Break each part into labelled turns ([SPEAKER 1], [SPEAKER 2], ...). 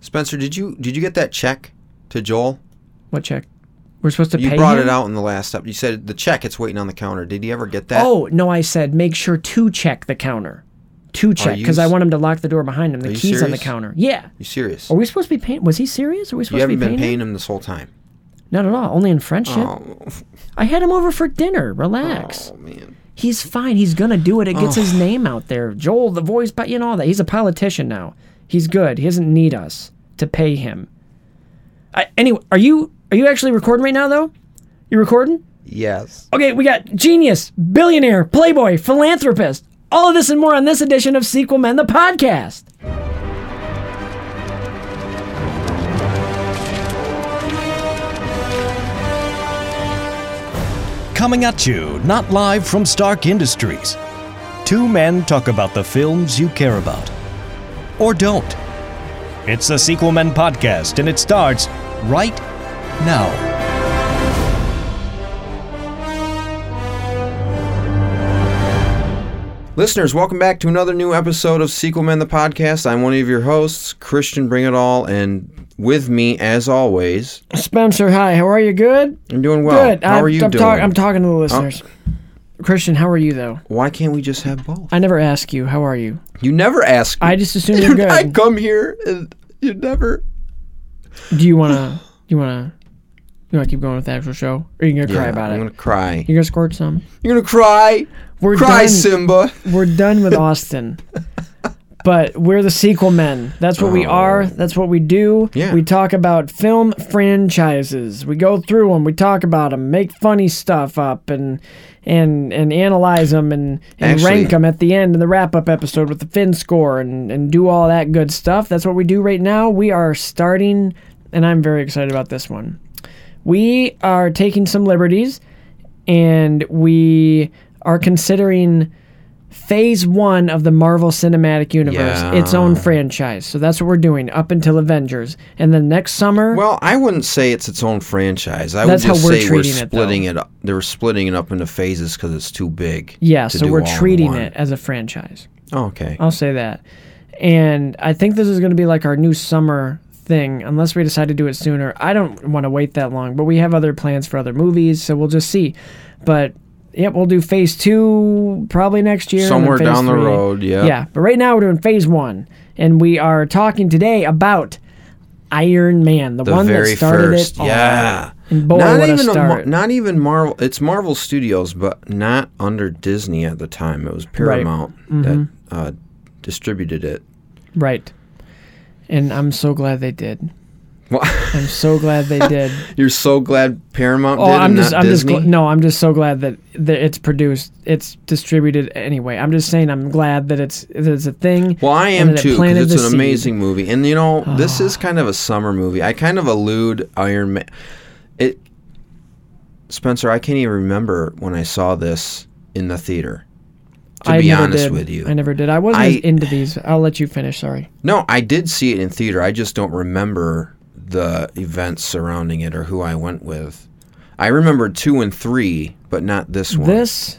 [SPEAKER 1] Spencer, did you did you get that check to Joel?
[SPEAKER 2] What check? We're supposed to
[SPEAKER 1] You
[SPEAKER 2] pay
[SPEAKER 1] brought
[SPEAKER 2] him?
[SPEAKER 1] it out in the last step. You said the check it's waiting on the counter. Did he ever get that?
[SPEAKER 2] Oh no, I said make sure to check the counter, to check
[SPEAKER 1] you
[SPEAKER 2] because I
[SPEAKER 1] s-
[SPEAKER 2] want him to lock the door behind him. The
[SPEAKER 1] you
[SPEAKER 2] keys on the
[SPEAKER 1] serious?
[SPEAKER 2] counter. Yeah.
[SPEAKER 1] You serious?
[SPEAKER 2] Are we supposed to be paying? Was he serious? Are we Oh, supposed
[SPEAKER 1] you
[SPEAKER 2] to be
[SPEAKER 1] haven't
[SPEAKER 2] paying?
[SPEAKER 1] been
[SPEAKER 2] him?
[SPEAKER 1] paying him this whole time.
[SPEAKER 2] Not at all. Only in friendship.
[SPEAKER 1] Oh,
[SPEAKER 2] I had him over for dinner. Relax.
[SPEAKER 1] oh man.
[SPEAKER 2] He's fine. He's gonna do it. It gets his name out there. Joel, the voice, but you know all that. He's a politician now. He's good. He doesn't need us to pay him. I, anyway, are you are you actually recording right now though? You recording?
[SPEAKER 1] Yes.
[SPEAKER 2] Okay, we got genius, billionaire, playboy, philanthropist. All of this and more on this edition of Sequel Men, the podcast.
[SPEAKER 3] Coming at you, not live from Stark Industries. Two men talk about the films you care about. Or don't. It's the Sequel Men podcast, and it starts right now.
[SPEAKER 1] Listeners, welcome back to another new episode of Sequel Men the Podcast. I'm one of your hosts, Christian Bring It All, and with me, as always,
[SPEAKER 2] Spencer, hi. How are you? Good.
[SPEAKER 1] I'm doing well.
[SPEAKER 2] Good.
[SPEAKER 1] How
[SPEAKER 2] I'm,
[SPEAKER 1] are you
[SPEAKER 2] I'm
[SPEAKER 1] doing?
[SPEAKER 2] I'm talking to the listeners. Christian, how are you though?
[SPEAKER 1] Why can't we just have both?
[SPEAKER 2] I never ask you. How are you?
[SPEAKER 1] You never ask.
[SPEAKER 2] I just assume you're good.
[SPEAKER 1] I come here and you never.
[SPEAKER 2] Do you wanna? You wanna? You wanna keep going with the actual show? Or are you gonna cry about
[SPEAKER 1] I'm
[SPEAKER 2] it?
[SPEAKER 1] gonna cry.
[SPEAKER 2] You're gonna squirt some.
[SPEAKER 1] You're gonna cry.
[SPEAKER 2] We're
[SPEAKER 1] cry,
[SPEAKER 2] done.
[SPEAKER 1] Simba.
[SPEAKER 2] We're done with Austin. But we're the sequel men. That's what we are. That's what we do.
[SPEAKER 1] Oh. Yeah.
[SPEAKER 2] We talk about film franchises. We go through them. We talk about them. Make funny stuff up and and and analyze them and, and
[SPEAKER 1] Actually-
[SPEAKER 2] rank them at the end in the wrap up episode with the Fin score and and do all that good stuff. That's what we do right now. We are starting, and I'm very excited about this one. We are taking some liberties, and we are considering phase one of the Marvel Cinematic Universe,
[SPEAKER 1] Yeah.
[SPEAKER 2] its own franchise. So that's what we're doing up until Avengers. And then next summer,
[SPEAKER 1] Well, I wouldn't say it's its own franchise. I
[SPEAKER 2] That's
[SPEAKER 1] would
[SPEAKER 2] how
[SPEAKER 1] just
[SPEAKER 2] we're
[SPEAKER 1] say we're
[SPEAKER 2] treating it, though.
[SPEAKER 1] splitting it, up. They're splitting it up into phases because it's too big.
[SPEAKER 2] yeah,
[SPEAKER 1] to
[SPEAKER 2] so
[SPEAKER 1] do
[SPEAKER 2] we're
[SPEAKER 1] all in
[SPEAKER 2] treating
[SPEAKER 1] one.
[SPEAKER 2] it Um, as a franchise.
[SPEAKER 1] Oh, okay.
[SPEAKER 2] I'll say that. And I think this is going to be like our new summer thing, unless we decide to do it sooner. I don't want to wait that long, but we have other plans for other movies, so we'll just see. But yeah, we'll do phase two probably next year. and then
[SPEAKER 1] Somewhere
[SPEAKER 2] phase
[SPEAKER 1] down the
[SPEAKER 2] three.
[SPEAKER 1] road, yeah.
[SPEAKER 2] Yeah, but right now we're doing phase one, and we are talking today about Iron Man, the,
[SPEAKER 1] The
[SPEAKER 2] one
[SPEAKER 1] very
[SPEAKER 2] that started
[SPEAKER 1] first,
[SPEAKER 2] it. all.
[SPEAKER 1] yeah.
[SPEAKER 2] And boy,
[SPEAKER 1] not
[SPEAKER 2] what a
[SPEAKER 1] even Mar-
[SPEAKER 2] start.
[SPEAKER 1] not even Marvel. It's Marvel Studios, but not under Disney at the time. It was Paramount
[SPEAKER 2] Mm-hmm.
[SPEAKER 1] that uh, distributed it.
[SPEAKER 2] right. And I'm so glad they did.
[SPEAKER 1] Well,
[SPEAKER 2] I'm so glad they did.
[SPEAKER 1] you're so glad Paramount
[SPEAKER 2] Oh,
[SPEAKER 1] did
[SPEAKER 2] I'm
[SPEAKER 1] and
[SPEAKER 2] just,
[SPEAKER 1] not
[SPEAKER 2] I'm just,
[SPEAKER 1] Disney.
[SPEAKER 2] gl- no, I'm just so glad that, that it's produced, it's distributed anyway. I'm just saying, I'm glad that it's that it's a thing.
[SPEAKER 1] Well, I
[SPEAKER 2] and
[SPEAKER 1] am
[SPEAKER 2] that it
[SPEAKER 1] too. 'cause
[SPEAKER 2] planted
[SPEAKER 1] it's
[SPEAKER 2] the Ah.
[SPEAKER 1] an
[SPEAKER 2] seed.
[SPEAKER 1] amazing movie, and you know, this is kind of a summer movie. I kind of elude Iron Man. It, Spencer, I can't even remember when I saw this in the theater. To
[SPEAKER 2] I
[SPEAKER 1] be
[SPEAKER 2] never
[SPEAKER 1] honest
[SPEAKER 2] did.
[SPEAKER 1] with you,
[SPEAKER 2] I never did. I wasn't
[SPEAKER 1] I-
[SPEAKER 2] as into these. I'll let you finish. Sorry.
[SPEAKER 1] no, I did see it in theater. I just don't remember the events surrounding it or who I went with. I remember two and three, but not this one.
[SPEAKER 2] This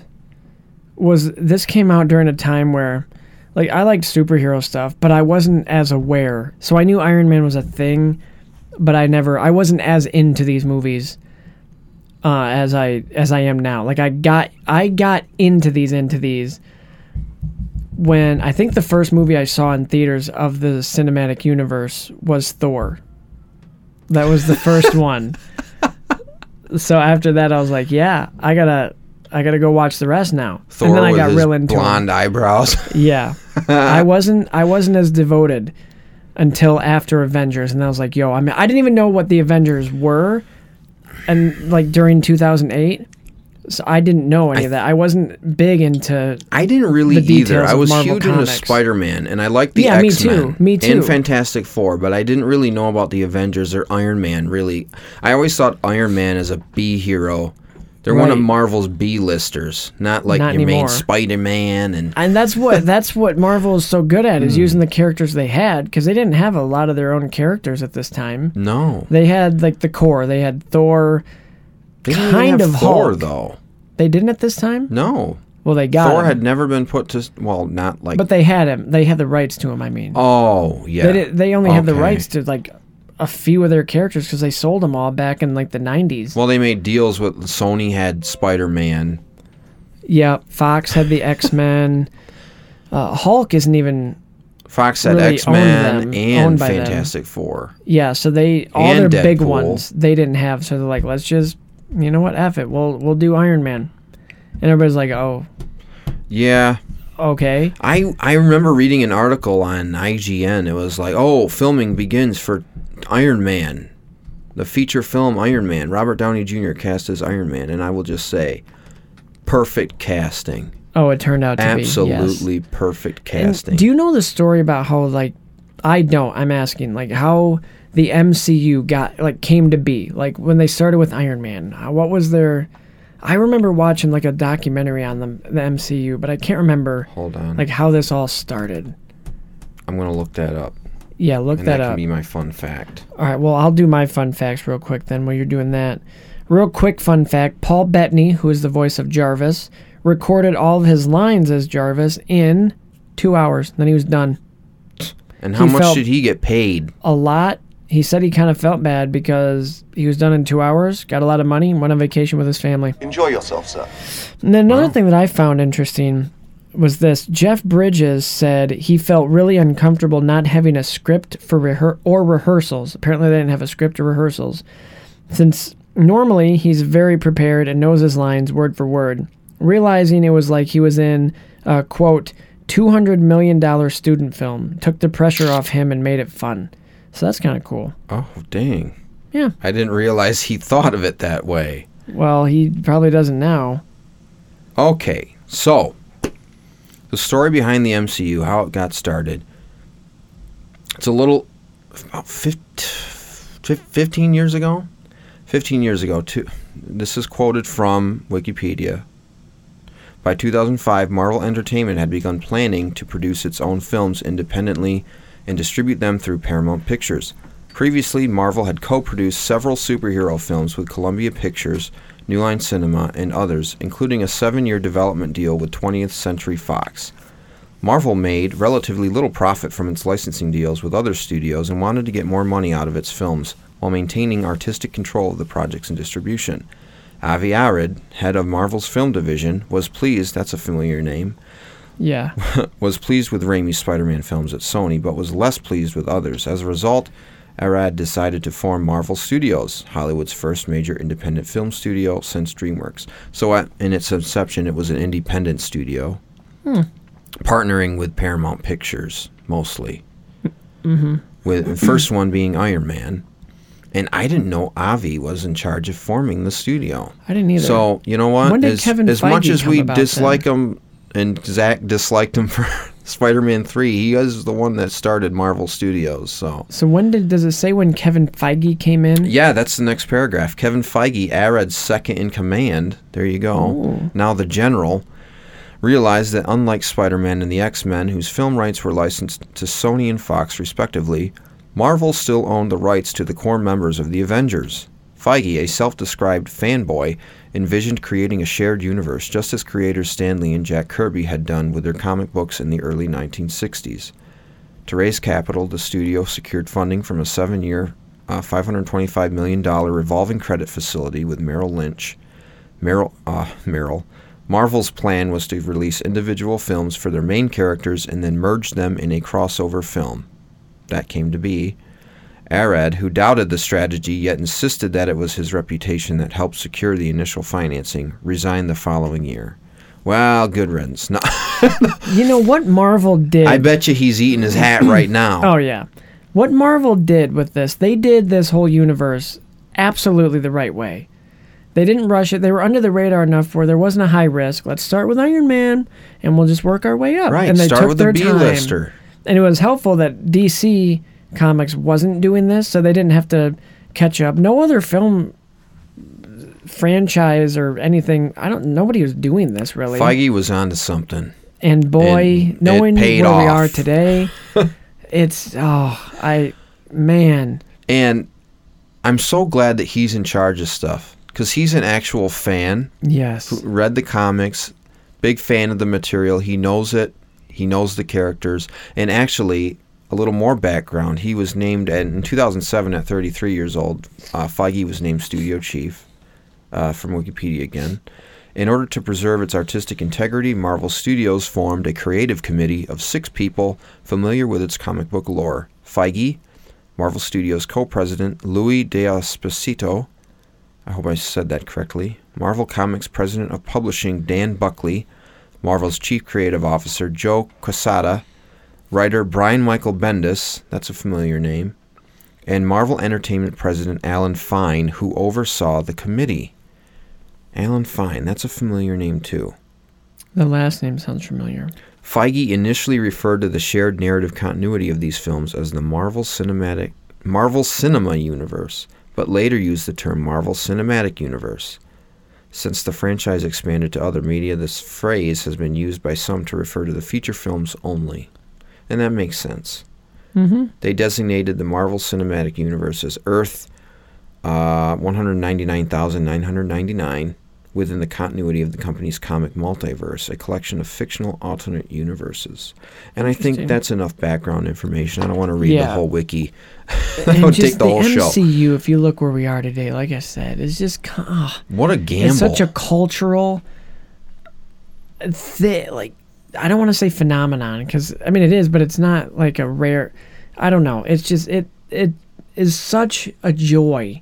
[SPEAKER 2] was this came out during a time where, like, I liked superhero stuff, but I wasn't as aware. So I knew Iron Man was a thing, but I never, I wasn't as into these movies uh, as I as I am now. Like I got I got into these into these when I think the first movie I saw in theaters of the cinematic universe was Thor. That was the first one. So after that, I was like, yeah, I gotta I gotta go watch the rest now.
[SPEAKER 1] Thor
[SPEAKER 2] and then I
[SPEAKER 1] with
[SPEAKER 2] got
[SPEAKER 1] his
[SPEAKER 2] real into it.
[SPEAKER 1] blonde eyebrows.
[SPEAKER 2] Yeah. I wasn't I wasn't as devoted until after Avengers and I was like, yo, I mean I didn't even know what the Avengers were and like during 2008. So I didn't know any of that. I wasn't big into
[SPEAKER 1] I didn't really
[SPEAKER 2] the
[SPEAKER 1] either.
[SPEAKER 2] details
[SPEAKER 1] I
[SPEAKER 2] of
[SPEAKER 1] was
[SPEAKER 2] Marvel
[SPEAKER 1] huge
[SPEAKER 2] Comics.
[SPEAKER 1] into Spider Man, and I liked the
[SPEAKER 2] Yeah, me
[SPEAKER 1] X Men,
[SPEAKER 2] too. Me too.
[SPEAKER 1] and Fantastic Four, but I didn't really know about the Avengers or Iron Man. Really, I always thought Iron Man is a B hero. They're one of
[SPEAKER 2] Right.
[SPEAKER 1] Marvel's B listers, not like
[SPEAKER 2] Not
[SPEAKER 1] your
[SPEAKER 2] anymore.
[SPEAKER 1] main Spider Man. And
[SPEAKER 2] and that's what that's what Marvel is so good at is
[SPEAKER 1] Hmm.
[SPEAKER 2] using the characters they had cuz they didn't have a lot of their own characters at this time.
[SPEAKER 1] no,
[SPEAKER 2] They had like the core. They had Thor.
[SPEAKER 1] they didn't
[SPEAKER 2] Kind
[SPEAKER 1] even have
[SPEAKER 2] of
[SPEAKER 1] Thor
[SPEAKER 2] Hulk.
[SPEAKER 1] though.
[SPEAKER 2] They didn't at this time?
[SPEAKER 1] No,
[SPEAKER 2] Well, they got
[SPEAKER 1] Thor
[SPEAKER 2] him,
[SPEAKER 1] had never been put to well, not like.
[SPEAKER 2] but they had him. They had the rights to him. I mean,
[SPEAKER 1] oh yeah.
[SPEAKER 2] they did, they only had the
[SPEAKER 1] Okay.
[SPEAKER 2] rights to like a few of their characters because they sold them all back in like the '90s.
[SPEAKER 1] Well, they made deals with Sony had Spider Man.
[SPEAKER 2] yeah, Fox had the X Men. Uh, Hulk isn't even
[SPEAKER 1] Fox had
[SPEAKER 2] Really owned
[SPEAKER 1] X Men
[SPEAKER 2] them,
[SPEAKER 1] and
[SPEAKER 2] owned by them.
[SPEAKER 1] Fantastic Four.
[SPEAKER 2] Yeah, so they all
[SPEAKER 1] And
[SPEAKER 2] their big
[SPEAKER 1] Deadpool.
[SPEAKER 2] ones they didn't have, so they're like, let's just you know what, F it, we'll we'll do Iron Man, and everybody's like, oh,
[SPEAKER 1] Yeah,
[SPEAKER 2] okay,
[SPEAKER 1] I I remember reading an article on IGN. It was like, oh, filming begins for Iron Man, the feature film Iron Man. Robert Downey Jr. cast as Iron Man, and I will just say, perfect casting,
[SPEAKER 2] oh, it turned out to be yes.
[SPEAKER 1] absolutely perfect
[SPEAKER 2] And
[SPEAKER 1] casting.
[SPEAKER 2] Do you know the story about how like I don't? I'm asking like how the MCU got like came to be like when they started with Iron Man. uh, What was their? I remember watching like a documentary on the the MCU, but I can't remember
[SPEAKER 1] Hold on,
[SPEAKER 2] like how this all started.
[SPEAKER 1] I'm gonna look that up,
[SPEAKER 2] Yeah, look
[SPEAKER 1] and
[SPEAKER 2] that,
[SPEAKER 1] that, can
[SPEAKER 2] up.
[SPEAKER 1] be my fun fact.
[SPEAKER 2] All right, well, I'll do my fun facts real quick then while you're doing that. Real quick fun fact Paul Bettany, who is the voice of Jarvis, recorded all of his lines as Jarvis in two hours. Then he was done.
[SPEAKER 1] And how
[SPEAKER 2] He
[SPEAKER 1] much
[SPEAKER 2] felt-
[SPEAKER 1] did he get paid?
[SPEAKER 2] A lot. He said he kind of felt bad because he was done in two hours, got a lot of money, and went on vacation with his family.
[SPEAKER 4] Enjoy yourself, sir.
[SPEAKER 2] And then another thing that I found interesting was this Jeff Bridges said he felt really uncomfortable not having a script for rehe- or rehearsals. Apparently, they didn't have a script or rehearsals. Since normally he's very prepared and knows his lines word for word, realizing it was like he was in a quote, $200 million student film, took the pressure off him and made it fun. So that's kind of cool.
[SPEAKER 1] Oh, dang.
[SPEAKER 2] Yeah.
[SPEAKER 1] I didn't realize he thought of it that way.
[SPEAKER 2] Well, he probably doesn't now.
[SPEAKER 1] Okay, so the story behind the MCU, how it got started, it's a little about 15, 15 years ago. 15 years ago, too. This is quoted from Wikipedia. By 2005, Marvel Entertainment had begun planning to produce its own films independently and distribute them through Paramount Pictures. Previously, Marvel had co produced several superhero films with Columbia Pictures, New Line Cinema, and others, including a seven year development deal with 20th Century Fox. Marvel made relatively little profit from its licensing deals with other studios and wanted to get more money out of its films while maintaining artistic control of the projects and distribution. Avi Arad, head of Marvel's film division, was pleased that's a familiar name
[SPEAKER 2] Yeah.
[SPEAKER 1] was pleased with Raimi's Spider-Man films at Sony, but was less pleased with others. As a result, Arad decided to form Marvel Studios, Hollywood's first major independent film studio since DreamWorks. So, at, in its inception, it was an independent studio, partnering with Paramount Pictures mostly. Mm-hmm. With the first one being Iron Man, and I didn't know Avi was in charge of forming the studio.
[SPEAKER 2] I didn't either.
[SPEAKER 1] So you know what?
[SPEAKER 2] When did
[SPEAKER 1] as,
[SPEAKER 2] Kevin
[SPEAKER 1] as much
[SPEAKER 2] Feige
[SPEAKER 1] as
[SPEAKER 2] come
[SPEAKER 1] we
[SPEAKER 2] about
[SPEAKER 1] dislike him, and Zach disliked him for Spider-Man Three, he is the one that started Marvel Studios. So
[SPEAKER 2] So when did does it say when Kevin Feige came in?
[SPEAKER 1] yeah, that's the next paragraph. Kevin Feige, Arad's second in command. There you go. Now the general realized that unlike Spider-Man and the X-Men, whose film rights were licensed to Sony and Fox respectively, Marvel still owned the rights to the core members of the Avengers. Feige, a self-described fanboy, envisioned creating a shared universe just as creators Stan Lee and Jack Kirby had done with their comic books in the early 1960s. To raise capital, the studio secured funding from a seven year, uh, $525 million revolving credit facility with Merrill Lynch. Merrill, uh, Merrill. Marvel's plan was to release individual films for their main characters and then merge them in a crossover film. That came to be. Arad, who doubted the strategy yet insisted that it was his reputation that helped secure the initial financing, resigned the following year. Well, good riddance. No,
[SPEAKER 2] You know what Marvel did?
[SPEAKER 1] I bet you he's eating his hat right now.
[SPEAKER 2] Oh yeah. What Marvel did with this, they did this whole universe absolutely the right way. They didn't rush it. They were under the radar enough where there wasn't a high risk. Let's start with Iron Man and we'll just work our way up.
[SPEAKER 1] Right.
[SPEAKER 2] And they
[SPEAKER 1] Start
[SPEAKER 2] took
[SPEAKER 1] with
[SPEAKER 2] their
[SPEAKER 1] the
[SPEAKER 2] time.
[SPEAKER 1] B-lister.
[SPEAKER 2] And it was helpful that DC Comics wasn't doing this, so they didn't have to catch up. No other film franchise or anything. I don't. Nobody was doing this really.
[SPEAKER 1] Feige was onto something.
[SPEAKER 2] and boy,
[SPEAKER 1] And it
[SPEAKER 2] knowing
[SPEAKER 1] paid
[SPEAKER 2] where we
[SPEAKER 1] off.
[SPEAKER 2] are today, it's oh, I man,
[SPEAKER 1] And I'm so glad that he's in charge of stuff because he's an actual fan,
[SPEAKER 2] yes,
[SPEAKER 1] read the comics, big fan of the material. He knows it. He knows the characters. And actually, a little more background. He was named at, in 2007 at 33 years old. Uh, Feige was named studio chief uh, from Wikipedia again. In order to preserve its artistic integrity, Marvel Studios formed a creative committee of six people familiar with its comic book lore. Feige, Marvel Studios co president, Louis D'Esposito, I hope I said that correctly, Marvel Comics president of publishing, Dan Buckley, Marvel's chief creative officer, Joe Quesada, writer Brian Michael Bendis, that's a familiar name, and Marvel Entertainment President Alan Fine, who oversaw the committee. Alan Fine, that's a familiar name too.
[SPEAKER 2] The last name sounds familiar.
[SPEAKER 1] Feige initially referred to the shared narrative continuity of these films as the Marvel Cinematic Marvel Cinema Universe, but later used the term Marvel Cinematic Universe. Since the franchise expanded to other media, this phrase has been used by some to refer to the feature films only and that makes sense.
[SPEAKER 2] Mm-hmm.
[SPEAKER 1] They designated the Marvel Cinematic Universe as Earth uh, 199,999 within the continuity of the company's comic multiverse, a collection of fictional alternate universes. And I think
[SPEAKER 2] Interesting.
[SPEAKER 1] that's enough background information. I don't want to read the
[SPEAKER 2] Yeah.
[SPEAKER 1] whole wiki. that would take the, whole show.
[SPEAKER 2] MCU, if you look where we are today, like I said, it's just co- ah,
[SPEAKER 1] What a gamble.
[SPEAKER 2] it's such a cultural thi Like I don't want to say phenomenon because I mean it is, but it's not like a rare. I don't know. It's just it it is such a joy,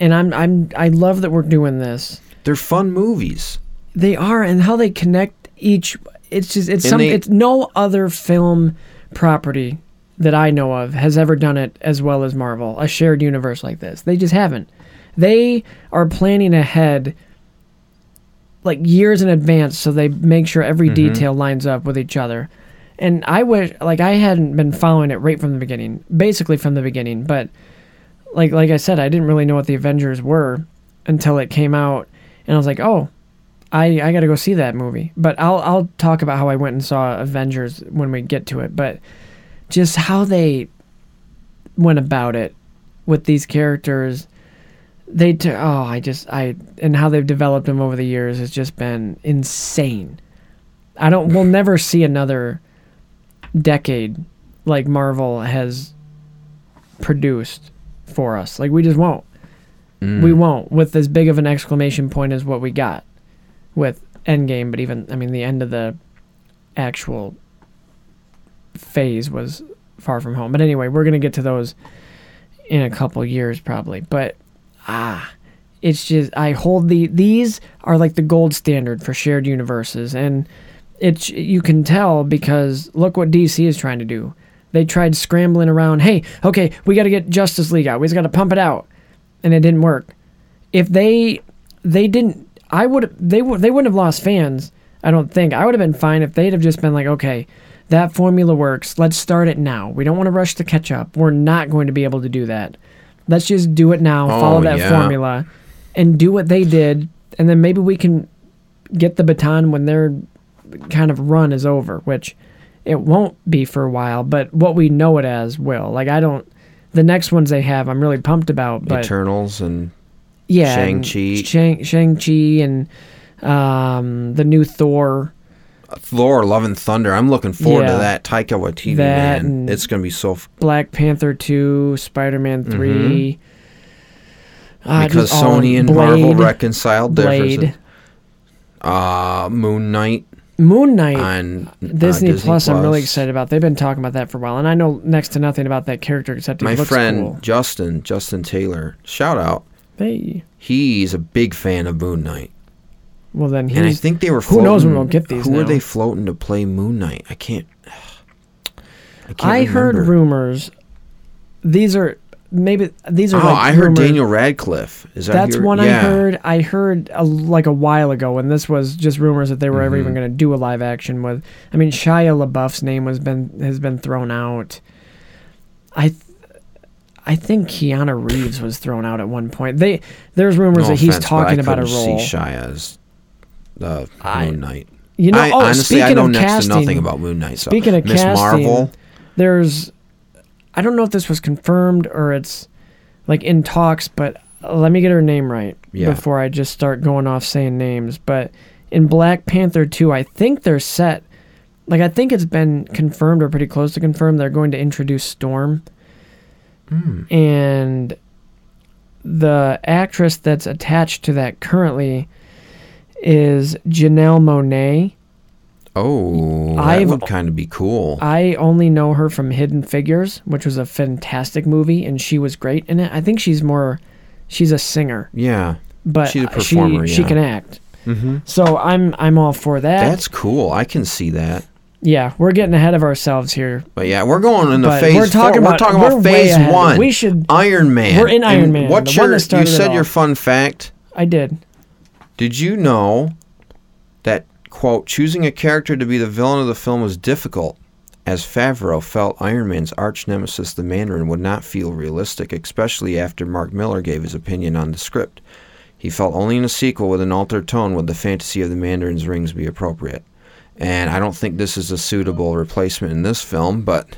[SPEAKER 2] and I'm I'm I love that we're doing this.
[SPEAKER 1] They're fun movies.
[SPEAKER 2] They are, and how they connect each. It's just it's
[SPEAKER 1] And
[SPEAKER 2] some.
[SPEAKER 1] they-
[SPEAKER 2] it's no other film property that I know of has ever done it as well as Marvel. A shared universe like this, they just haven't. They are planning ahead, like years in advance, so they make sure every
[SPEAKER 1] Mm-hmm.
[SPEAKER 2] detail lines up with each other. And I wish, like, I hadn't been following it right from the beginning, basically from the beginning, but like like I said, I didn't really know what the Avengers were until it came out, and I was like, oh, I I gotta go see that movie. But I'll I'll talk about how I went and saw Avengers when we get to it. But just how they went about it with these characters, they t- oh I just I and how they've developed them over the years has just been insane. I don't we'll never see another decade like Marvel has produced for us. Like we just won't. We won't with as big of an exclamation point as what we got with Endgame, but even I mean the end of the actual phase was Far From Home. But anyway, we're gonna get to those in a couple years probably. But ah, it's just I hold the these are like the gold standard for shared universes, and it's you can tell because look what DC is trying to do. They tried scrambling around. Hey, okay, we got to get Justice League out. We just got to pump it out, and it didn't work. If they they didn't, I would they would they wouldn't have lost fans. I don't think I would have been fine if they'd have just been like, okay, that formula works. Let's start it now. We don't want to rush to catch up. We're not going to be able to do that. Let's just do it now. follow that
[SPEAKER 1] yeah.
[SPEAKER 2] formula, and do what they did, and then maybe we can get the baton when their kind of run is over, which it won't be for a while, but what we know it as will. Like I don't the next ones they have I'm really pumped about, but
[SPEAKER 1] Eternals and
[SPEAKER 2] yeah, and
[SPEAKER 1] Shang-Chi.
[SPEAKER 2] Shang Shang-Chi and um the new Thor.
[SPEAKER 1] Thor, Love and Thunder. I'm looking forward to
[SPEAKER 2] Yeah.
[SPEAKER 1] that Taika Waititi,
[SPEAKER 2] That
[SPEAKER 1] man.
[SPEAKER 2] and-
[SPEAKER 1] It's going to be so f-
[SPEAKER 2] Black Panther 2, Spider-Man 3. Uh,
[SPEAKER 1] Mm-hmm. because
[SPEAKER 2] just all-
[SPEAKER 1] Sony and Marvel
[SPEAKER 2] Blade,
[SPEAKER 1] reconciled their
[SPEAKER 2] Blade,
[SPEAKER 1] uh, Moon Knight
[SPEAKER 2] Moon Knight,
[SPEAKER 1] on uh,
[SPEAKER 2] Disney,
[SPEAKER 1] Disney
[SPEAKER 2] Plus, I'm really excited about. They've been talking about that for a while, and I know next to nothing about that character except he
[SPEAKER 1] My
[SPEAKER 2] looks
[SPEAKER 1] friend
[SPEAKER 2] cool.
[SPEAKER 1] Justin, Justin Taylor, shout out.
[SPEAKER 2] Hey,
[SPEAKER 1] He's a big fan of Moon Knight,
[SPEAKER 2] well then he's
[SPEAKER 1] and I think they were.
[SPEAKER 2] who
[SPEAKER 1] Floating,
[SPEAKER 2] knows when we'll get these
[SPEAKER 1] Who are
[SPEAKER 2] now.
[SPEAKER 1] they floating to play Moon Knight? I can't. I, can't
[SPEAKER 2] I heard
[SPEAKER 1] remember.
[SPEAKER 2] rumors. These are maybe these
[SPEAKER 1] Oh,
[SPEAKER 2] are. like
[SPEAKER 1] I heard
[SPEAKER 2] rumors.
[SPEAKER 1] Daniel Radcliffe. Is that
[SPEAKER 2] That's
[SPEAKER 1] who-
[SPEAKER 2] one I
[SPEAKER 1] yeah.
[SPEAKER 2] heard. I heard a, like a while ago, and this was just rumors that they were ever
[SPEAKER 1] Mm-hmm.
[SPEAKER 2] even going to do a live action with. I mean, Shia LaBeouf's name has been has been thrown out. I. Th- I think Keanu Reeves was thrown out at one point. They there's
[SPEAKER 1] No
[SPEAKER 2] rumors that he's
[SPEAKER 1] offense, but
[SPEAKER 2] talking
[SPEAKER 1] I
[SPEAKER 2] about a
[SPEAKER 1] couldn't
[SPEAKER 2] role.
[SPEAKER 1] See Shia as uh,
[SPEAKER 2] I-
[SPEAKER 1] Moon Knight.
[SPEAKER 2] You know,
[SPEAKER 1] I,
[SPEAKER 2] oh,
[SPEAKER 1] honestly,
[SPEAKER 2] speaking
[SPEAKER 1] I know
[SPEAKER 2] of
[SPEAKER 1] next
[SPEAKER 2] casting,
[SPEAKER 1] to nothing about Moon Knight. So.
[SPEAKER 2] Speaking of
[SPEAKER 1] Miss
[SPEAKER 2] casting,
[SPEAKER 1] Marvel,
[SPEAKER 2] there's I don't know if this was confirmed or it's like in talks, but let me get her name right
[SPEAKER 1] Yeah.
[SPEAKER 2] before I just start going off saying names. But in Black Panther 2, I think they're set. Like, I think it's been confirmed or pretty close to confirmed they're going to introduce Storm. And the actress that's attached to that currently is Janelle Monet.
[SPEAKER 1] Oh, that
[SPEAKER 2] I've-
[SPEAKER 1] would kind of be cool.
[SPEAKER 2] I only know her from Hidden Figures, which was a fantastic movie, and she was great in it. I think she's more, she's a singer,
[SPEAKER 1] yeah,
[SPEAKER 2] but
[SPEAKER 1] She's a
[SPEAKER 2] she
[SPEAKER 1] performer,
[SPEAKER 2] she
[SPEAKER 1] yeah. Mm-hmm.
[SPEAKER 2] can act. So I'm I'm all for that.
[SPEAKER 1] that's cool. I can see that.
[SPEAKER 2] yeah, we're getting ahead of ourselves here.
[SPEAKER 1] But yeah, we're going into
[SPEAKER 2] But
[SPEAKER 1] phase.
[SPEAKER 2] we're talking
[SPEAKER 1] four.
[SPEAKER 2] about-
[SPEAKER 1] we're talking about
[SPEAKER 2] we're way
[SPEAKER 1] phase
[SPEAKER 2] ahead.
[SPEAKER 1] one.
[SPEAKER 2] We should-
[SPEAKER 1] Iron Man.
[SPEAKER 2] We're in Iron
[SPEAKER 1] And
[SPEAKER 2] Man,
[SPEAKER 1] What's
[SPEAKER 2] the one
[SPEAKER 1] your?
[SPEAKER 2] that
[SPEAKER 1] you
[SPEAKER 2] started it
[SPEAKER 1] said your
[SPEAKER 2] all.
[SPEAKER 1] fun fact.
[SPEAKER 2] I did.
[SPEAKER 1] Did you know that quote choosing a character to be the villain of the film was difficult, as Favreau felt Iron Man's arch nemesis, the Mandarin, would not feel realistic, especially after Mark Miller gave his opinion on the script. He felt only in a sequel with an altered tone would the fantasy of the Mandarin's rings be appropriate. And I don't think this is a suitable replacement in this film, but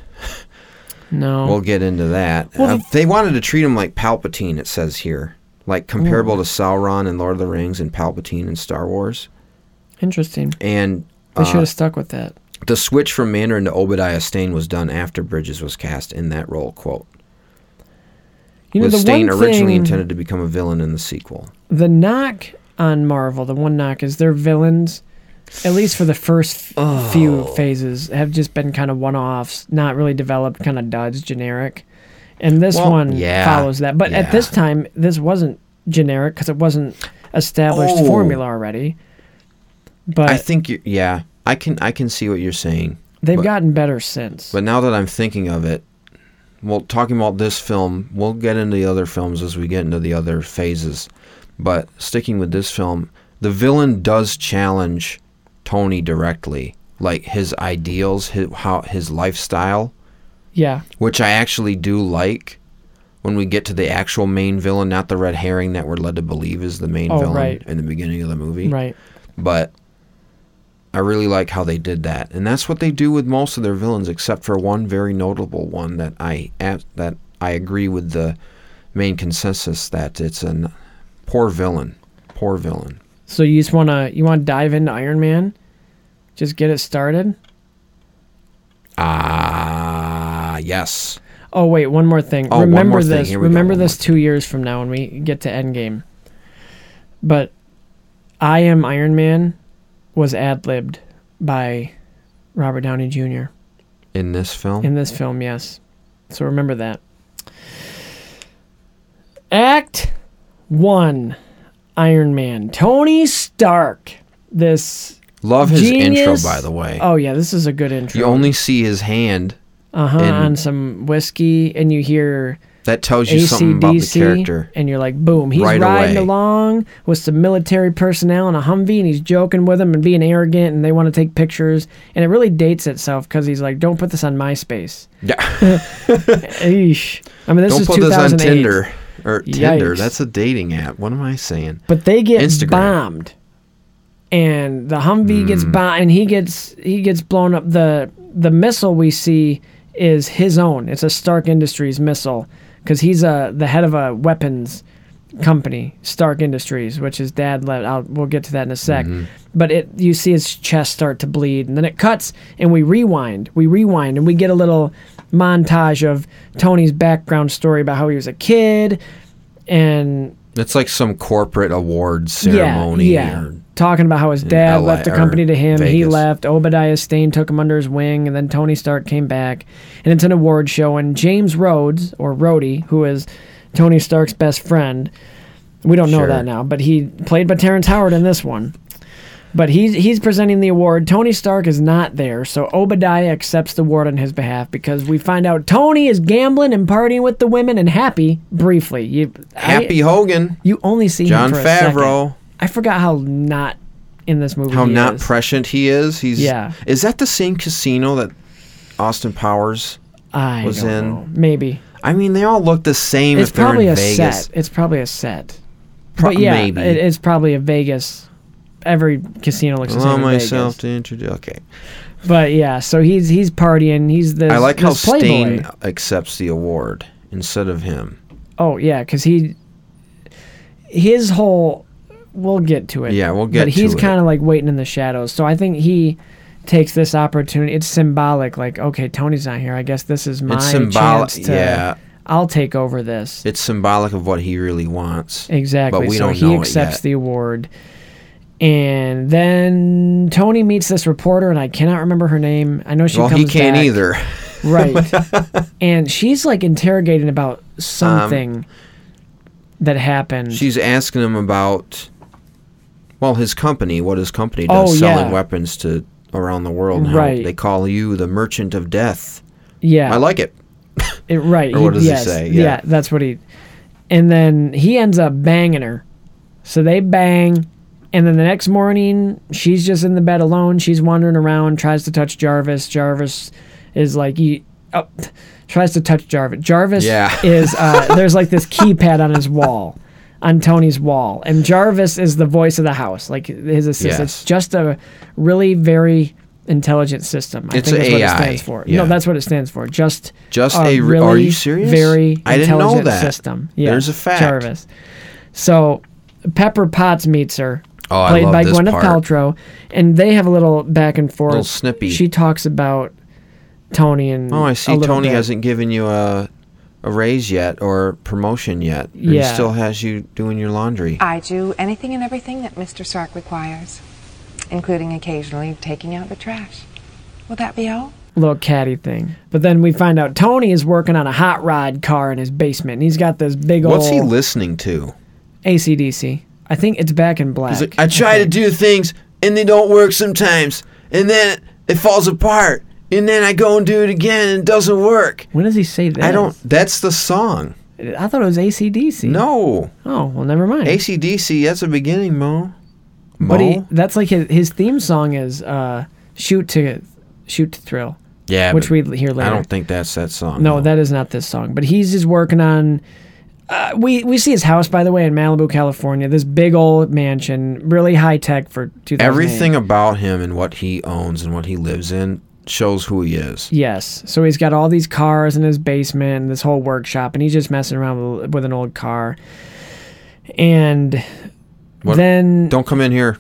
[SPEAKER 2] No.
[SPEAKER 1] We'll get into that. Uh, they wanted to treat him like Palpatine, it says here. Like comparable to Sauron and Lord of the Rings and Palpatine and Star Wars.
[SPEAKER 2] Interesting.
[SPEAKER 1] And
[SPEAKER 2] They
[SPEAKER 1] uh,
[SPEAKER 2] should have stuck with that.
[SPEAKER 1] the switch from Mandarin to Obadiah Stane was done after Bridges was cast in that role, quote.
[SPEAKER 2] You know,
[SPEAKER 1] with
[SPEAKER 2] the
[SPEAKER 1] Stane
[SPEAKER 2] one
[SPEAKER 1] originally
[SPEAKER 2] thing,
[SPEAKER 1] intended to become a villain in the sequel.
[SPEAKER 2] the knock on Marvel, the one knock is their villains, at least for the first f-
[SPEAKER 1] Oh.
[SPEAKER 2] few phases, have just been kind of one offs, not really developed, kind of duds, generic. And this
[SPEAKER 1] Well,
[SPEAKER 2] one
[SPEAKER 1] yeah,
[SPEAKER 2] follows that. But
[SPEAKER 1] yeah.
[SPEAKER 2] at this time, this wasn't generic because it wasn't established
[SPEAKER 1] Oh.
[SPEAKER 2] formula already. But
[SPEAKER 1] I think you yeah, I can I can see what you're saying.
[SPEAKER 2] they've
[SPEAKER 1] but-
[SPEAKER 2] gotten better since.
[SPEAKER 1] But now that I'm thinking of it, well, talking about this film, we'll get into the other films as we get into the other phases. But sticking with this film, the villain does challenge Tony directly, like his ideals, his, how his lifestyle,
[SPEAKER 2] yeah.
[SPEAKER 1] which I actually do like. When we get to the actual main villain, not the red herring that we're led to believe is the main
[SPEAKER 2] Oh,
[SPEAKER 1] villain
[SPEAKER 2] right.
[SPEAKER 1] in the beginning of the movie
[SPEAKER 2] Right.
[SPEAKER 1] but I really like how they did that, and that's what they do with most of their villains, except for one very notable one that I ab- that I agree with the main consensus that it's a poor villain, poor villain.
[SPEAKER 2] So you just wanna you wanna dive into Iron Man? Just get it started?
[SPEAKER 1] Ah, yes.
[SPEAKER 2] Oh wait, one more thing.
[SPEAKER 1] Oh, one
[SPEAKER 2] remember
[SPEAKER 1] more thing.
[SPEAKER 2] this.
[SPEAKER 1] Here we go,
[SPEAKER 2] Remember
[SPEAKER 1] one
[SPEAKER 2] this
[SPEAKER 1] more
[SPEAKER 2] two years from now when we get to Endgame. But I am Iron Man was ad libbed by Robert Downey Jr.
[SPEAKER 1] In this film,
[SPEAKER 2] in this film, yes. So remember that. Act one Iron Man. Tony Stark. This
[SPEAKER 1] love his intro
[SPEAKER 2] Genius.
[SPEAKER 1] by the way.
[SPEAKER 2] oh yeah, this is a good intro.
[SPEAKER 1] you only see his hand.
[SPEAKER 2] uh-huh,
[SPEAKER 1] in-
[SPEAKER 2] on some whiskey and you hear
[SPEAKER 1] That tells you something about the
[SPEAKER 2] ACDC,
[SPEAKER 1] character.
[SPEAKER 2] and you're like, boom, he's
[SPEAKER 1] Right
[SPEAKER 2] riding
[SPEAKER 1] away.
[SPEAKER 2] along with some military personnel in a Humvee, and he's joking with them and being arrogant, and they want to take pictures, and it really dates itself because he's like, don't put this on MySpace.
[SPEAKER 1] Yeah.
[SPEAKER 2] Eesh. I mean, this
[SPEAKER 1] Don't
[SPEAKER 2] is
[SPEAKER 1] put this
[SPEAKER 2] 2008.
[SPEAKER 1] on Tinder or Tinder.
[SPEAKER 2] Yikes.
[SPEAKER 1] That's a dating app. What am I saying?
[SPEAKER 2] But they get
[SPEAKER 1] Instagram.
[SPEAKER 2] bombed, and the Humvee gets bombed, and he gets he gets blown up. the The missile we see is his own. It's a Stark Industries missile because he's a the head of a weapons company, Stark Industries, which his dad let out. We'll get to that in a sec. But it you see his chest start to bleed, and then it cuts, and we rewind. We rewind, and we get a little montage of Tony's background story about how he was a kid and
[SPEAKER 1] It's like some corporate awards ceremony. Or,
[SPEAKER 2] Talking about how his dad
[SPEAKER 1] LA
[SPEAKER 2] left the
[SPEAKER 1] or
[SPEAKER 2] company to him, he
[SPEAKER 1] Vegas.
[SPEAKER 2] left. Obadiah Stane took him under his wing, and then Tony Stark came back. And it's an award show, and James Rhodes, or Rhodey, who is Tony Stark's best friend, we don't know
[SPEAKER 1] Sure.
[SPEAKER 2] that now, but he played by Terrence Howard in this one. But he's he's presenting the award. Tony Stark is not there, so Obadiah accepts the award on his behalf because we find out Tony is gambling and partying with the women and happy briefly. You, I-
[SPEAKER 1] Happy Hogan.
[SPEAKER 2] you only see
[SPEAKER 1] John
[SPEAKER 2] him for a second.
[SPEAKER 1] Favreau.
[SPEAKER 2] I forgot how not in this movie.
[SPEAKER 1] How
[SPEAKER 2] he
[SPEAKER 1] not
[SPEAKER 2] is.
[SPEAKER 1] prescient he is. He's
[SPEAKER 2] Yeah.
[SPEAKER 1] Is that the same casino that Austin Powers?
[SPEAKER 2] I
[SPEAKER 1] was
[SPEAKER 2] don't
[SPEAKER 1] in.
[SPEAKER 2] know. Maybe
[SPEAKER 1] I mean, they all look the same.
[SPEAKER 2] it's
[SPEAKER 1] if they're
[SPEAKER 2] probably
[SPEAKER 1] in
[SPEAKER 2] a
[SPEAKER 1] Vegas.
[SPEAKER 2] set. It's probably a set.
[SPEAKER 1] Pro-
[SPEAKER 2] but yeah,
[SPEAKER 1] maybe.
[SPEAKER 2] It, it's probably a Vegas. Every casino looks the same
[SPEAKER 1] Allow
[SPEAKER 2] in
[SPEAKER 1] myself
[SPEAKER 2] Vegas.
[SPEAKER 1] to introduce. Okay.
[SPEAKER 2] But yeah, so he's he's partying. He's this.
[SPEAKER 1] I like how
[SPEAKER 2] this playboy.
[SPEAKER 1] Stain accepts the award instead of him.
[SPEAKER 2] Oh yeah, because he his whole we'll get to it.
[SPEAKER 1] Yeah, we'll get
[SPEAKER 2] But he's
[SPEAKER 1] to it.
[SPEAKER 2] kind of like waiting in the shadows. So I think he takes this opportunity. It's symbolic. Like, okay, Tony's not here. I guess this is my
[SPEAKER 1] It's symbolic.
[SPEAKER 2] chance to.
[SPEAKER 1] Yeah,
[SPEAKER 2] I'll take over this.
[SPEAKER 1] it's symbolic of what he really wants.
[SPEAKER 2] Exactly.
[SPEAKER 1] But we
[SPEAKER 2] so
[SPEAKER 1] don't
[SPEAKER 2] he
[SPEAKER 1] know it
[SPEAKER 2] accepts
[SPEAKER 1] yet.
[SPEAKER 2] the award. And then Tony meets this reporter, and I cannot remember her name. I know she
[SPEAKER 1] well,
[SPEAKER 2] comes
[SPEAKER 1] he can't
[SPEAKER 2] back.
[SPEAKER 1] either.
[SPEAKER 2] Right. and she's like interrogating about
[SPEAKER 1] Um,
[SPEAKER 2] something that happened.
[SPEAKER 1] She's asking him about, well, his company, what his company
[SPEAKER 2] Oh,
[SPEAKER 1] does, selling
[SPEAKER 2] yeah.
[SPEAKER 1] weapons to around the world. Now.
[SPEAKER 2] Right. Uh,
[SPEAKER 1] They call you the merchant of death.
[SPEAKER 2] yeah.
[SPEAKER 1] I like it.
[SPEAKER 2] it, right.
[SPEAKER 1] or what does he
[SPEAKER 2] yes,
[SPEAKER 1] say?
[SPEAKER 2] Yeah.
[SPEAKER 1] Yeah.
[SPEAKER 2] that's what he. And then he ends up banging her. So they bang. And then the next morning, she's just in the bed alone. She's wandering around, tries to touch Jarvis. Jarvis is like, he, oh, tries to touch Jarvis. Jarvis
[SPEAKER 1] Yeah.
[SPEAKER 2] is, uh, there's like this keypad on his wall, on Tony's wall. And Jarvis is the voice of the house, like his assistant. It's
[SPEAKER 1] Yes.
[SPEAKER 2] just a really very intelligent system. I
[SPEAKER 1] It's
[SPEAKER 2] think that's what it
[SPEAKER 1] AI,
[SPEAKER 2] stands for.
[SPEAKER 1] yeah.
[SPEAKER 2] No, that's what it stands for. Just
[SPEAKER 1] Just
[SPEAKER 2] a
[SPEAKER 1] a. re-
[SPEAKER 2] really
[SPEAKER 1] are you serious?
[SPEAKER 2] very
[SPEAKER 1] I didn't know
[SPEAKER 2] intelligent
[SPEAKER 1] that.
[SPEAKER 2] system. Yeah,
[SPEAKER 1] There's a fact.
[SPEAKER 2] Jarvis. So Pepper Potts meets her,
[SPEAKER 1] Oh, I
[SPEAKER 2] played
[SPEAKER 1] love
[SPEAKER 2] by
[SPEAKER 1] this
[SPEAKER 2] Gwyneth
[SPEAKER 1] part.
[SPEAKER 2] Paltrow, and they have a little back and forth.
[SPEAKER 1] Little snippy.
[SPEAKER 2] She talks about Tony and
[SPEAKER 1] Oh, I see.
[SPEAKER 2] a little
[SPEAKER 1] Tony
[SPEAKER 2] bit.
[SPEAKER 1] hasn't given you a a raise yet or promotion yet. and He
[SPEAKER 2] Yeah. Uh,
[SPEAKER 1] still has you doing your laundry.
[SPEAKER 4] I do anything and everything that Mr. Sark requires, including occasionally taking out the trash. Will that be all?
[SPEAKER 2] little caddy thing. But then we find out Tony is working on a hot rod car in his basement, and he's got this big
[SPEAKER 1] What's he
[SPEAKER 2] old
[SPEAKER 1] listening to?
[SPEAKER 2] ACDC. I think it's back in black.
[SPEAKER 1] He's like, I try to do things and they don't work sometimes, and then it falls apart, and then I go and do it again and it doesn't work.
[SPEAKER 2] when does he say that?
[SPEAKER 1] I don't. That's the song.
[SPEAKER 2] I thought it was ACDC.
[SPEAKER 1] No,
[SPEAKER 2] Oh well, never mind.
[SPEAKER 1] ACDC. That's the beginning, Mo. Mo.
[SPEAKER 2] But he, that's like his, his theme song is uh, "Shoot to Shoot to Thrill,"
[SPEAKER 1] yeah,
[SPEAKER 2] which
[SPEAKER 1] but
[SPEAKER 2] we hear later.
[SPEAKER 1] I don't think that's that song.
[SPEAKER 2] no, that is not this song. But he's just working on. Uh, we we see his house, by the way, in Malibu, California. This big old mansion, really high tech for 2008.
[SPEAKER 1] Everything about him and what he owns and what he lives in shows who he is.
[SPEAKER 2] Yes. So he's got all these cars in his basement, and this whole workshop, and he's just messing around with, with an old car. And
[SPEAKER 1] What-
[SPEAKER 2] then
[SPEAKER 1] Don't come in here.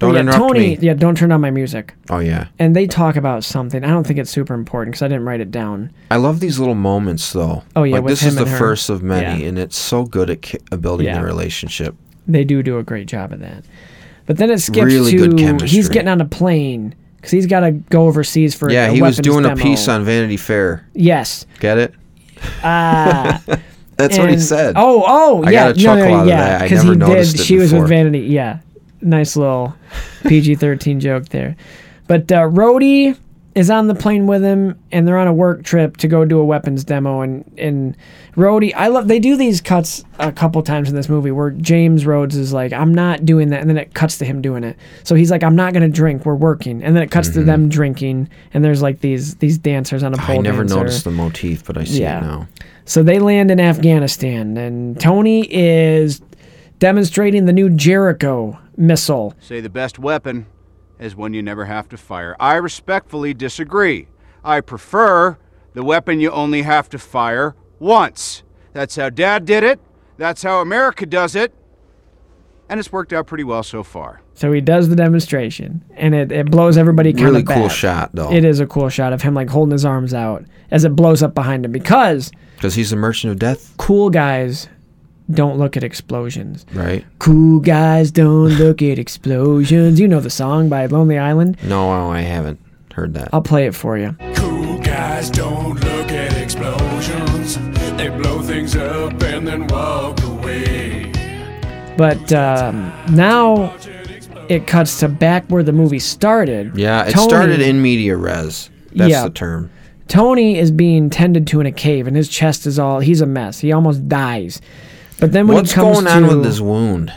[SPEAKER 1] Don't
[SPEAKER 2] Oh, yeah,
[SPEAKER 1] interrupt
[SPEAKER 2] Tony,
[SPEAKER 1] me.
[SPEAKER 2] yeah, don't turn on my music.
[SPEAKER 1] Oh yeah.
[SPEAKER 2] And they talk about something. I don't think it's super important because I didn't write it down.
[SPEAKER 1] I love these little moments though.
[SPEAKER 2] Oh, yeah,
[SPEAKER 1] Like
[SPEAKER 2] with
[SPEAKER 1] this is
[SPEAKER 2] him and
[SPEAKER 1] the
[SPEAKER 2] her.
[SPEAKER 1] first of many
[SPEAKER 2] Yeah.
[SPEAKER 1] and it's so good at, ki- at building
[SPEAKER 2] Yeah.
[SPEAKER 1] the relationship.
[SPEAKER 2] they do do a great job of that. But then it skips
[SPEAKER 1] Really
[SPEAKER 2] to
[SPEAKER 1] good chemistry.
[SPEAKER 2] he's getting on a plane because he's got to go overseas for
[SPEAKER 1] Yeah,
[SPEAKER 2] a
[SPEAKER 1] he was
[SPEAKER 2] weapons
[SPEAKER 1] doing a
[SPEAKER 2] demo.
[SPEAKER 1] piece on Vanity Fair.
[SPEAKER 2] yes.
[SPEAKER 1] Get it?
[SPEAKER 2] Ah,
[SPEAKER 1] That's what he
[SPEAKER 2] and-
[SPEAKER 1] said.
[SPEAKER 2] Oh, oh,
[SPEAKER 1] I
[SPEAKER 2] yeah,
[SPEAKER 1] got a
[SPEAKER 2] no, no,
[SPEAKER 1] chuckle out of
[SPEAKER 2] yeah,
[SPEAKER 1] that. I
[SPEAKER 2] he
[SPEAKER 1] never
[SPEAKER 2] did.
[SPEAKER 1] noticed it
[SPEAKER 2] She was
[SPEAKER 1] before.
[SPEAKER 2] with Vanity. Yeah, nice little PG thirteen joke there. But uh, Rhodey is on the plane with him, and they're on a work trip to go do a weapons demo. And and Rhodey, I love they do these cuts a couple times in this movie where James Rhodes is like, "I'm not doing that," and then it cuts to him doing it. So he's like, "I'm not gonna drink. We're working," and then it cuts to them drinking. And there's like these these dancers on a
[SPEAKER 1] Mm-hmm. I
[SPEAKER 2] pole.
[SPEAKER 1] never
[SPEAKER 2] dancer.
[SPEAKER 1] noticed the motif, but I see
[SPEAKER 2] Yeah.
[SPEAKER 1] it now.
[SPEAKER 2] So they land in Afghanistan, and Tony is demonstrating the new Jericho missile.
[SPEAKER 5] Say the best weapon is one you never have to fire. I respectfully disagree. I prefer the weapon you only have to fire once. That's how Dad did it. That's how America does it. And it's worked out pretty well so far.
[SPEAKER 2] So he does the demonstration, and it, it blows everybody kind of
[SPEAKER 1] Really cool shot though.
[SPEAKER 2] It is a cool shot of him like holding his arms out as it blows up behind him because
[SPEAKER 1] Cuz he's the merchant of death,
[SPEAKER 2] cool guys don't look at explosions.
[SPEAKER 1] right?
[SPEAKER 2] Cool guys don't look at explosions. You know the song by Lonely Island.
[SPEAKER 1] No, oh, I haven't heard that.
[SPEAKER 2] I'll play it for you.
[SPEAKER 6] Cool guys don't look at explosions. They blow things up and then walk away.
[SPEAKER 2] But um, now it cuts to back where the movie started.
[SPEAKER 1] yeah, it
[SPEAKER 2] Tony-
[SPEAKER 1] started in media res. That's
[SPEAKER 2] Yeah.
[SPEAKER 1] the term.
[SPEAKER 2] Tony is being tended to in a cave, and his chest is all—he's a mess. He almost dies. But then when
[SPEAKER 1] What's
[SPEAKER 2] it comes
[SPEAKER 1] going on
[SPEAKER 2] to,
[SPEAKER 1] with his wound?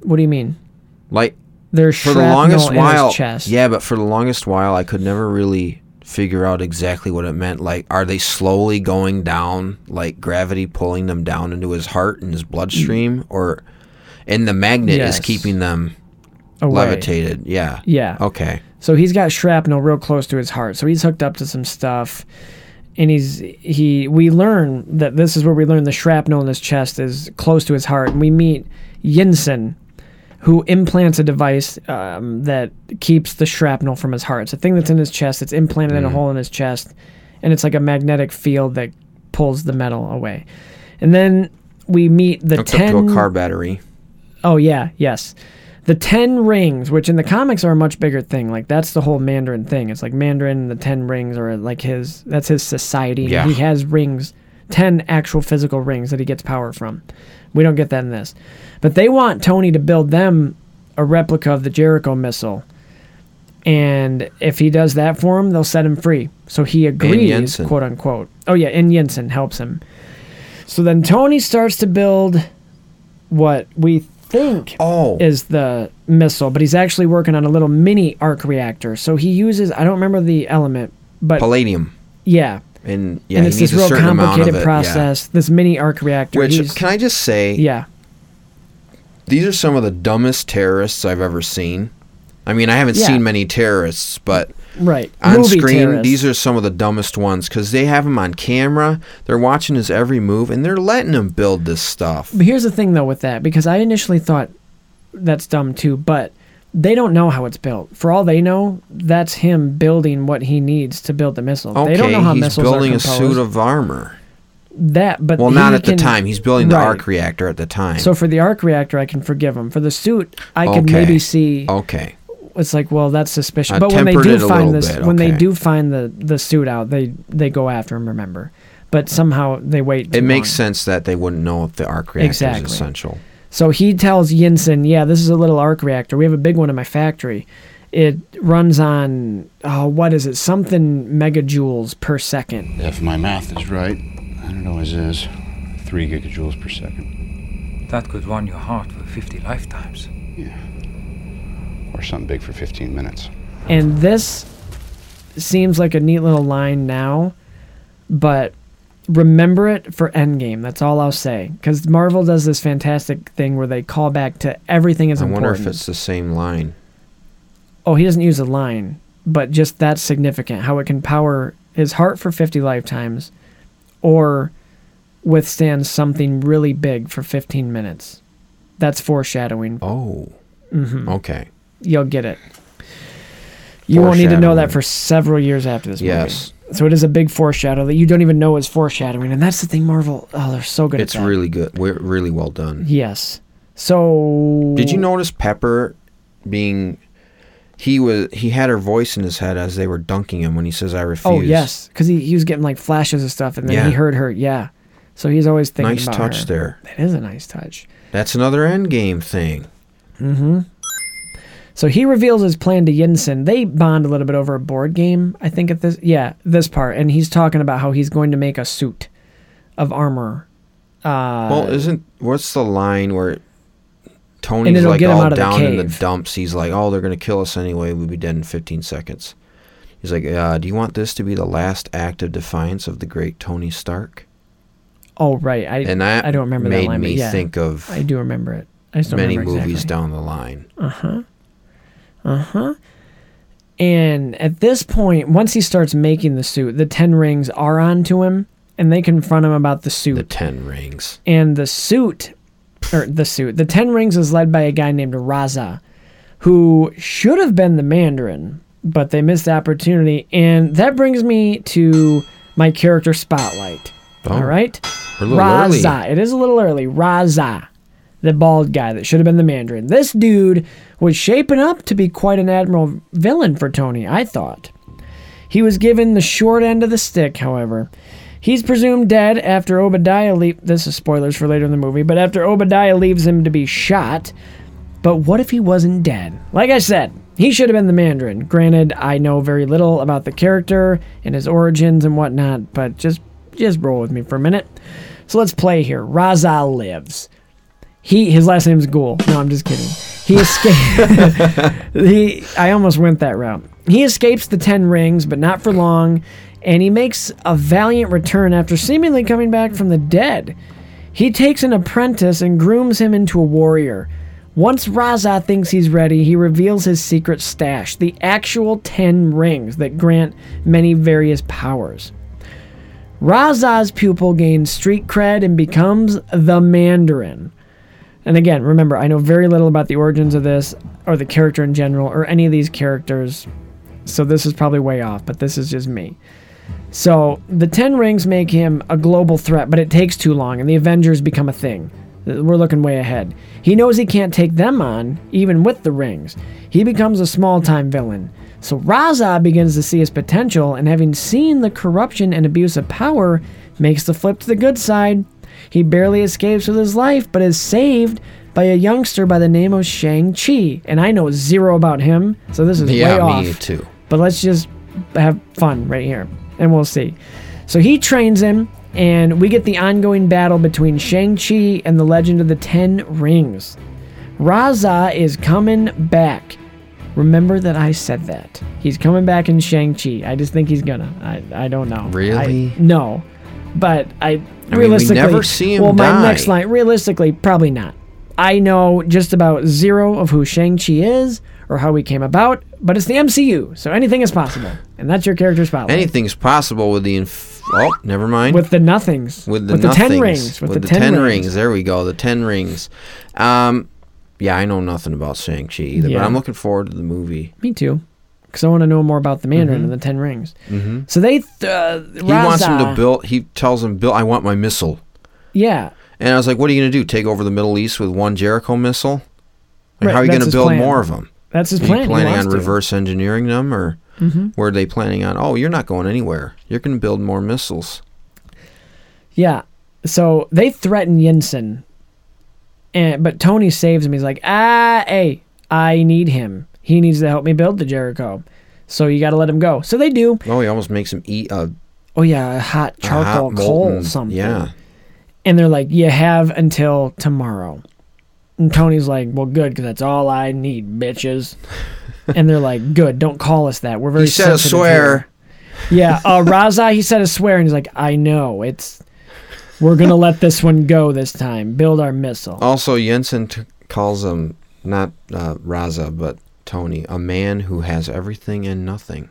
[SPEAKER 2] What do you mean?
[SPEAKER 1] Like
[SPEAKER 2] There's
[SPEAKER 1] for the
[SPEAKER 2] shrapnel
[SPEAKER 1] longest
[SPEAKER 2] in
[SPEAKER 1] while
[SPEAKER 2] his chest.
[SPEAKER 1] yeah but for the longest while i could never really figure out exactly what it meant like are they slowly going down like gravity pulling them down into his heart and his bloodstream or and the magnet
[SPEAKER 2] Yes.
[SPEAKER 1] is keeping them
[SPEAKER 2] Away.
[SPEAKER 1] levitated yeah
[SPEAKER 2] Yeah.
[SPEAKER 1] okay
[SPEAKER 2] So he's got shrapnel real close to his heart. So he's hooked up to some stuff, and he's he. We learn that this is where we learn the shrapnel in his chest is close to his heart, and we meet Yinsen, who implants a device um, that keeps the shrapnel from his heart. It's a thing that's in his chest. It's implanted
[SPEAKER 1] Mm.
[SPEAKER 2] in a hole in his chest, and it's like a magnetic field that pulls the metal away. And then we meet the
[SPEAKER 1] Hooked
[SPEAKER 2] ten.
[SPEAKER 1] up to a car battery.
[SPEAKER 2] Oh yeah, yes. The ten rings, which in the comics are a much bigger thing. Like that's the whole Mandarin thing. It's like Mandarin, the ten rings are like his that's his society. and
[SPEAKER 1] Yeah.
[SPEAKER 2] He has rings, ten actual physical rings that he gets power from. We don't get that in this. But they want Tony to build them a replica of the Jericho missile. And if he does that for him, they'll set him free. So he agrees,
[SPEAKER 1] Jensen.
[SPEAKER 2] quote unquote. Oh yeah, and Jensen helps him. So then Tony starts to build what we think
[SPEAKER 1] Oh.
[SPEAKER 2] is the missile, but he's actually working on a little mini arc reactor. So he uses I don't remember the element, but
[SPEAKER 1] Palladium.
[SPEAKER 2] yeah.
[SPEAKER 1] And yeah,
[SPEAKER 2] and
[SPEAKER 1] he
[SPEAKER 2] it's
[SPEAKER 1] needs
[SPEAKER 2] this
[SPEAKER 1] a
[SPEAKER 2] real
[SPEAKER 1] certain amount of
[SPEAKER 2] complicated
[SPEAKER 1] it. Yeah.
[SPEAKER 2] process, this mini arc reactor.
[SPEAKER 1] Which
[SPEAKER 2] he's-
[SPEAKER 1] can I just say?
[SPEAKER 2] yeah.
[SPEAKER 1] These are some of the dumbest terrorists I've ever seen. I mean, I haven't
[SPEAKER 2] Yeah.
[SPEAKER 1] seen many terrorists, but
[SPEAKER 2] Right.
[SPEAKER 1] on
[SPEAKER 2] Movie
[SPEAKER 1] screen,
[SPEAKER 2] terrorists.
[SPEAKER 1] these are some of the dumbest ones because they have him on camera. They're watching his every move, and they're letting him build this stuff.
[SPEAKER 2] But here's the thing though with that, because I initially thought that's dumb too, but they don't know how it's built. For all they know, that's him building what he needs to build the missile.
[SPEAKER 1] Okay,
[SPEAKER 2] they don't know how
[SPEAKER 1] he's
[SPEAKER 2] missiles
[SPEAKER 1] building
[SPEAKER 2] are
[SPEAKER 1] a suit
[SPEAKER 2] composed.
[SPEAKER 1] of armor.
[SPEAKER 2] that, but
[SPEAKER 1] Well,
[SPEAKER 2] he
[SPEAKER 1] not at
[SPEAKER 2] can-
[SPEAKER 1] the time. He's building the
[SPEAKER 2] Right.
[SPEAKER 1] arc reactor at the time.
[SPEAKER 2] So for the arc reactor, I can forgive him. For the suit, I could
[SPEAKER 1] Okay.
[SPEAKER 2] maybe see.
[SPEAKER 1] okay,
[SPEAKER 2] It's like, well, that's suspicious.
[SPEAKER 1] I
[SPEAKER 2] but when they
[SPEAKER 1] tempered
[SPEAKER 2] do
[SPEAKER 1] it a
[SPEAKER 2] find
[SPEAKER 1] little
[SPEAKER 2] this,
[SPEAKER 1] bit,
[SPEAKER 2] when they
[SPEAKER 1] okay.
[SPEAKER 2] do find the the suit out, they they go after him. Remember, but somehow they wait.
[SPEAKER 1] it
[SPEAKER 2] too
[SPEAKER 1] makes
[SPEAKER 2] long.
[SPEAKER 1] sense that they wouldn't know if the arc reactor
[SPEAKER 2] Exactly.
[SPEAKER 1] is essential.
[SPEAKER 2] So he tells Yinsen, "Yeah, this is a little arc reactor. We have a big one in my factory. It runs on oh, what is it? Something megajoules per second.
[SPEAKER 7] If my math is right, it always is. Three gigajoules per second,
[SPEAKER 8] That could warm your heart for 50 lifetimes.
[SPEAKER 7] or something big for 15 minutes.
[SPEAKER 2] And this seems like a neat little line now, but remember it for Endgame. That's all I'll say. Because Marvel does this fantastic thing where they call back to everything is
[SPEAKER 1] I
[SPEAKER 2] important.
[SPEAKER 1] wonder if it's the same line.
[SPEAKER 2] oh, he doesn't use a line, but just that's significant. How it can power his heart for 50 lifetimes or withstand something really big for 15 minutes. That's foreshadowing.
[SPEAKER 1] Oh,
[SPEAKER 2] Mm-hmm.
[SPEAKER 1] okay.
[SPEAKER 2] You'll get it. You won't need to know
[SPEAKER 1] Foreshadowing.
[SPEAKER 2] that for several years after this movie.
[SPEAKER 1] Yes,
[SPEAKER 2] So it is a big foreshadow that you don't even know is foreshadowing, and that's the thing Marvel. Oh, they're so good
[SPEAKER 1] it's
[SPEAKER 2] at that.
[SPEAKER 1] really good. We're really well done.
[SPEAKER 2] yes. So
[SPEAKER 1] Did you notice Pepper being? He was. He had her voice in his head as they were dunking him when he says, "I refuse."
[SPEAKER 2] Oh yes, because he, he was getting like flashes of stuff, and then he
[SPEAKER 1] Yeah.
[SPEAKER 2] heard her. Yeah. So he's always thinking
[SPEAKER 1] Nice
[SPEAKER 2] about
[SPEAKER 1] touch
[SPEAKER 2] her.
[SPEAKER 1] there.
[SPEAKER 2] That is a nice touch.
[SPEAKER 1] That's another Endgame thing.
[SPEAKER 2] So he reveals his plan to Yinsen. They bond a little bit over a board game, I think. At this, yeah, this part, and he's talking about how he's going to make a suit of armor.
[SPEAKER 1] well,
[SPEAKER 2] Uh,
[SPEAKER 1] isn't what's the line where Tony's
[SPEAKER 2] it'll
[SPEAKER 1] like
[SPEAKER 2] get him
[SPEAKER 1] all
[SPEAKER 2] out of the
[SPEAKER 1] down in the
[SPEAKER 2] cave.
[SPEAKER 1] dumps? He's like, "Oh, they're gonna kill us anyway. We'll be dead in 15 seconds." He's like, uh, "Do you want this to be the last act of defiance of the great Tony Stark?"
[SPEAKER 2] Oh right, I
[SPEAKER 1] And that
[SPEAKER 2] I don't remember
[SPEAKER 1] made
[SPEAKER 2] that line. but
[SPEAKER 1] me
[SPEAKER 2] yeah,
[SPEAKER 1] think of
[SPEAKER 2] I do remember it. I just don't
[SPEAKER 1] many
[SPEAKER 2] remember
[SPEAKER 1] movies
[SPEAKER 2] exactly.
[SPEAKER 1] down the line.
[SPEAKER 2] And at this point, once he starts making the suit, the ten rings are onto him, and they confront him about the
[SPEAKER 1] The
[SPEAKER 2] suit.
[SPEAKER 1] Ten Rings.
[SPEAKER 2] and the suit, or the suit, the ten rings is led by a guy named Raza, who should have been the Mandarin, but they missed the opportunity. And that brings me to my character spotlight. All right,
[SPEAKER 1] We're a little early.
[SPEAKER 2] Raza. It is a little early. Raza, the bald guy that should have been the Mandarin. This dude was shaping up to be quite an admiral villain for Tony, I thought. He was given the short end of the stick, however. He's presumed dead after Obadiah le- this is spoilers for later in the movie, but after Obadiah leaves him to be shot. But what if he wasn't dead? Like I said, he should have been the Mandarin. Granted, I know very little about the character and his origins and whatnot, but just just roll with me for a minute. So let's play here. Raza lives. He his last name's Ghoul. No, I'm just kidding. He escaped. he I almost went that route. He escapes the Ten Rings, but not for long, and he makes a valiant return after seemingly coming back from the dead. He takes an apprentice and grooms him into a warrior. Once Raza thinks he's ready, he reveals his secret stash, the actual ten rings that grant many various powers. Raza's pupil gains street cred and becomes the Mandarin. And again, remember, I know very little about the origins of this or the character in general or any of these characters. So this is probably way off, but this is just me. So the Ten Rings make him a global threat, but it takes too long, and the Avengers become a thing. Uh, We're looking way ahead. He knows he can't take them on, even with the rings. He becomes a small time villain. So Raza begins to see his potential, and having seen the corruption and abuse of power, makes the flip to the good side. He barely escapes with his life, but is saved by a youngster by the name of Shang-Chi. And I know zero about him, so this is way
[SPEAKER 1] yeah,
[SPEAKER 2] off
[SPEAKER 1] me too.
[SPEAKER 2] but let's just have fun right here and we'll see. So he trains him, and we get the ongoing battle between Shang-Chi and the Legend of the Ten Rings. Raza is coming back. Remember that I said that. He's coming back in Shang-Chi. I just think he's gonna. I, I don't know.
[SPEAKER 1] Really?
[SPEAKER 2] I- no. But I
[SPEAKER 1] we
[SPEAKER 2] realistically
[SPEAKER 1] never see him
[SPEAKER 2] Well, my
[SPEAKER 1] die.
[SPEAKER 2] next line realistically probably not. I know just about zero of who Shang-Chi is or how he came about, but it's the MCU, so anything is possible. And that's your character spotlight.
[SPEAKER 1] Anything's possible with the inf- oh, never mind.
[SPEAKER 2] With the nothings.
[SPEAKER 1] with the,
[SPEAKER 2] the ten
[SPEAKER 1] nothings,
[SPEAKER 2] rings. With, the, ten, rings.
[SPEAKER 1] There we go. The ten rings. Um, yeah, I know nothing about Shang Chi either,
[SPEAKER 2] Yeah.
[SPEAKER 1] but I'm looking forward to the movie.
[SPEAKER 2] Me too. Because I want to know more about the Mandarin and the Ten Rings. Mm-hmm. So they. Th- uh,
[SPEAKER 1] He wants him to build. He tells him, "Bill, I want my missile."
[SPEAKER 2] Yeah.
[SPEAKER 1] And I was like, "What are you going to do? Take over the Middle East with one Jericho missile? Like,
[SPEAKER 2] Right,
[SPEAKER 1] how are you
[SPEAKER 2] that's
[SPEAKER 1] going to
[SPEAKER 2] his
[SPEAKER 1] build
[SPEAKER 2] plan.
[SPEAKER 1] more of them?
[SPEAKER 2] That's his
[SPEAKER 1] Are you
[SPEAKER 2] plan. He
[SPEAKER 1] planning on
[SPEAKER 2] wants to.
[SPEAKER 1] reverse engineering them, or
[SPEAKER 2] Mm-hmm.
[SPEAKER 1] were they planning on? Oh, you're not going anywhere. You're going to build more missiles.
[SPEAKER 2] Yeah. So they threaten Yinsen, and but Tony saves him. He's like, ah, hey, I need him. He needs to help me build the Jericho. So you got to let him go. So they do.
[SPEAKER 1] Oh, he almost makes him eat a,
[SPEAKER 2] Oh yeah, a hot
[SPEAKER 1] a hot
[SPEAKER 2] charcoal coal
[SPEAKER 1] molten-
[SPEAKER 2] something.
[SPEAKER 1] Yeah,
[SPEAKER 2] And they're like, you have until tomorrow. And Tony's like, well, good, because that's all I need, bitches. and they're like, good, don't call us that. We're very
[SPEAKER 1] he said a
[SPEAKER 2] sensitive
[SPEAKER 1] swear.
[SPEAKER 2] here." Yeah, uh, Raza, he said a swear, and he's like, I know, it's, we're going to let this one go this time. Build our missile.
[SPEAKER 1] Also, Jensen t- calls him not uh, Raza, but Tony, a man who has everything and nothing.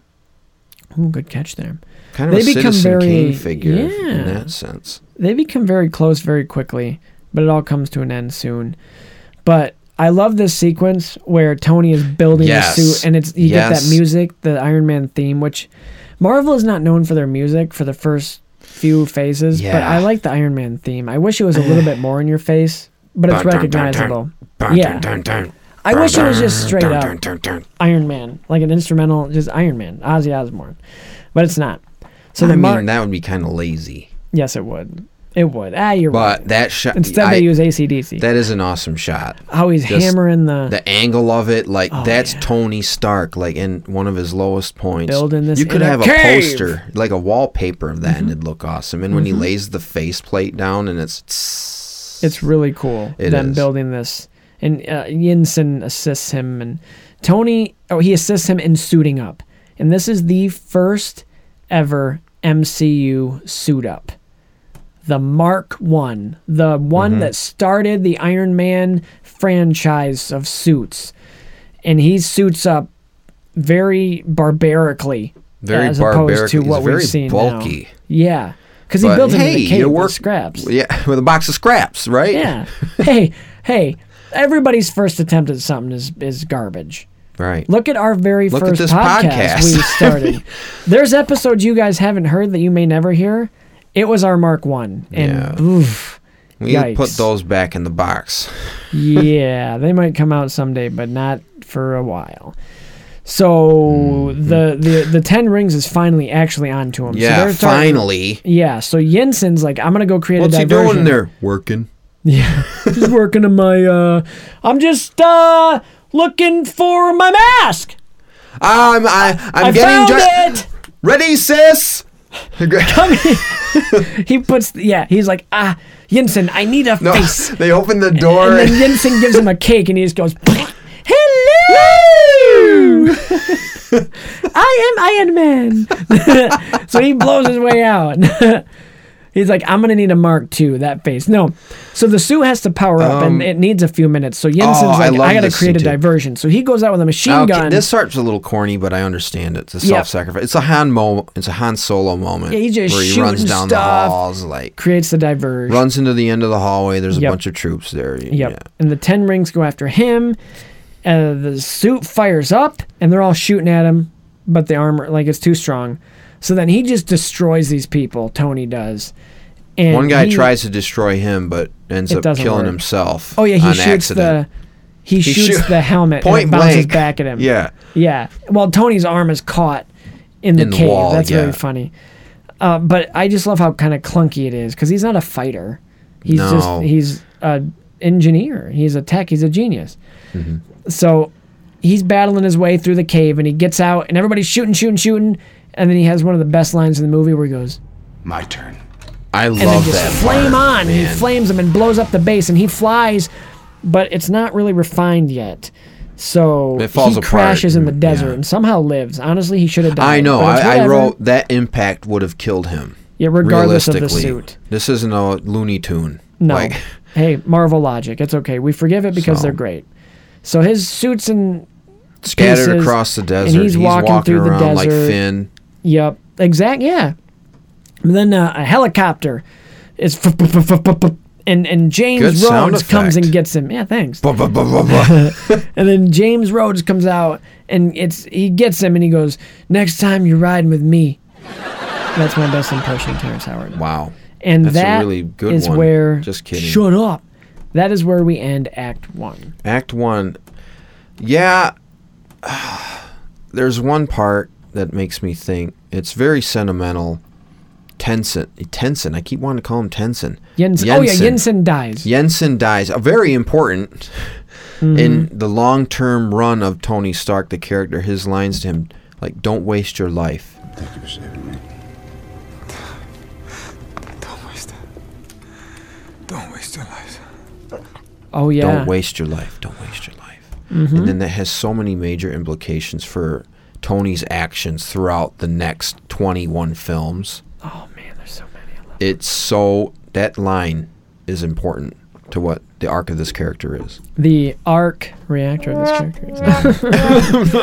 [SPEAKER 2] Ooh, good catch there.
[SPEAKER 1] Kind of
[SPEAKER 2] They
[SPEAKER 1] a
[SPEAKER 2] become
[SPEAKER 1] Citizen
[SPEAKER 2] very-
[SPEAKER 1] Kane figure
[SPEAKER 2] yeah.
[SPEAKER 1] in that sense.
[SPEAKER 2] They become very close very quickly, but it all comes to an end soon. But I love this sequence where Tony is building
[SPEAKER 1] Yes.
[SPEAKER 2] the suit, and it's you get
[SPEAKER 1] Yes.
[SPEAKER 2] that music, the Iron Man theme, which Marvel is not known for their music for the first few phases. But
[SPEAKER 1] Yeah.
[SPEAKER 2] I like the Iron Man theme. I wish it was a little bit more in your face, but it's
[SPEAKER 1] Dun, dun, dun, dun.
[SPEAKER 2] recognizable.
[SPEAKER 1] Dun,
[SPEAKER 2] Yeah.
[SPEAKER 1] dun, dun, dun.
[SPEAKER 2] I wish it was just
[SPEAKER 1] Dun,
[SPEAKER 2] straight
[SPEAKER 1] dun,
[SPEAKER 2] up
[SPEAKER 1] dun, dun, dun.
[SPEAKER 2] Iron Man, like an instrumental, just Iron Man, Ozzy Osbourne, but it's not. So the
[SPEAKER 1] I
[SPEAKER 2] mar-
[SPEAKER 1] mean, that would be kind of lazy.
[SPEAKER 2] yes, it would, it would. Ah, you're right.
[SPEAKER 1] But that shot,
[SPEAKER 2] Instead,
[SPEAKER 1] I-
[SPEAKER 2] they use ACDC.
[SPEAKER 1] that is an awesome shot.
[SPEAKER 2] How he's
[SPEAKER 1] just
[SPEAKER 2] hammering the,
[SPEAKER 1] The angle of it, like
[SPEAKER 2] Oh,
[SPEAKER 1] that's
[SPEAKER 2] yeah.
[SPEAKER 1] Tony Stark, like in one of his lowest points.
[SPEAKER 2] Building this
[SPEAKER 1] you could
[SPEAKER 2] in a
[SPEAKER 1] have a
[SPEAKER 2] cave. Mm-hmm.
[SPEAKER 1] poster, like a wallpaper of that, and it'd look awesome. And when he lays the faceplate down, and it's
[SPEAKER 2] It's really cool.
[SPEAKER 1] It
[SPEAKER 2] them
[SPEAKER 1] is.
[SPEAKER 2] building this, and uh, Yinsen assists him, and Tony. Oh, he assists him in suiting up, and this is the first ever MCU suit up. The Mark One, the one
[SPEAKER 1] Mm-hmm.
[SPEAKER 2] that started the Iron Man franchise of suits, and he suits up very barbarically,
[SPEAKER 1] very
[SPEAKER 2] as
[SPEAKER 1] barbaric.
[SPEAKER 2] opposed to
[SPEAKER 1] He's
[SPEAKER 2] what
[SPEAKER 1] very
[SPEAKER 2] we've seen now.
[SPEAKER 1] bulky.
[SPEAKER 2] Yeah, because he
[SPEAKER 1] But
[SPEAKER 2] built it in
[SPEAKER 1] hey,
[SPEAKER 2] a cave
[SPEAKER 1] it
[SPEAKER 2] with
[SPEAKER 1] worked-
[SPEAKER 2] scraps.
[SPEAKER 1] Yeah, with a box of scraps, right?
[SPEAKER 2] Yeah. hey, hey. Everybody's first attempt at something is is garbage.
[SPEAKER 1] Right.
[SPEAKER 2] Look at our very
[SPEAKER 1] Look at
[SPEAKER 2] first
[SPEAKER 1] this
[SPEAKER 2] podcast,
[SPEAKER 1] podcast.
[SPEAKER 2] we started. There's episodes you guys haven't heard that you may never hear. It was our Mark One, and
[SPEAKER 1] Yeah.
[SPEAKER 2] oof,
[SPEAKER 1] we need to put
[SPEAKER 2] yikes.
[SPEAKER 1] those back in the box.
[SPEAKER 2] yeah, they might come out someday, but not for a while. So the, the the ten rings is finally actually onto him. so
[SPEAKER 1] Mm-hmm. Yeah,
[SPEAKER 2] they're starting-
[SPEAKER 1] finally.
[SPEAKER 2] Yeah, so Jensen's like, I'm gonna go create
[SPEAKER 1] What's
[SPEAKER 2] a
[SPEAKER 1] he
[SPEAKER 2] diversion.
[SPEAKER 1] doing there? Working.
[SPEAKER 2] just working on my uh I'm just uh looking for my mask.
[SPEAKER 1] I'm I, I'm
[SPEAKER 2] I
[SPEAKER 1] getting
[SPEAKER 2] found
[SPEAKER 1] dre-
[SPEAKER 2] it.
[SPEAKER 1] ready, sis.
[SPEAKER 2] He puts yeah, he's like, "Ah, Jensen, I need a
[SPEAKER 1] no,
[SPEAKER 2] face."
[SPEAKER 1] they open the
[SPEAKER 2] And
[SPEAKER 1] door.
[SPEAKER 2] then
[SPEAKER 1] and-
[SPEAKER 2] Jensen gives him a cake and he just goes, "Hello!" I am Iron Man. so he blows his way out. He's like, I'm gonna need a Mark II. That face. No, so the suit has to power up, and it needs a few minutes. So Jensen's
[SPEAKER 1] Um, oh, I
[SPEAKER 2] like,
[SPEAKER 1] love
[SPEAKER 2] I, gotta
[SPEAKER 1] this
[SPEAKER 2] create a
[SPEAKER 1] scene, too.
[SPEAKER 2] diversion. So he goes out with a machine
[SPEAKER 1] Okay,
[SPEAKER 2] gun.
[SPEAKER 1] This part's a little corny, but I understand it. It's a
[SPEAKER 2] Yeah.
[SPEAKER 1] self-sacrifice. It's a Han mo. It's a Han Solo moment.
[SPEAKER 2] Yeah, he's just
[SPEAKER 1] where he
[SPEAKER 2] shooting
[SPEAKER 1] runs down
[SPEAKER 2] stuff.
[SPEAKER 1] the halls, like
[SPEAKER 2] creates the diversion.
[SPEAKER 1] runs into the end of the hallway. There's
[SPEAKER 2] Yep.
[SPEAKER 1] a bunch of troops there.
[SPEAKER 2] Yep. And the ten rings go after him. Uh, the suit fires up, and they're all shooting at him, but the armor like it's too strong. So then he just destroys these people. Tony does. And
[SPEAKER 1] One guy
[SPEAKER 2] he-
[SPEAKER 1] tries to destroy him, but ends
[SPEAKER 2] It
[SPEAKER 1] up
[SPEAKER 2] doesn't
[SPEAKER 1] killing
[SPEAKER 2] work.
[SPEAKER 1] himself.
[SPEAKER 2] Oh yeah, he
[SPEAKER 1] on
[SPEAKER 2] shoots
[SPEAKER 1] accident.
[SPEAKER 2] the. He, shoots
[SPEAKER 1] shoot-
[SPEAKER 2] the helmet
[SPEAKER 1] point
[SPEAKER 2] and it bounces
[SPEAKER 1] blank.
[SPEAKER 2] back at him.
[SPEAKER 1] Yeah,
[SPEAKER 2] Yeah. Well, Tony's arm is caught in the
[SPEAKER 1] In the
[SPEAKER 2] cave.
[SPEAKER 1] wall,
[SPEAKER 2] That's
[SPEAKER 1] yeah.
[SPEAKER 2] very funny. Uh, but I just love how kind of clunky it is because he's not a fighter. He's
[SPEAKER 1] No.
[SPEAKER 2] just he's a engineer. He's a tech. He's a genius.
[SPEAKER 1] Mm-hmm.
[SPEAKER 2] So he's battling his way through the cave and he gets out and everybody's shooting, shooting, shooting. And then he has one of the best lines in the movie where he goes,
[SPEAKER 5] My turn.
[SPEAKER 1] I
[SPEAKER 2] and
[SPEAKER 1] love
[SPEAKER 2] then just
[SPEAKER 1] that.
[SPEAKER 2] flame
[SPEAKER 1] part, man.
[SPEAKER 2] on. He flames him and blows up the base, and he flies, but it's not really refined yet. So
[SPEAKER 1] It falls
[SPEAKER 2] he
[SPEAKER 1] apart,
[SPEAKER 2] crashes in the
[SPEAKER 1] mm,
[SPEAKER 2] desert
[SPEAKER 1] yeah.
[SPEAKER 2] and somehow lives. Honestly, he should have died.
[SPEAKER 1] I know.
[SPEAKER 2] but it's
[SPEAKER 1] I, I
[SPEAKER 2] whatever.
[SPEAKER 1] wrote that impact would have killed him.
[SPEAKER 2] Yeah, regardless of the
[SPEAKER 1] realistically.
[SPEAKER 2] suit.
[SPEAKER 1] This isn't a Looney Tune.
[SPEAKER 2] No.
[SPEAKER 1] Like,
[SPEAKER 2] hey, Marvel logic. It's okay. We forgive it because
[SPEAKER 1] So.
[SPEAKER 2] they're great. So his suits and
[SPEAKER 1] scattered
[SPEAKER 2] pieces,
[SPEAKER 1] across the
[SPEAKER 2] and
[SPEAKER 1] desert.
[SPEAKER 2] he's walking through the
[SPEAKER 1] around like
[SPEAKER 2] desert.
[SPEAKER 1] Finn.
[SPEAKER 2] Yep. Exact. Yeah. And then uh, a helicopter is f- f- f- f- f- f- and and
[SPEAKER 1] Good
[SPEAKER 2] James
[SPEAKER 1] sound
[SPEAKER 2] Rhodes comes and
[SPEAKER 1] effect.
[SPEAKER 2] gets him. Yeah. Thanks.
[SPEAKER 1] Buh, buh, buh, buh, buh.
[SPEAKER 2] And then James Rhodes comes out and it's he gets him and he goes, "Next time you're riding with me." That's my best impression of Terrence Howard.
[SPEAKER 1] wow.
[SPEAKER 2] And
[SPEAKER 1] That's a
[SPEAKER 2] that
[SPEAKER 1] really good
[SPEAKER 2] is
[SPEAKER 1] one.
[SPEAKER 2] where
[SPEAKER 1] Just kidding.
[SPEAKER 2] Shut up. That is where we end Act One.
[SPEAKER 1] Act one. Yeah. There's one part that makes me think. It's very sentimental. Tencent. Tencent. I keep wanting to call him Tencent.
[SPEAKER 2] Jensen. Oh yeah, Jensen dies.
[SPEAKER 1] Jensen dies, a very important
[SPEAKER 2] Mm-hmm.
[SPEAKER 1] in the long term run of Tony Stark, the character. His lines to him, like, "Don't waste your life."
[SPEAKER 7] Thank you for saving me.
[SPEAKER 6] Don't waste it. Don't waste your life.
[SPEAKER 2] Oh yeah. Mm-hmm.
[SPEAKER 1] Don't waste your life. Don't waste your life. And then that has so many major implications for Tony's actions throughout the next 21 films.
[SPEAKER 2] Oh man, there's so many. I love
[SPEAKER 1] It's so that line is important to what the arc of this character is.
[SPEAKER 2] the arc reactor of this character. Is.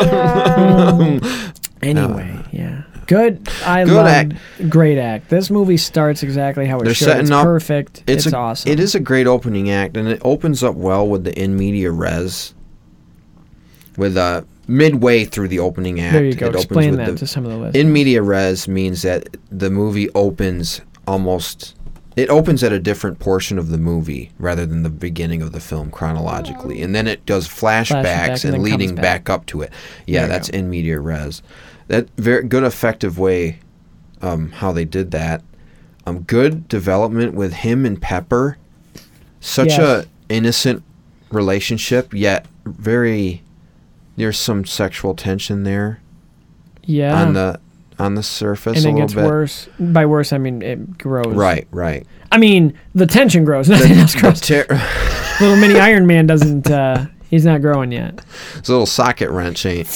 [SPEAKER 2] anyway, yeah. Good. I
[SPEAKER 1] Uh, Good
[SPEAKER 2] love
[SPEAKER 1] act.
[SPEAKER 2] great act. This movie starts exactly how it
[SPEAKER 1] They're
[SPEAKER 2] should.
[SPEAKER 1] setting
[SPEAKER 2] it's
[SPEAKER 1] up-
[SPEAKER 2] perfect. It's,
[SPEAKER 1] a,
[SPEAKER 2] awesome.
[SPEAKER 1] It is a great opening act, and it opens up well with the in media res. With uh, midway through the opening act,
[SPEAKER 2] There you go.
[SPEAKER 1] it opens
[SPEAKER 2] Explain
[SPEAKER 1] with
[SPEAKER 2] that
[SPEAKER 1] the-
[SPEAKER 2] to some of the listeners.
[SPEAKER 1] in media res means that the movie opens almost it opens at a different portion of the movie rather than the beginning of the film chronologically and then it does flashbacks
[SPEAKER 2] Flashback and
[SPEAKER 1] and,
[SPEAKER 2] then
[SPEAKER 1] leading
[SPEAKER 2] comes
[SPEAKER 1] back.
[SPEAKER 2] back.
[SPEAKER 1] up to it yeah that's in media res that very good effective way um, how they did that um, good development with him and pepper such
[SPEAKER 2] Yes.
[SPEAKER 1] a innocent relationship yet very there's some sexual tension there
[SPEAKER 2] yeah.
[SPEAKER 1] on the on the surface
[SPEAKER 2] Uh-huh. and
[SPEAKER 1] a little
[SPEAKER 2] it gets
[SPEAKER 1] bit.
[SPEAKER 2] worse. By worse, I mean it grows.
[SPEAKER 1] Right, right.
[SPEAKER 2] I mean the tension grows. Nothing else
[SPEAKER 1] The
[SPEAKER 2] grows.
[SPEAKER 1] ter-
[SPEAKER 2] Little mini Iron Man doesn't. Uh, he's not growing yet.
[SPEAKER 1] it's a little socket wrench ain't.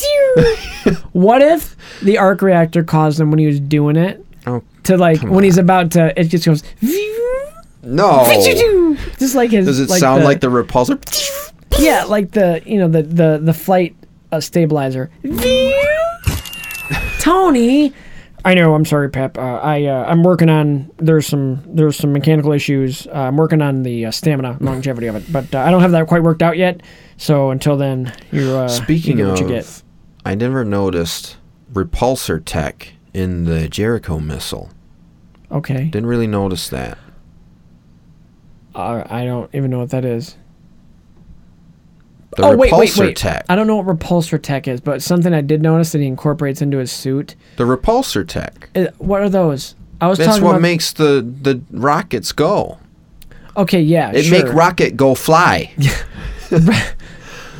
[SPEAKER 2] What if the arc reactor caused him when he was doing it
[SPEAKER 1] Oh
[SPEAKER 2] to like
[SPEAKER 1] Come
[SPEAKER 2] when he's about to? It just goes.
[SPEAKER 1] no!
[SPEAKER 2] Just like his.
[SPEAKER 1] Oh. Does it sound like the repulsor?
[SPEAKER 2] Yeah, like the you know the the the flight uh, stabilizer. Tony, I know. I'm sorry, Pep. Uh, I uh, I'm working on there's some there's some mechanical issues. Uh, I'm working on the uh, stamina longevity of it, but uh, I don't have that quite worked out yet. So until then, you uh,
[SPEAKER 1] Speaking
[SPEAKER 2] you get
[SPEAKER 1] of,
[SPEAKER 2] what you get.
[SPEAKER 1] I never noticed repulsor tech in the Jericho missile.
[SPEAKER 2] Okay,
[SPEAKER 1] Didn't really notice that.
[SPEAKER 2] uh, I don't even know what that is.
[SPEAKER 1] The
[SPEAKER 2] oh
[SPEAKER 1] repulsor
[SPEAKER 2] wait, wait, wait!
[SPEAKER 1] tech.
[SPEAKER 2] I don't know what repulsor tech is, but something I did notice that he incorporates into his suit.
[SPEAKER 1] The repulsor tech.
[SPEAKER 2] Uh, what are those? I was
[SPEAKER 1] That's
[SPEAKER 2] talking
[SPEAKER 1] what
[SPEAKER 2] about.
[SPEAKER 1] makes the the rockets go.
[SPEAKER 2] okay, yeah,
[SPEAKER 1] It
[SPEAKER 2] sure.
[SPEAKER 1] make rocket go fly.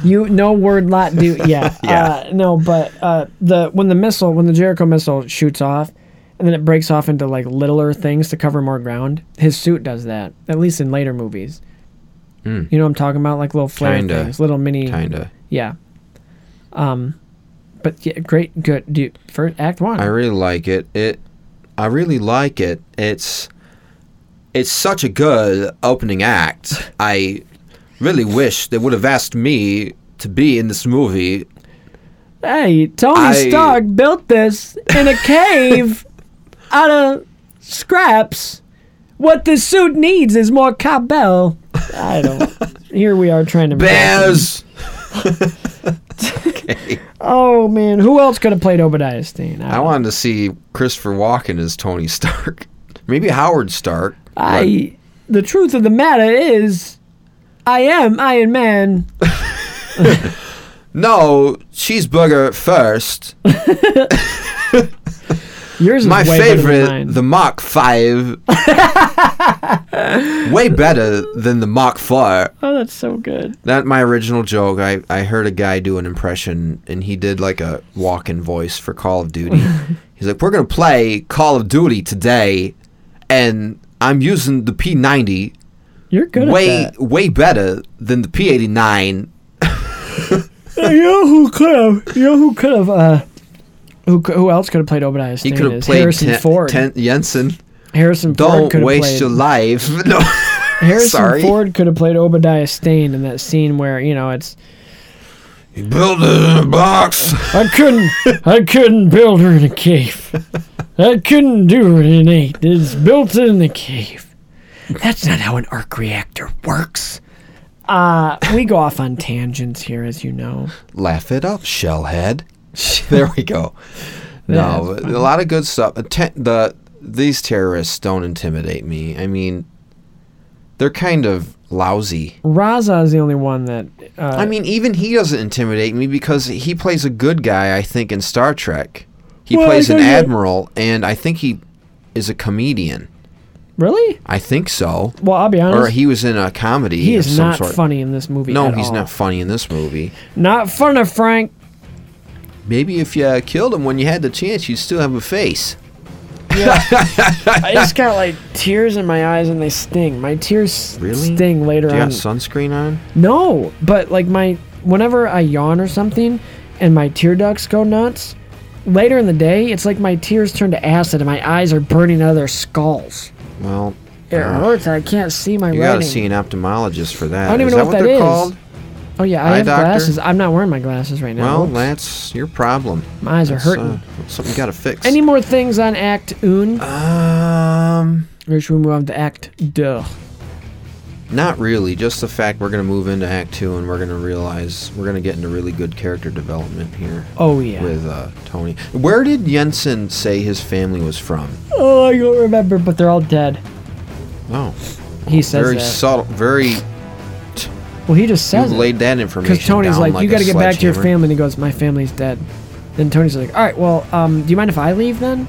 [SPEAKER 2] You no word lot do yeah. Uh, no, but uh, the when the missile when the Jericho missile shoots off and then it breaks off into like littler things to cover more ground. His suit does that at least in later movies. You know what I'm talking about like little flare
[SPEAKER 1] Kinda.
[SPEAKER 2] things, little mini
[SPEAKER 1] Kinda.
[SPEAKER 2] yeah. Um, but yeah, great, good. Dude, for Act One,
[SPEAKER 1] I really like it. It I really like it. It's it's such a good opening act. I really wish they would have asked me to be in this movie.
[SPEAKER 2] Hey, Tony
[SPEAKER 1] I-
[SPEAKER 2] Stark built this in a cave out of scraps. What this suit needs is more cowbell. I don't. Here we are trying to.
[SPEAKER 1] Bears.
[SPEAKER 2] Oh man, who else could have played Obadiah Stane?
[SPEAKER 1] I wanted to see Christopher Walken as Tony Stark. Maybe Howard Stark.
[SPEAKER 2] I. The truth of the matter is, I am Iron Man.
[SPEAKER 1] No, cheeseburger first.
[SPEAKER 2] Yours is
[SPEAKER 1] My
[SPEAKER 2] way better than
[SPEAKER 1] favorite,
[SPEAKER 2] mine.
[SPEAKER 1] the Mark Five. Way better than the Mark Four.
[SPEAKER 2] oh, that's so good.
[SPEAKER 1] Not my original joke. I, I heard a guy do an impression, and he did like a walk-in voice for Call of Duty. He's like, "We're gonna play Call of Duty today, and I'm using the P90.
[SPEAKER 2] You're good
[SPEAKER 1] way
[SPEAKER 2] at that.
[SPEAKER 1] way better than the P89."
[SPEAKER 2] you know who could have? You know who could have? Uh, who cou- who else could have played Obadiah
[SPEAKER 1] He
[SPEAKER 2] Stane?
[SPEAKER 1] could have
[SPEAKER 2] is
[SPEAKER 1] played
[SPEAKER 2] Harrison
[SPEAKER 1] ten,
[SPEAKER 2] Ford.
[SPEAKER 1] ten, Jensen.
[SPEAKER 2] Harrison Ford
[SPEAKER 1] Don't
[SPEAKER 2] could have
[SPEAKER 1] waste
[SPEAKER 2] played.
[SPEAKER 1] your life. No.
[SPEAKER 2] Harrison
[SPEAKER 1] Sorry.
[SPEAKER 2] Ford could have played Obadiah Stane in that scene where you know it's
[SPEAKER 1] You build it in a box.
[SPEAKER 2] I couldn't I couldn't build her in a cave. I couldn't do it in eight. It's built in the cave. That's not how an arc reactor works. Uh, we go off on tangents here, as you know.
[SPEAKER 1] Laugh it up, shellhead. there we go.
[SPEAKER 2] That's
[SPEAKER 1] No, a lot of good stuff. Atten- the these terrorists don't intimidate me. I mean, they're kind of lousy.
[SPEAKER 2] Raza is the only one that uh,
[SPEAKER 1] I mean, even he doesn't intimidate me because he plays a good guy. I think in Star Trek, he
[SPEAKER 2] Well, I
[SPEAKER 1] plays an
[SPEAKER 2] think that-
[SPEAKER 1] admiral, and I think he is a comedian.
[SPEAKER 2] really.
[SPEAKER 1] I think so.
[SPEAKER 2] Well, I'll be honest.
[SPEAKER 1] Or he was in a comedy.
[SPEAKER 2] He
[SPEAKER 1] of
[SPEAKER 2] is
[SPEAKER 1] some
[SPEAKER 2] not
[SPEAKER 1] sort.
[SPEAKER 2] funny in this movie.
[SPEAKER 1] No,
[SPEAKER 2] at
[SPEAKER 1] he's
[SPEAKER 2] all.
[SPEAKER 1] not funny in this movie.
[SPEAKER 2] Not funny, Frank.
[SPEAKER 1] Maybe if you killed him when you had the chance, you'd still have a face.
[SPEAKER 2] I just got like tears in my eyes and they sting. My tears
[SPEAKER 1] Really?
[SPEAKER 2] sting later
[SPEAKER 1] Do you
[SPEAKER 2] on.
[SPEAKER 1] have sunscreen on?
[SPEAKER 2] No, but like my whenever I yawn or something and my tear ducts go nuts, later in the day it's like my tears turn to acid and my eyes are burning out of their skulls.
[SPEAKER 1] Well,
[SPEAKER 2] It hurts. I can't see my
[SPEAKER 1] you
[SPEAKER 2] writing.
[SPEAKER 1] gotta see an ophthalmologist for that.
[SPEAKER 2] I don't even
[SPEAKER 1] Is
[SPEAKER 2] know
[SPEAKER 1] that
[SPEAKER 2] what
[SPEAKER 1] what
[SPEAKER 2] that
[SPEAKER 1] they're
[SPEAKER 2] is.
[SPEAKER 1] called?
[SPEAKER 2] oh yeah,
[SPEAKER 1] Eye
[SPEAKER 2] I have
[SPEAKER 1] doctor?
[SPEAKER 2] glasses. I'm not wearing my glasses right now.
[SPEAKER 1] Well,
[SPEAKER 2] Oops.
[SPEAKER 1] that's your problem.
[SPEAKER 2] my eyes are
[SPEAKER 1] That's, uh,
[SPEAKER 2] hurting.
[SPEAKER 1] something you gotta fix.
[SPEAKER 2] Any more things on Act Un?
[SPEAKER 1] um,
[SPEAKER 2] or should we move on to Act Deux?
[SPEAKER 1] not really. Just the fact we're gonna move into Act Two and we're gonna realize we're gonna get into really good character development here.
[SPEAKER 2] Oh yeah.
[SPEAKER 1] With uh, Tony, where did Jensen say his family was from?
[SPEAKER 2] Oh, I don't remember, but they're all dead.
[SPEAKER 1] Oh,
[SPEAKER 2] He says
[SPEAKER 1] very
[SPEAKER 2] that.
[SPEAKER 1] subtle, very
[SPEAKER 2] well, he just
[SPEAKER 1] You
[SPEAKER 2] says it.
[SPEAKER 1] laid that information
[SPEAKER 2] Because Tony's
[SPEAKER 1] down
[SPEAKER 2] like, you
[SPEAKER 1] a
[SPEAKER 2] got to get back to your
[SPEAKER 1] sledgehammer."
[SPEAKER 2] family. And he goes, my family's dead. Then Tony's like, all right, well, um, do you mind if I leave then?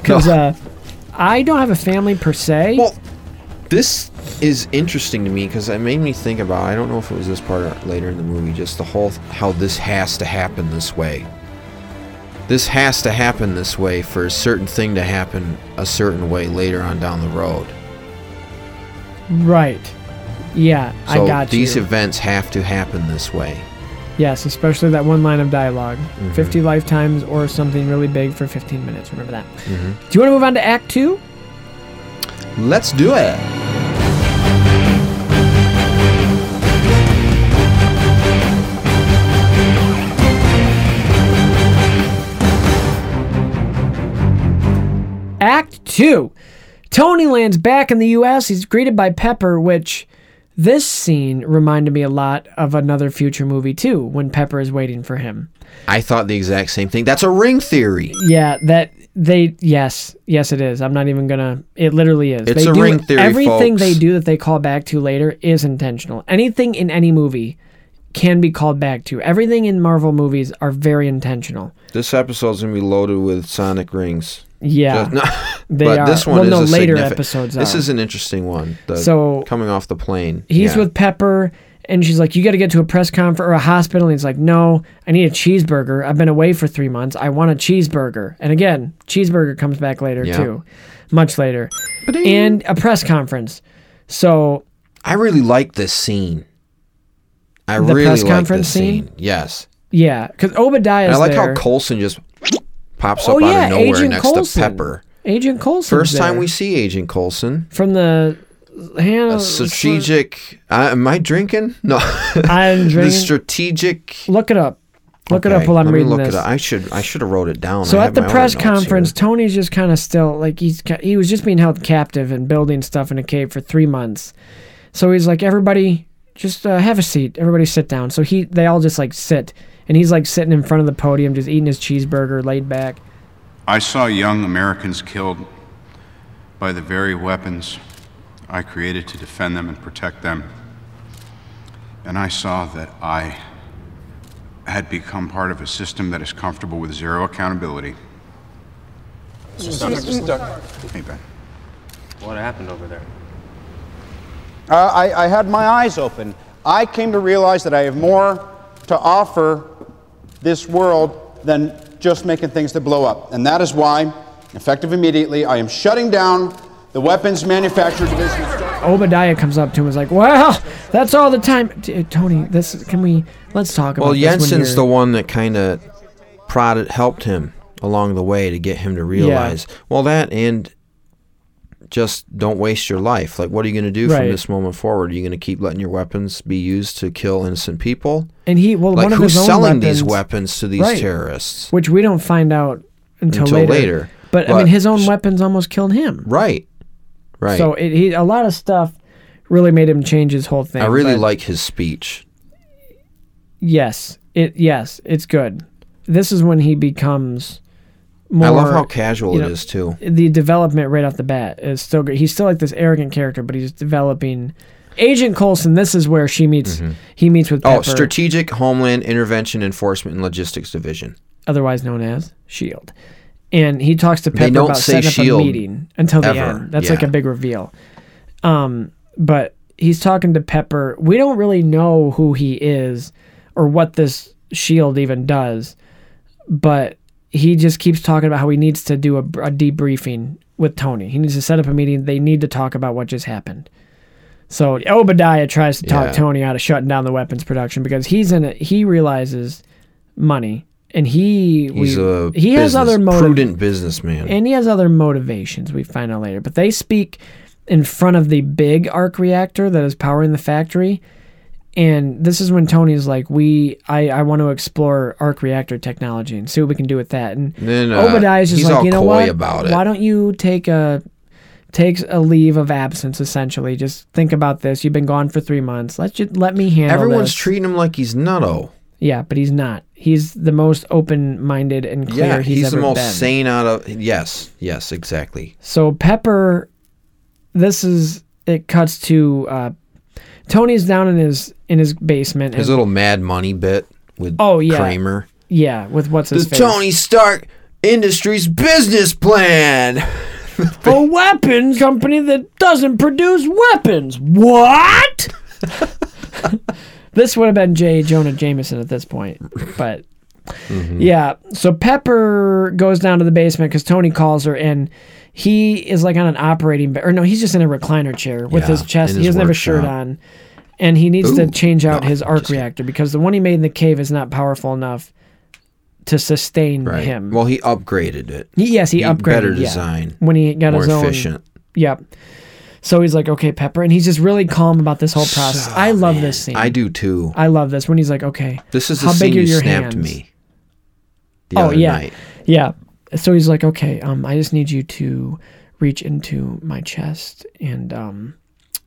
[SPEAKER 2] Because
[SPEAKER 1] No.
[SPEAKER 2] uh, I don't have a family per se.
[SPEAKER 1] Well, this is interesting to me because it made me think about. I don't know if it was this part or later in the movie, just the whole how this has to happen this way. This has to happen this way for a certain thing to happen a certain way later on down the road.
[SPEAKER 2] right. Yeah,
[SPEAKER 1] So
[SPEAKER 2] I got
[SPEAKER 1] these
[SPEAKER 2] you.
[SPEAKER 1] events have to happen this way.
[SPEAKER 2] yes, especially that one line of dialog
[SPEAKER 1] Mm-hmm.
[SPEAKER 2] 50 lifetimes or something really big for 15 minutes. Remember that.
[SPEAKER 1] Mm-hmm.
[SPEAKER 2] Do you want to move on to Act 2?
[SPEAKER 1] Let's do it.
[SPEAKER 2] Act two. Tony lands back in the U.S. He's greeted by Pepper, which this scene reminded me a lot of another future movie too, when Pepper is waiting for him.
[SPEAKER 1] I thought the exact same thing. That's a ring theory.
[SPEAKER 2] Yeah, that they yes, yes it is. I'm not even gonna. It literally is.
[SPEAKER 1] It's
[SPEAKER 2] they
[SPEAKER 1] a
[SPEAKER 2] do,
[SPEAKER 1] ring theory,
[SPEAKER 2] Everything
[SPEAKER 1] folks.
[SPEAKER 2] they do that they call back to later is intentional. Anything in any movie can be called back to. Everything in Marvel movies are very intentional.
[SPEAKER 1] This episode's gonna be loaded with sonic rings.
[SPEAKER 2] Yeah.
[SPEAKER 1] Just- no.
[SPEAKER 2] They
[SPEAKER 1] but
[SPEAKER 2] are-
[SPEAKER 1] this one
[SPEAKER 2] well,
[SPEAKER 1] is a
[SPEAKER 2] no, later
[SPEAKER 1] signifi-
[SPEAKER 2] episodes
[SPEAKER 1] This
[SPEAKER 2] are.
[SPEAKER 1] is an interesting one. The
[SPEAKER 2] So-
[SPEAKER 1] coming off the plane,
[SPEAKER 2] he's
[SPEAKER 1] Yeah.
[SPEAKER 2] with Pepper, and she's like, "You got to get to a press conference or a hospital." And he's like, "No, I need a cheeseburger. I've been away for three months. I want a cheeseburger." And again, cheeseburger comes back later
[SPEAKER 1] Yeah.
[SPEAKER 2] too, much later, and a press conference. So
[SPEAKER 1] I really like this scene. I
[SPEAKER 2] The
[SPEAKER 1] really
[SPEAKER 2] press
[SPEAKER 1] like
[SPEAKER 2] conference
[SPEAKER 1] this
[SPEAKER 2] scene?
[SPEAKER 1] scene. Yes,
[SPEAKER 2] yeah, because Obadiah.
[SPEAKER 1] and I like
[SPEAKER 2] there.
[SPEAKER 1] how Colson just pops
[SPEAKER 2] Oh,
[SPEAKER 1] up
[SPEAKER 2] yeah,
[SPEAKER 1] out of nowhere
[SPEAKER 2] Agent
[SPEAKER 1] next
[SPEAKER 2] Coulson.
[SPEAKER 1] to Pepper.
[SPEAKER 2] Agent Coulson.
[SPEAKER 1] First time we see Agent Coulson.
[SPEAKER 2] from the hand.
[SPEAKER 1] A strategic. I am I drinking? No.
[SPEAKER 2] I'm
[SPEAKER 1] the
[SPEAKER 2] drinking.
[SPEAKER 1] strategic.
[SPEAKER 2] look it up. Look it up
[SPEAKER 1] Okay,
[SPEAKER 2] while I'm
[SPEAKER 1] let me
[SPEAKER 2] reading
[SPEAKER 1] look
[SPEAKER 2] this.
[SPEAKER 1] It up. I should I should have wrote it down.
[SPEAKER 2] So
[SPEAKER 1] I
[SPEAKER 2] at
[SPEAKER 1] have
[SPEAKER 2] the
[SPEAKER 1] my other
[SPEAKER 2] press
[SPEAKER 1] notes here.
[SPEAKER 2] conference, Tony's just kind of still like he's ki- he was just being held captive and building stuff in a cave for three months. So he's like, everybody, just uh, have a seat. Everybody sit down. So he they all just like sit, and he's like sitting in front of the podium, just eating his cheeseburger, laid back.
[SPEAKER 5] I saw young Americans killed by the very weapons I created to defend them and protect them. And I saw that I had become part of a system that is comfortable with zero accountability. Hey, Ben.
[SPEAKER 9] What happened over there?
[SPEAKER 5] Uh, I, I had my eyes open. I came to realize that I have more to offer this world than just making things that blow up. And that is why, effective immediately, I am shutting down the weapons manufacturer division.
[SPEAKER 2] Oh, Obadiah comes up to him and is like, "Well, that's all the time, T- uh, Tony. This is- can we let's talk about."
[SPEAKER 1] Well,
[SPEAKER 2] this when
[SPEAKER 1] Jensen's
[SPEAKER 2] you're-
[SPEAKER 1] the one that kind of prodded, helped him along the way to get him to realize. Well, that and just don't waste your life. Like, what are you going to do from
[SPEAKER 2] Right.
[SPEAKER 1] this moment forward? Are you going to keep letting your weapons be used to kill innocent people?
[SPEAKER 2] and he well
[SPEAKER 1] Like,
[SPEAKER 2] one of
[SPEAKER 1] who's
[SPEAKER 2] his own
[SPEAKER 1] selling
[SPEAKER 2] weapons,
[SPEAKER 1] these weapons to these
[SPEAKER 2] Right.
[SPEAKER 1] terrorists?
[SPEAKER 2] which we don't find out until,
[SPEAKER 1] Until
[SPEAKER 2] later.
[SPEAKER 1] later.
[SPEAKER 2] But, I
[SPEAKER 1] But-
[SPEAKER 2] mean, his own weapons almost killed him.
[SPEAKER 1] Right. Right.
[SPEAKER 2] So it, he a lot of stuff really made him change his whole thing.
[SPEAKER 1] I really
[SPEAKER 2] but
[SPEAKER 1] like his speech.
[SPEAKER 2] Yes, it yes, it's good. This is when he becomes more.
[SPEAKER 1] I love how casual
[SPEAKER 2] you
[SPEAKER 1] it
[SPEAKER 2] know,
[SPEAKER 1] is, too.
[SPEAKER 2] the development right off the bat is still good. He's still like this arrogant character, but he's developing. Agent Coulson. This is where she meets. He meets with Pepper,
[SPEAKER 1] Mm-hmm. Oh, Strategic Homeland Intervention Enforcement and Logistics Division.
[SPEAKER 2] otherwise known as Shield, E and he talks to Pepper
[SPEAKER 1] don't
[SPEAKER 2] about
[SPEAKER 1] say
[SPEAKER 2] setting up
[SPEAKER 1] SHIELD
[SPEAKER 2] a meeting until the
[SPEAKER 1] E ever,
[SPEAKER 2] end. That's like
[SPEAKER 1] yeah.
[SPEAKER 2] a big reveal. Um, but he's talking to Pepper. We don't really know who he is or what this Shield E even does, but he just keeps talking about how he needs to do a, a debriefing with Tony. He needs to set up a meeting. They need to talk about what just happened. So Obadiah tries to talk
[SPEAKER 1] Yeah.
[SPEAKER 2] Tony out of shutting down the weapons production because he's in it. He realizes money, and he
[SPEAKER 1] He's
[SPEAKER 2] we-
[SPEAKER 1] a
[SPEAKER 2] he has
[SPEAKER 1] business-
[SPEAKER 2] other motive,
[SPEAKER 1] prudent businessman.
[SPEAKER 2] and he has other motivations. We find out later, but they speak in front of the big arc reactor that is powering the factory. And this is when Tony's like, "We, I, I want to explore arc reactor technology and see what we can do with that." And
[SPEAKER 1] Then, uh,
[SPEAKER 2] Obadiah's just
[SPEAKER 1] he's
[SPEAKER 2] like,
[SPEAKER 1] all
[SPEAKER 2] "You know
[SPEAKER 1] coy
[SPEAKER 2] what?
[SPEAKER 1] about it."
[SPEAKER 2] Why don't you take a takes a leave of absence? Essentially, just think about this. You've been gone for three months. Let you let me handle.
[SPEAKER 1] Everyone's
[SPEAKER 2] this.
[SPEAKER 1] treating him like he's nutto.
[SPEAKER 2] Yeah, but he's not. He's the most open-minded and clear
[SPEAKER 1] Yeah,
[SPEAKER 2] he's,
[SPEAKER 1] he's, the
[SPEAKER 2] ever
[SPEAKER 1] most
[SPEAKER 2] been.
[SPEAKER 1] sane out of. Yes, yes, exactly.
[SPEAKER 2] So Pepper, this is it. Cuts to uh, Tony's down in his in his basement.
[SPEAKER 1] His
[SPEAKER 2] and,
[SPEAKER 1] little Mad Money bit with
[SPEAKER 2] Oh, yeah.
[SPEAKER 1] Kramer.
[SPEAKER 2] yeah, with what's
[SPEAKER 1] The
[SPEAKER 2] his face?
[SPEAKER 1] Tony Stark Industries business plan.
[SPEAKER 2] a weapon company that doesn't produce weapons. What? this would have been J. Jonah Jameson at this point, but
[SPEAKER 1] Mm-hmm.
[SPEAKER 2] yeah. So Pepper goes down to the basement because Tony calls her, and he is like on an operating bed, or no, he's just in a recliner chair with
[SPEAKER 1] Yeah,
[SPEAKER 2] his chest.
[SPEAKER 1] in
[SPEAKER 2] he
[SPEAKER 1] his
[SPEAKER 2] doesn't have a shirt
[SPEAKER 1] workshop.
[SPEAKER 2] on, and he needs to
[SPEAKER 1] Ooh,
[SPEAKER 2] change out
[SPEAKER 1] no,
[SPEAKER 2] his arc
[SPEAKER 1] just-
[SPEAKER 2] reactor because the one he made in the cave is not powerful enough to sustain
[SPEAKER 1] Right.
[SPEAKER 2] him.
[SPEAKER 1] Well, he upgraded it.
[SPEAKER 2] He- yes, he,
[SPEAKER 1] he-
[SPEAKER 2] upgraded
[SPEAKER 1] better
[SPEAKER 2] yeah.
[SPEAKER 1] design,
[SPEAKER 2] when he got
[SPEAKER 1] More
[SPEAKER 2] his own.
[SPEAKER 1] efficient.
[SPEAKER 2] Yep. So he's like, okay, Pepper, and he's just really calm about this whole process. I love this scene.
[SPEAKER 1] I do too.
[SPEAKER 2] I love this when he's like, okay,
[SPEAKER 1] This is the
[SPEAKER 2] how
[SPEAKER 1] scene
[SPEAKER 2] big are
[SPEAKER 1] you
[SPEAKER 2] your
[SPEAKER 1] snapped
[SPEAKER 2] hands?
[SPEAKER 1] me. The
[SPEAKER 2] Oh,
[SPEAKER 1] other
[SPEAKER 2] yeah.
[SPEAKER 1] night.
[SPEAKER 2] Yeah. So he's like, okay, um, I just need you to reach into my chest, and um,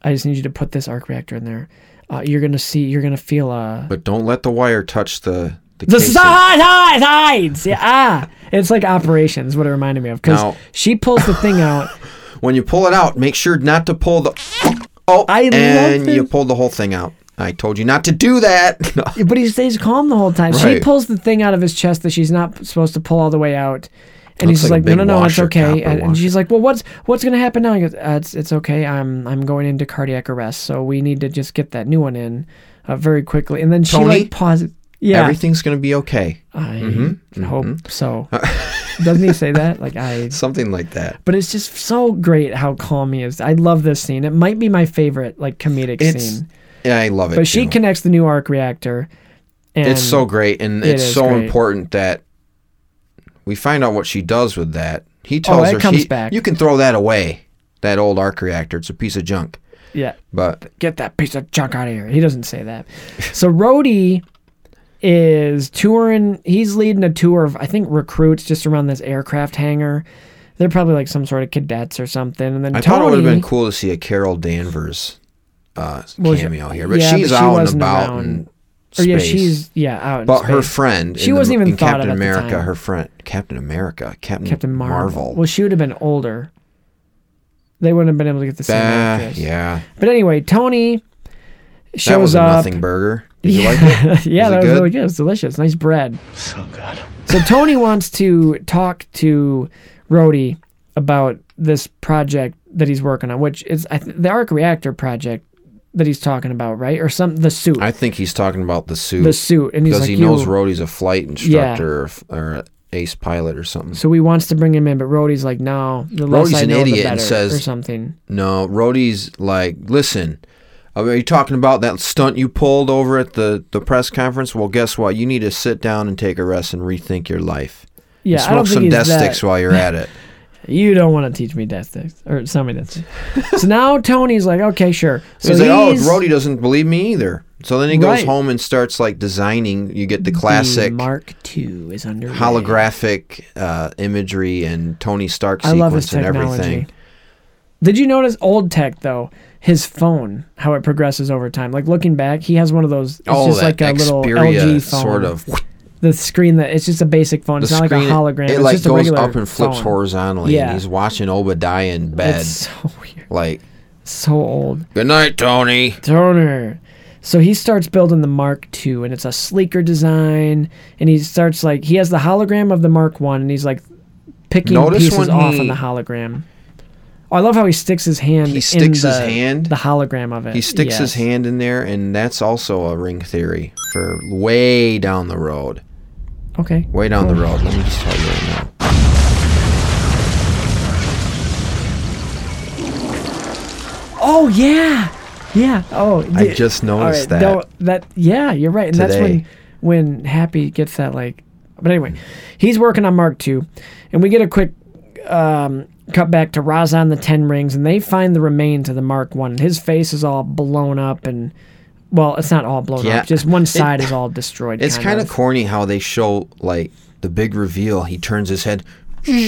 [SPEAKER 2] I just need you to put this arc reactor in there. Uh, you're gonna see, you're gonna feel uh,
[SPEAKER 1] But don't let the wire touch the the,
[SPEAKER 2] the
[SPEAKER 1] casing.
[SPEAKER 2] side hide hides. Yeah, ah, it's like operations. What it reminded me of because
[SPEAKER 1] Now-
[SPEAKER 2] she pulls the thing out.
[SPEAKER 1] When you pull it out, make sure not to pull the. Oh,
[SPEAKER 2] I love
[SPEAKER 1] and
[SPEAKER 2] this.
[SPEAKER 1] you pulled the whole thing out. I told you not to do that. No.
[SPEAKER 2] But he stays calm the whole time. She
[SPEAKER 1] Right.
[SPEAKER 2] pulls the thing out of his chest that she's not supposed to pull all the way out. And
[SPEAKER 1] Looks
[SPEAKER 2] he's
[SPEAKER 1] like
[SPEAKER 2] like,
[SPEAKER 1] a
[SPEAKER 2] no,
[SPEAKER 1] big
[SPEAKER 2] no, no, it's
[SPEAKER 1] washer,
[SPEAKER 2] okay.
[SPEAKER 1] copper
[SPEAKER 2] And, and
[SPEAKER 1] washer.
[SPEAKER 2] she's like, well, what's what's gonna happen now? He goes, uh, it's it's okay. I'm I'm going into cardiac arrest, so we need to just get that new one in uh, very quickly. And then she
[SPEAKER 1] Tony?
[SPEAKER 2] like pauses. Yeah,
[SPEAKER 1] Everything's gonna be okay.
[SPEAKER 2] I
[SPEAKER 1] mm-hmm,
[SPEAKER 2] hope so.
[SPEAKER 1] Uh,
[SPEAKER 2] Doesn't he say that? Like I.
[SPEAKER 1] Something like that.
[SPEAKER 2] But it's just so great how calm he is. I love this scene. It might be my favorite like comedic
[SPEAKER 1] It's-
[SPEAKER 2] scene.
[SPEAKER 1] Yeah, I love it.
[SPEAKER 2] But she
[SPEAKER 1] too.
[SPEAKER 2] connects the new arc reactor. And
[SPEAKER 1] It's so great, and
[SPEAKER 2] It
[SPEAKER 1] it's
[SPEAKER 2] is
[SPEAKER 1] so
[SPEAKER 2] great.
[SPEAKER 1] important that we find out what she does with that He tells
[SPEAKER 2] it
[SPEAKER 1] her
[SPEAKER 2] Oh, comes
[SPEAKER 1] she,
[SPEAKER 2] back.
[SPEAKER 1] you can throw that away. That old arc reactor, it's a piece of junk.
[SPEAKER 2] Yeah.
[SPEAKER 1] But
[SPEAKER 2] Get that piece of junk out of here. He doesn't say that. So Rhodey is touring. He's leading a tour of, I think, recruits just around this aircraft hangar. They're probably like some sort of cadets or something. And then
[SPEAKER 1] I
[SPEAKER 2] Tony,
[SPEAKER 1] thought it would have been cool to see a Carol Danvers uh,
[SPEAKER 2] Well, she-
[SPEAKER 1] cameo here, but
[SPEAKER 2] yeah,
[SPEAKER 1] she's
[SPEAKER 2] but she
[SPEAKER 1] out and
[SPEAKER 2] wasn't
[SPEAKER 1] about
[SPEAKER 2] around.
[SPEAKER 1] and
[SPEAKER 2] or
[SPEAKER 1] space.
[SPEAKER 2] yeah, she's yeah out. in
[SPEAKER 1] but her
[SPEAKER 2] space.
[SPEAKER 1] friend.
[SPEAKER 2] She
[SPEAKER 1] in the-
[SPEAKER 2] wasn't even
[SPEAKER 1] in
[SPEAKER 2] thought of
[SPEAKER 1] Captain
[SPEAKER 2] at the
[SPEAKER 1] America.
[SPEAKER 2] time.
[SPEAKER 1] Her friend, Captain America, Captain,
[SPEAKER 2] Captain Marvel.
[SPEAKER 1] Marvel.
[SPEAKER 2] Well, she would have been older. They wouldn't have been able to get the same
[SPEAKER 1] Bah,
[SPEAKER 2] actress.
[SPEAKER 1] yeah,
[SPEAKER 2] But anyway, Tony
[SPEAKER 1] that was
[SPEAKER 2] shows
[SPEAKER 1] a
[SPEAKER 2] up.
[SPEAKER 1] nothing burger. Did you
[SPEAKER 2] yeah,
[SPEAKER 1] like it?
[SPEAKER 2] yeah,
[SPEAKER 1] Was it
[SPEAKER 2] that was
[SPEAKER 1] good?
[SPEAKER 2] really good. It's delicious. Nice bread. So good. So Tony wants to talk to Rhodey about this project that he's working on, which is I th- the arc reactor project that he's talking about, right? Or some the suit,
[SPEAKER 1] I think he's talking about the suit.
[SPEAKER 2] the suit, and he's
[SPEAKER 1] because
[SPEAKER 2] like,
[SPEAKER 1] he knows
[SPEAKER 2] "You-
[SPEAKER 1] Rhodey's a flight instructor or, or an ace pilot or something.
[SPEAKER 2] So he wants to bring him in, but Rhodey's like, "No, the less
[SPEAKER 1] Rhodey's
[SPEAKER 2] I
[SPEAKER 1] an
[SPEAKER 2] know, the
[SPEAKER 1] idiot
[SPEAKER 2] better,"
[SPEAKER 1] and
[SPEAKER 2] or
[SPEAKER 1] says-
[SPEAKER 2] something.
[SPEAKER 1] No, Rhodey's like, listen, are you talking about that stunt you pulled over at the, the press conference? Well, guess what? You need to sit down and take a rest and rethink your life.
[SPEAKER 2] Yeah,
[SPEAKER 1] and
[SPEAKER 2] I don't
[SPEAKER 1] smoke
[SPEAKER 2] think
[SPEAKER 1] some
[SPEAKER 2] he's
[SPEAKER 1] death
[SPEAKER 2] that-
[SPEAKER 1] sticks while you're at it.
[SPEAKER 2] You don't want to teach me death sticks or tell me death sticks. so now Tony's like, okay, sure. So
[SPEAKER 1] he's like, oh, Rhodey doesn't believe me either. So then he goes
[SPEAKER 2] Right.
[SPEAKER 1] home and starts like designing. You get the
[SPEAKER 2] the
[SPEAKER 1] classic
[SPEAKER 2] Mark II is under
[SPEAKER 1] holographic uh, imaray and Tony Stark
[SPEAKER 2] I
[SPEAKER 1] sequence
[SPEAKER 2] love his
[SPEAKER 1] and
[SPEAKER 2] technology.
[SPEAKER 1] everything.
[SPEAKER 2] Did you notice old tech though? His phone, how it progresses over time. Like looking back, he has one of those. It's
[SPEAKER 1] oh,
[SPEAKER 2] just
[SPEAKER 1] that
[SPEAKER 2] like a little
[SPEAKER 1] Xperia
[SPEAKER 2] LG phone.
[SPEAKER 1] sort of.
[SPEAKER 2] the screen that it's just a basic phone. It's
[SPEAKER 1] the
[SPEAKER 2] not
[SPEAKER 1] screen,
[SPEAKER 2] like a hologram.
[SPEAKER 1] It
[SPEAKER 2] it's
[SPEAKER 1] like
[SPEAKER 2] just a
[SPEAKER 1] goes
[SPEAKER 2] regular
[SPEAKER 1] up and flips
[SPEAKER 2] phone.
[SPEAKER 1] horizontally,
[SPEAKER 2] Yeah.
[SPEAKER 1] and he's watching Obadiah in bed.
[SPEAKER 2] It's so weird.
[SPEAKER 1] like,
[SPEAKER 2] So old.
[SPEAKER 1] good night, Tony.
[SPEAKER 2] Turner. So he starts building the Mark II, and it's a sleeker design. And he starts like he has the hologram of the Mark One, and he's like picking
[SPEAKER 1] Notice
[SPEAKER 2] pieces
[SPEAKER 1] when
[SPEAKER 2] off on
[SPEAKER 1] he-
[SPEAKER 2] the hologram. Oh, I love how he sticks his hand.
[SPEAKER 1] He sticks
[SPEAKER 2] in
[SPEAKER 1] his
[SPEAKER 2] the,
[SPEAKER 1] hand?
[SPEAKER 2] The hologram of it.
[SPEAKER 1] He sticks his
[SPEAKER 2] Yes.
[SPEAKER 1] hand in there, and that's also a ring theory for way down the road.
[SPEAKER 2] Okay.
[SPEAKER 1] Way down the road. Let me just tell you right now.
[SPEAKER 2] Oh yeah, yeah. Oh,
[SPEAKER 1] I
[SPEAKER 2] d-
[SPEAKER 1] just
[SPEAKER 2] all
[SPEAKER 1] noticed that.
[SPEAKER 2] right, don't- that yeah, you're right. And that's when
[SPEAKER 1] Today.
[SPEAKER 2] when Happy gets that like. But anyway, he's working on Mark II, and we get a quick um, cut back to Razan the Ten Rings, and they find the remains of the Mark One. His face is all blown up, and well, it's not all blown
[SPEAKER 1] Yeah.
[SPEAKER 2] up. Just one
[SPEAKER 1] It-
[SPEAKER 2] side is all destroyed.
[SPEAKER 1] It's kind of corny how they show like the big reveal. He turns his head. And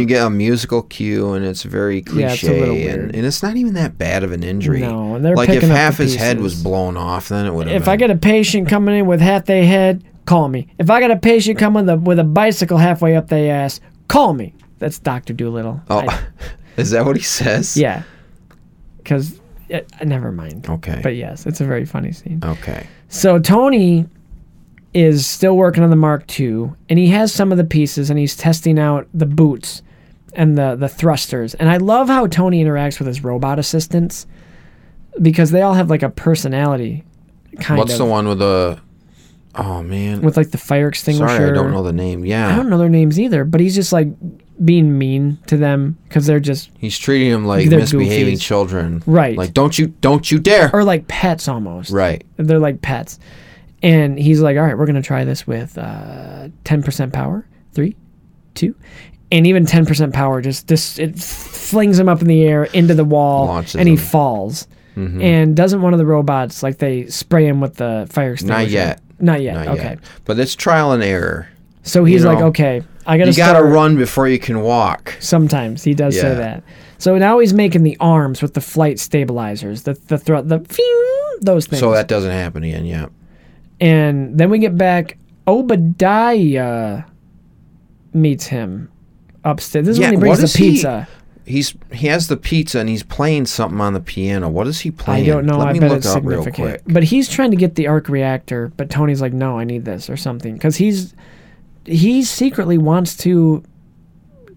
[SPEAKER 1] you get a musical cue, and it's very cliche,
[SPEAKER 2] Yeah, it's a little
[SPEAKER 1] and,
[SPEAKER 2] weird.
[SPEAKER 1] and it's not even that bad of an injury.
[SPEAKER 2] No, and they're
[SPEAKER 1] like if
[SPEAKER 2] picking up the
[SPEAKER 1] half his head was
[SPEAKER 2] pieces.
[SPEAKER 1] blown off, then it would have.
[SPEAKER 2] If
[SPEAKER 1] been.
[SPEAKER 2] I get a patient coming in with half their head, call me. If I got a patient coming the, with a bicycle halfway up their ass, call me. That's Doctor Doolittle.
[SPEAKER 1] oh,
[SPEAKER 2] I-
[SPEAKER 1] is that what he says?
[SPEAKER 2] Yeah. Because, never mind.
[SPEAKER 1] Oh, Okay.
[SPEAKER 2] But yes, it's a very funny scene.
[SPEAKER 1] Okay.
[SPEAKER 2] So Tony is still working on the Mark II, and he has some of the pieces, and he's testing out the boots and the, the thrusters. And I love how Tony interacts with his robot assistants because they all have like a personality, kind
[SPEAKER 1] What's
[SPEAKER 2] of.
[SPEAKER 1] the one with the? Oh man.
[SPEAKER 2] With like the fire extinguisher.
[SPEAKER 1] Sorry, I don't know the name. Yeah.
[SPEAKER 2] I don't know their names either, but he's just like being mean to them because they're just
[SPEAKER 1] He's treating him like
[SPEAKER 2] They're
[SPEAKER 1] misbehaving
[SPEAKER 2] goofies.
[SPEAKER 1] children.
[SPEAKER 2] Right.
[SPEAKER 1] Like don't you don't you dare.
[SPEAKER 2] or like pets almost.
[SPEAKER 1] right.
[SPEAKER 2] They're like pets. And he's like, all right, we're going to try this with uh, 10% power. Three, two. And even 10% power just, just it flings him up in the air into the wall
[SPEAKER 1] Launches
[SPEAKER 2] and he
[SPEAKER 1] him. Mm-hmm.
[SPEAKER 2] falls. And doesn't one of the robots, like they spray him with the fire extinguisher?
[SPEAKER 1] Not yet.
[SPEAKER 2] Not yet.
[SPEAKER 1] Not
[SPEAKER 2] okay.
[SPEAKER 1] yet. But it's trial and error.
[SPEAKER 2] So he's
[SPEAKER 1] You
[SPEAKER 2] like,
[SPEAKER 1] know,
[SPEAKER 2] okay, I got to
[SPEAKER 1] You gotta
[SPEAKER 2] start.
[SPEAKER 1] run before you can walk.
[SPEAKER 2] Sometimes he does say
[SPEAKER 1] Yeah.
[SPEAKER 2] that. So now he's making the arms with the flight stabilizers, the the thru- the phew, those things.
[SPEAKER 1] So that doesn't happen again, yeah.
[SPEAKER 2] and then we get back. Obadiah meets him upstairs. This is
[SPEAKER 1] Yeah,
[SPEAKER 2] when he
[SPEAKER 1] what
[SPEAKER 2] brings
[SPEAKER 1] is
[SPEAKER 2] the
[SPEAKER 1] he-
[SPEAKER 2] pizza.
[SPEAKER 1] He's he has the pizza and he's playing something on the piano. What is he
[SPEAKER 2] I
[SPEAKER 1] playing?
[SPEAKER 2] don't know.
[SPEAKER 1] Let
[SPEAKER 2] I
[SPEAKER 1] me
[SPEAKER 2] bet
[SPEAKER 1] look
[SPEAKER 2] it's
[SPEAKER 1] up real
[SPEAKER 2] significant.
[SPEAKER 1] quick.
[SPEAKER 2] But he's trying to get the arc reactor, but Tony's like, "No, I need this or something," because he's he secretly wants to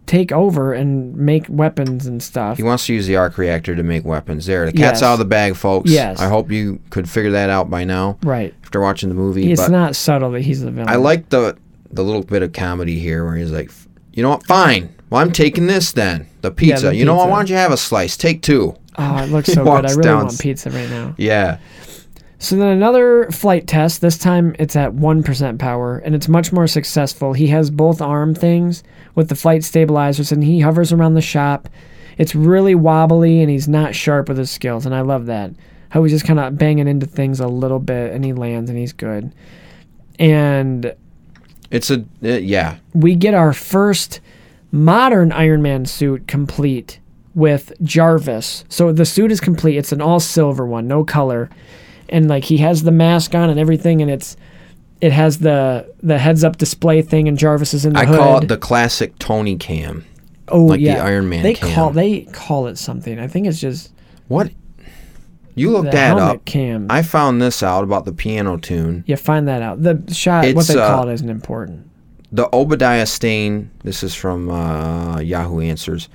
[SPEAKER 2] take over and make weapons and stuff.
[SPEAKER 1] He wants to use the arc reactor to make weapons. There, the cat's
[SPEAKER 2] Yes.
[SPEAKER 1] out of the bag, folks.
[SPEAKER 2] Yes.
[SPEAKER 1] I hope you could figure that out by now
[SPEAKER 2] right.
[SPEAKER 1] after watching the movie.
[SPEAKER 2] It's
[SPEAKER 1] but
[SPEAKER 2] not subtle that he's the villain.
[SPEAKER 1] I like the the little bit of comedy here where he's like, "F- you know what? Fine. Well, I'm taking this then. The pizza. you know what?
[SPEAKER 2] pizza.
[SPEAKER 1] Why don't you have a slice? Take two.
[SPEAKER 2] Oh, it looks
[SPEAKER 1] He
[SPEAKER 2] so good. I
[SPEAKER 1] walks
[SPEAKER 2] really
[SPEAKER 1] down-
[SPEAKER 2] want pizza right now.
[SPEAKER 1] Yeah.
[SPEAKER 2] So then another flight test. This time it's at 1% power and it's much more successful. He has both arm things with the flight stabilizers and he hovers around the shop. It's really wobbly and he's not sharp with his skills and I love that. How he's just kind of banging into things a little bit and he lands and he's good. And
[SPEAKER 1] It's a uh, yeah.
[SPEAKER 2] we get our first modern Iron Man suit complete with Jarvis. So the suit is complete. It's an all silver one, no color. And like he has the mask on and everything and it's it has the the heads up display thing and Jarvis is in the
[SPEAKER 1] I
[SPEAKER 2] hood.
[SPEAKER 1] call it the classic Tony cam.
[SPEAKER 2] oh,
[SPEAKER 1] like the Iron Man
[SPEAKER 2] They
[SPEAKER 1] cam.
[SPEAKER 2] call they call it something. I think it's just
[SPEAKER 1] What? You
[SPEAKER 2] the
[SPEAKER 1] looked that
[SPEAKER 2] helmet
[SPEAKER 1] up.
[SPEAKER 2] cam.
[SPEAKER 1] I found this out about the piano tune.
[SPEAKER 2] you find that out. The shot what
[SPEAKER 1] It's,
[SPEAKER 2] they
[SPEAKER 1] uh,
[SPEAKER 2] call it isn't important.
[SPEAKER 1] The Obadiah Stane, this is from uh, Yahoo Answers.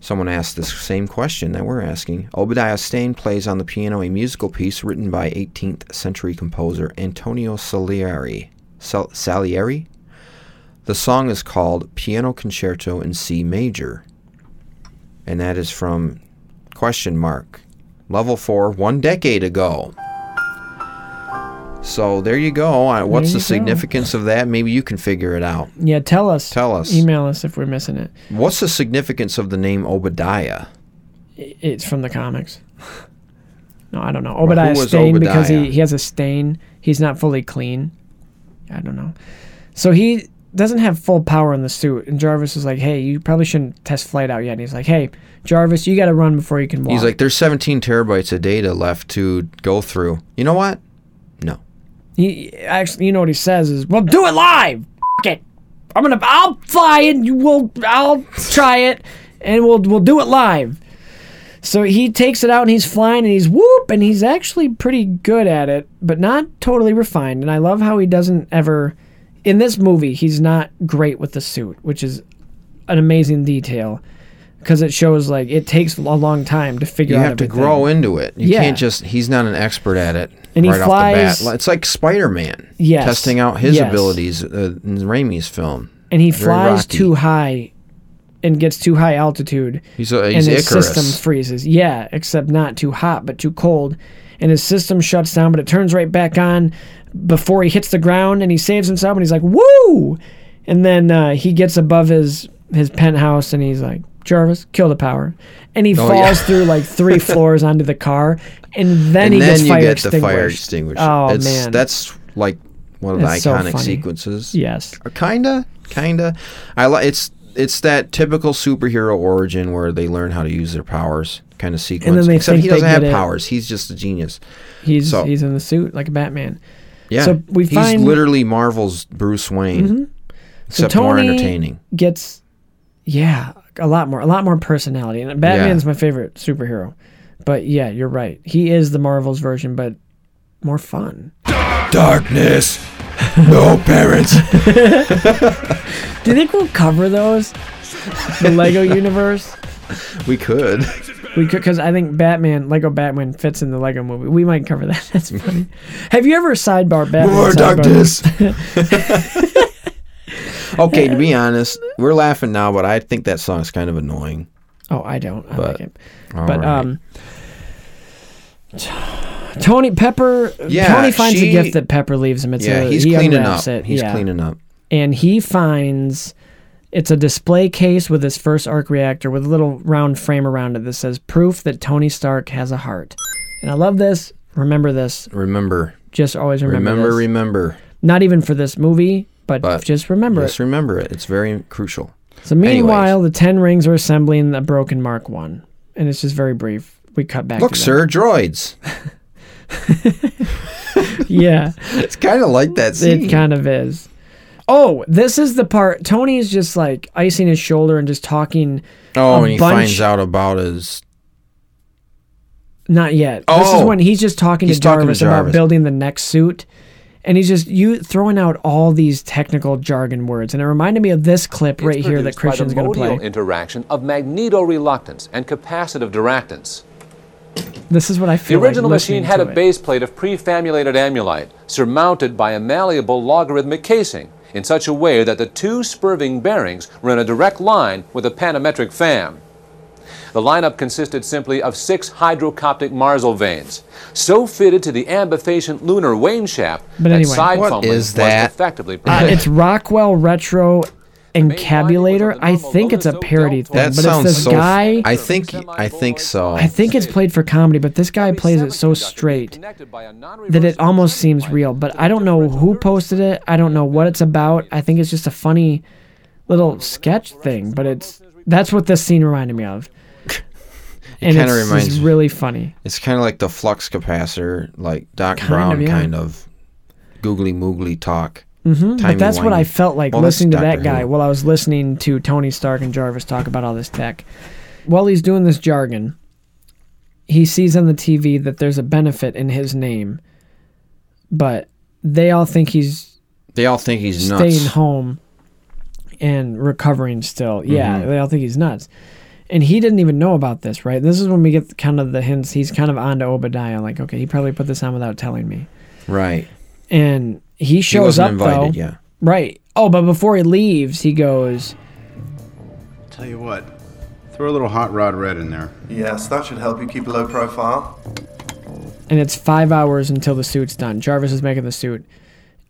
[SPEAKER 1] Someone asked this same question that we're asking. Obadiah Stane plays on the piano a musical piece written by 18th century composer Antonio Salieri. Sal- Salieri? The song is called Piano Concerto in C Major. And that is from question mark level 4 one decade ago. So there you go. Uh, What's
[SPEAKER 2] There
[SPEAKER 1] the
[SPEAKER 2] you go.
[SPEAKER 1] significance of that? Maybe you can figure it out.
[SPEAKER 2] Yeah, tell us.
[SPEAKER 1] Tell us.
[SPEAKER 2] Email us if we're missing it.
[SPEAKER 1] What's the significance of the name Obadiah?
[SPEAKER 2] It's from the comics. No, I don't know. Obadiah
[SPEAKER 1] was
[SPEAKER 2] Stane because he,
[SPEAKER 1] Obadiah?
[SPEAKER 2] he has a stain. He's not fully clean. I don't know. So he doesn't have full power in the suit. And Jarvis is like, hey, you probably shouldn't test flight out yet. And he's like, hey, Jarvis, you got to run before you can walk.
[SPEAKER 1] He's like, there's 17 terabytes of data left to go through. You know what? No.
[SPEAKER 2] he actually, you know what he says is, well, do it live. F- it. I'm gonna, I'll fly it. You will, I'll try it, and we'll we'll do it live. So he takes it out and he's flying and he's whoop and he's actually pretty good at it, but not totally refined. And I love how he doesn't ever, in this movie, he's not great with the suit, which is an amazing detail because it shows like it takes a long time to figure
[SPEAKER 1] You
[SPEAKER 2] out.
[SPEAKER 1] have to
[SPEAKER 2] everything.
[SPEAKER 1] grow into it. You
[SPEAKER 2] Yeah.
[SPEAKER 1] can't just, he's not an expert at it
[SPEAKER 2] And he
[SPEAKER 1] right off
[SPEAKER 2] flies-
[SPEAKER 1] the bat. It's like Spider Man
[SPEAKER 2] Yes.
[SPEAKER 1] testing out his
[SPEAKER 2] Yes.
[SPEAKER 1] abilities uh, in Raimi's film.
[SPEAKER 2] and he
[SPEAKER 1] Very
[SPEAKER 2] flies
[SPEAKER 1] rocky.
[SPEAKER 2] too high and gets too high altitude
[SPEAKER 1] He's, uh, he's
[SPEAKER 2] and his
[SPEAKER 1] Icarus.
[SPEAKER 2] system freezes yeah except not too hot but too cold and his system shuts down but it turns right back on before he hits the ground and he saves himself and he's like woo and then uh, he gets above his his penthouse and he's like jarvis kill the power and he falls
[SPEAKER 1] Oh, yeah.
[SPEAKER 2] through like three floors onto the car and then
[SPEAKER 1] and
[SPEAKER 2] he
[SPEAKER 1] then
[SPEAKER 2] gets
[SPEAKER 1] you
[SPEAKER 2] fire
[SPEAKER 1] get the
[SPEAKER 2] extinguished
[SPEAKER 1] fire extinguisher.
[SPEAKER 2] oh
[SPEAKER 1] it's,
[SPEAKER 2] man
[SPEAKER 1] That's like one of the
[SPEAKER 2] It's so
[SPEAKER 1] iconic
[SPEAKER 2] funny.
[SPEAKER 1] sequences.
[SPEAKER 2] yes
[SPEAKER 1] Uh, kinda kinda i li- it's it's that typical superhero origin where they learn how to use their powers kind of sequence
[SPEAKER 2] they
[SPEAKER 1] except
[SPEAKER 2] think
[SPEAKER 1] he
[SPEAKER 2] they
[SPEAKER 1] doesn't have
[SPEAKER 2] get it.
[SPEAKER 1] powers he's just a genius
[SPEAKER 2] he's
[SPEAKER 1] so-
[SPEAKER 2] he's in the suit like a batman
[SPEAKER 1] yeah
[SPEAKER 2] So we
[SPEAKER 1] he's
[SPEAKER 2] find- Mm-hmm.
[SPEAKER 1] literally marvel's bruce wayne except more
[SPEAKER 2] Tony-
[SPEAKER 1] entertaining
[SPEAKER 2] gets yeah a lot more a lot more personality and batman's my favorite superhero but yeah you're right he is the marvel's version but more fun
[SPEAKER 6] Darkness. No parents.
[SPEAKER 2] do you think we'll cover those the lego universe
[SPEAKER 1] we could
[SPEAKER 2] we could because i think batman lego batman fits in the lego movie we might cover that that's funny have you ever sidebar batman
[SPEAKER 6] More
[SPEAKER 2] sidebar?
[SPEAKER 6] darkness.
[SPEAKER 1] okay to be honest we're laughing now but i think that song's kind of annoying
[SPEAKER 2] oh i don't i
[SPEAKER 1] But-
[SPEAKER 2] like it
[SPEAKER 1] All
[SPEAKER 2] but
[SPEAKER 1] right.
[SPEAKER 2] um t- Tony Pepper,
[SPEAKER 1] Yeah,
[SPEAKER 2] Tony finds
[SPEAKER 1] she-
[SPEAKER 2] a gift that Pepper leaves him. It's
[SPEAKER 1] yeah
[SPEAKER 2] a,
[SPEAKER 1] he's
[SPEAKER 2] he
[SPEAKER 1] cleaning
[SPEAKER 2] unwraps
[SPEAKER 1] up
[SPEAKER 2] It.
[SPEAKER 1] he's
[SPEAKER 2] yeah.
[SPEAKER 1] cleaning up
[SPEAKER 2] and he finds it's a display case with his first arc reactor with a little round frame around it that says proof that Tony Stark has a heart. And I love this. Remember this.
[SPEAKER 1] remember
[SPEAKER 2] Just always remember.
[SPEAKER 1] remember
[SPEAKER 2] this.
[SPEAKER 1] remember
[SPEAKER 2] Not even for this movie, but,
[SPEAKER 1] But
[SPEAKER 2] just remember
[SPEAKER 1] just remember it it's very crucial
[SPEAKER 2] it. So meanwhile, the ten rings are assembling the broken Mark One, and it's just very brief. We cut back.
[SPEAKER 1] look
[SPEAKER 2] to that.
[SPEAKER 1] sir droids
[SPEAKER 2] Yeah.
[SPEAKER 1] it's kind of like that scene
[SPEAKER 2] It kind of is. Oh, this is the part Tony's just like icing his shoulder and just talking.
[SPEAKER 1] Oh,
[SPEAKER 2] a
[SPEAKER 1] and he
[SPEAKER 2] bunch-
[SPEAKER 1] finds out about his.
[SPEAKER 2] Not yet. this
[SPEAKER 1] Oh.
[SPEAKER 2] is when he's just talking,
[SPEAKER 1] He's
[SPEAKER 2] to,
[SPEAKER 1] talking to
[SPEAKER 2] Jarvis about
[SPEAKER 1] Jarvis.
[SPEAKER 2] building the next suit, and he's just you throwing out all these technical jargon words, and it reminded me of this clip right here that Christian's going to play.
[SPEAKER 10] interaction of magnetorelactance and capacitive duractance.
[SPEAKER 2] This is what I
[SPEAKER 10] The
[SPEAKER 2] feel.
[SPEAKER 10] original
[SPEAKER 2] like
[SPEAKER 10] machine
[SPEAKER 2] listening
[SPEAKER 10] had
[SPEAKER 2] to
[SPEAKER 10] a
[SPEAKER 2] it.
[SPEAKER 10] base plate of prefamulated amulite surmounted by a malleable logarithmic casing in such a way that the two spurving bearings were in a direct line with the panometric fam. The lineup consisted simply of six hydrocoptic marsal veins, so fitted to the ambifacient lunar wane shaft
[SPEAKER 2] But
[SPEAKER 10] that
[SPEAKER 2] anyway.
[SPEAKER 10] side
[SPEAKER 2] What
[SPEAKER 10] fumbling
[SPEAKER 1] is
[SPEAKER 10] was
[SPEAKER 1] that?
[SPEAKER 10] effectively
[SPEAKER 2] Uh,
[SPEAKER 10] prevented.
[SPEAKER 2] it's Rockwell Retro Encabulator. I think it's a parody thing,
[SPEAKER 1] That
[SPEAKER 2] but it's
[SPEAKER 1] sounds
[SPEAKER 2] this
[SPEAKER 1] so.
[SPEAKER 2] guy.
[SPEAKER 1] I think. I think so.
[SPEAKER 2] I think it's played for comedy, but this guy plays it so straight that it almost seems real. But I don't know who posted it. I don't know what it's about. I think it's just a funny little sketch thing, but it's that's what this scene reminded me of. And
[SPEAKER 1] kinda
[SPEAKER 2] it's, it's
[SPEAKER 1] reminds me-
[SPEAKER 2] really funny.
[SPEAKER 1] It's kind of like the flux capacitor, like Doc
[SPEAKER 2] Kind
[SPEAKER 1] Brown
[SPEAKER 2] of, yeah.
[SPEAKER 1] kind of googly moogly talk.
[SPEAKER 2] hmm But
[SPEAKER 1] Timey
[SPEAKER 2] that's what I
[SPEAKER 1] wimey.
[SPEAKER 2] felt like
[SPEAKER 1] Well, that's
[SPEAKER 2] listening to that
[SPEAKER 1] Doctor
[SPEAKER 2] guy
[SPEAKER 1] Who.
[SPEAKER 2] while I was listening to Tony Stark and Jarvis talk about all this tech. While he's doing this jargon, he sees on the TV that there's a benefit in his name, but they all think he's
[SPEAKER 1] They all think he's nuts.
[SPEAKER 2] staying home and recovering still. Yeah,
[SPEAKER 1] Mm-hmm.
[SPEAKER 2] they all think he's nuts. And he didn't even know about this, right? This is when we get kind of the hints. He's kind of on to Obadiah, like, okay, he probably put this on without telling me.
[SPEAKER 1] Right.
[SPEAKER 2] And he
[SPEAKER 1] He
[SPEAKER 2] shows
[SPEAKER 1] wasn't
[SPEAKER 2] up
[SPEAKER 1] invited.
[SPEAKER 2] though,
[SPEAKER 1] Yeah.
[SPEAKER 2] right? Oh, but before he leaves, he goes,
[SPEAKER 5] Tell you what, throw a little hot rod red in there.
[SPEAKER 11] Yes, that should help you keep a low profile.
[SPEAKER 2] and it's five hours until the suit's done. Jarvis is making the suit,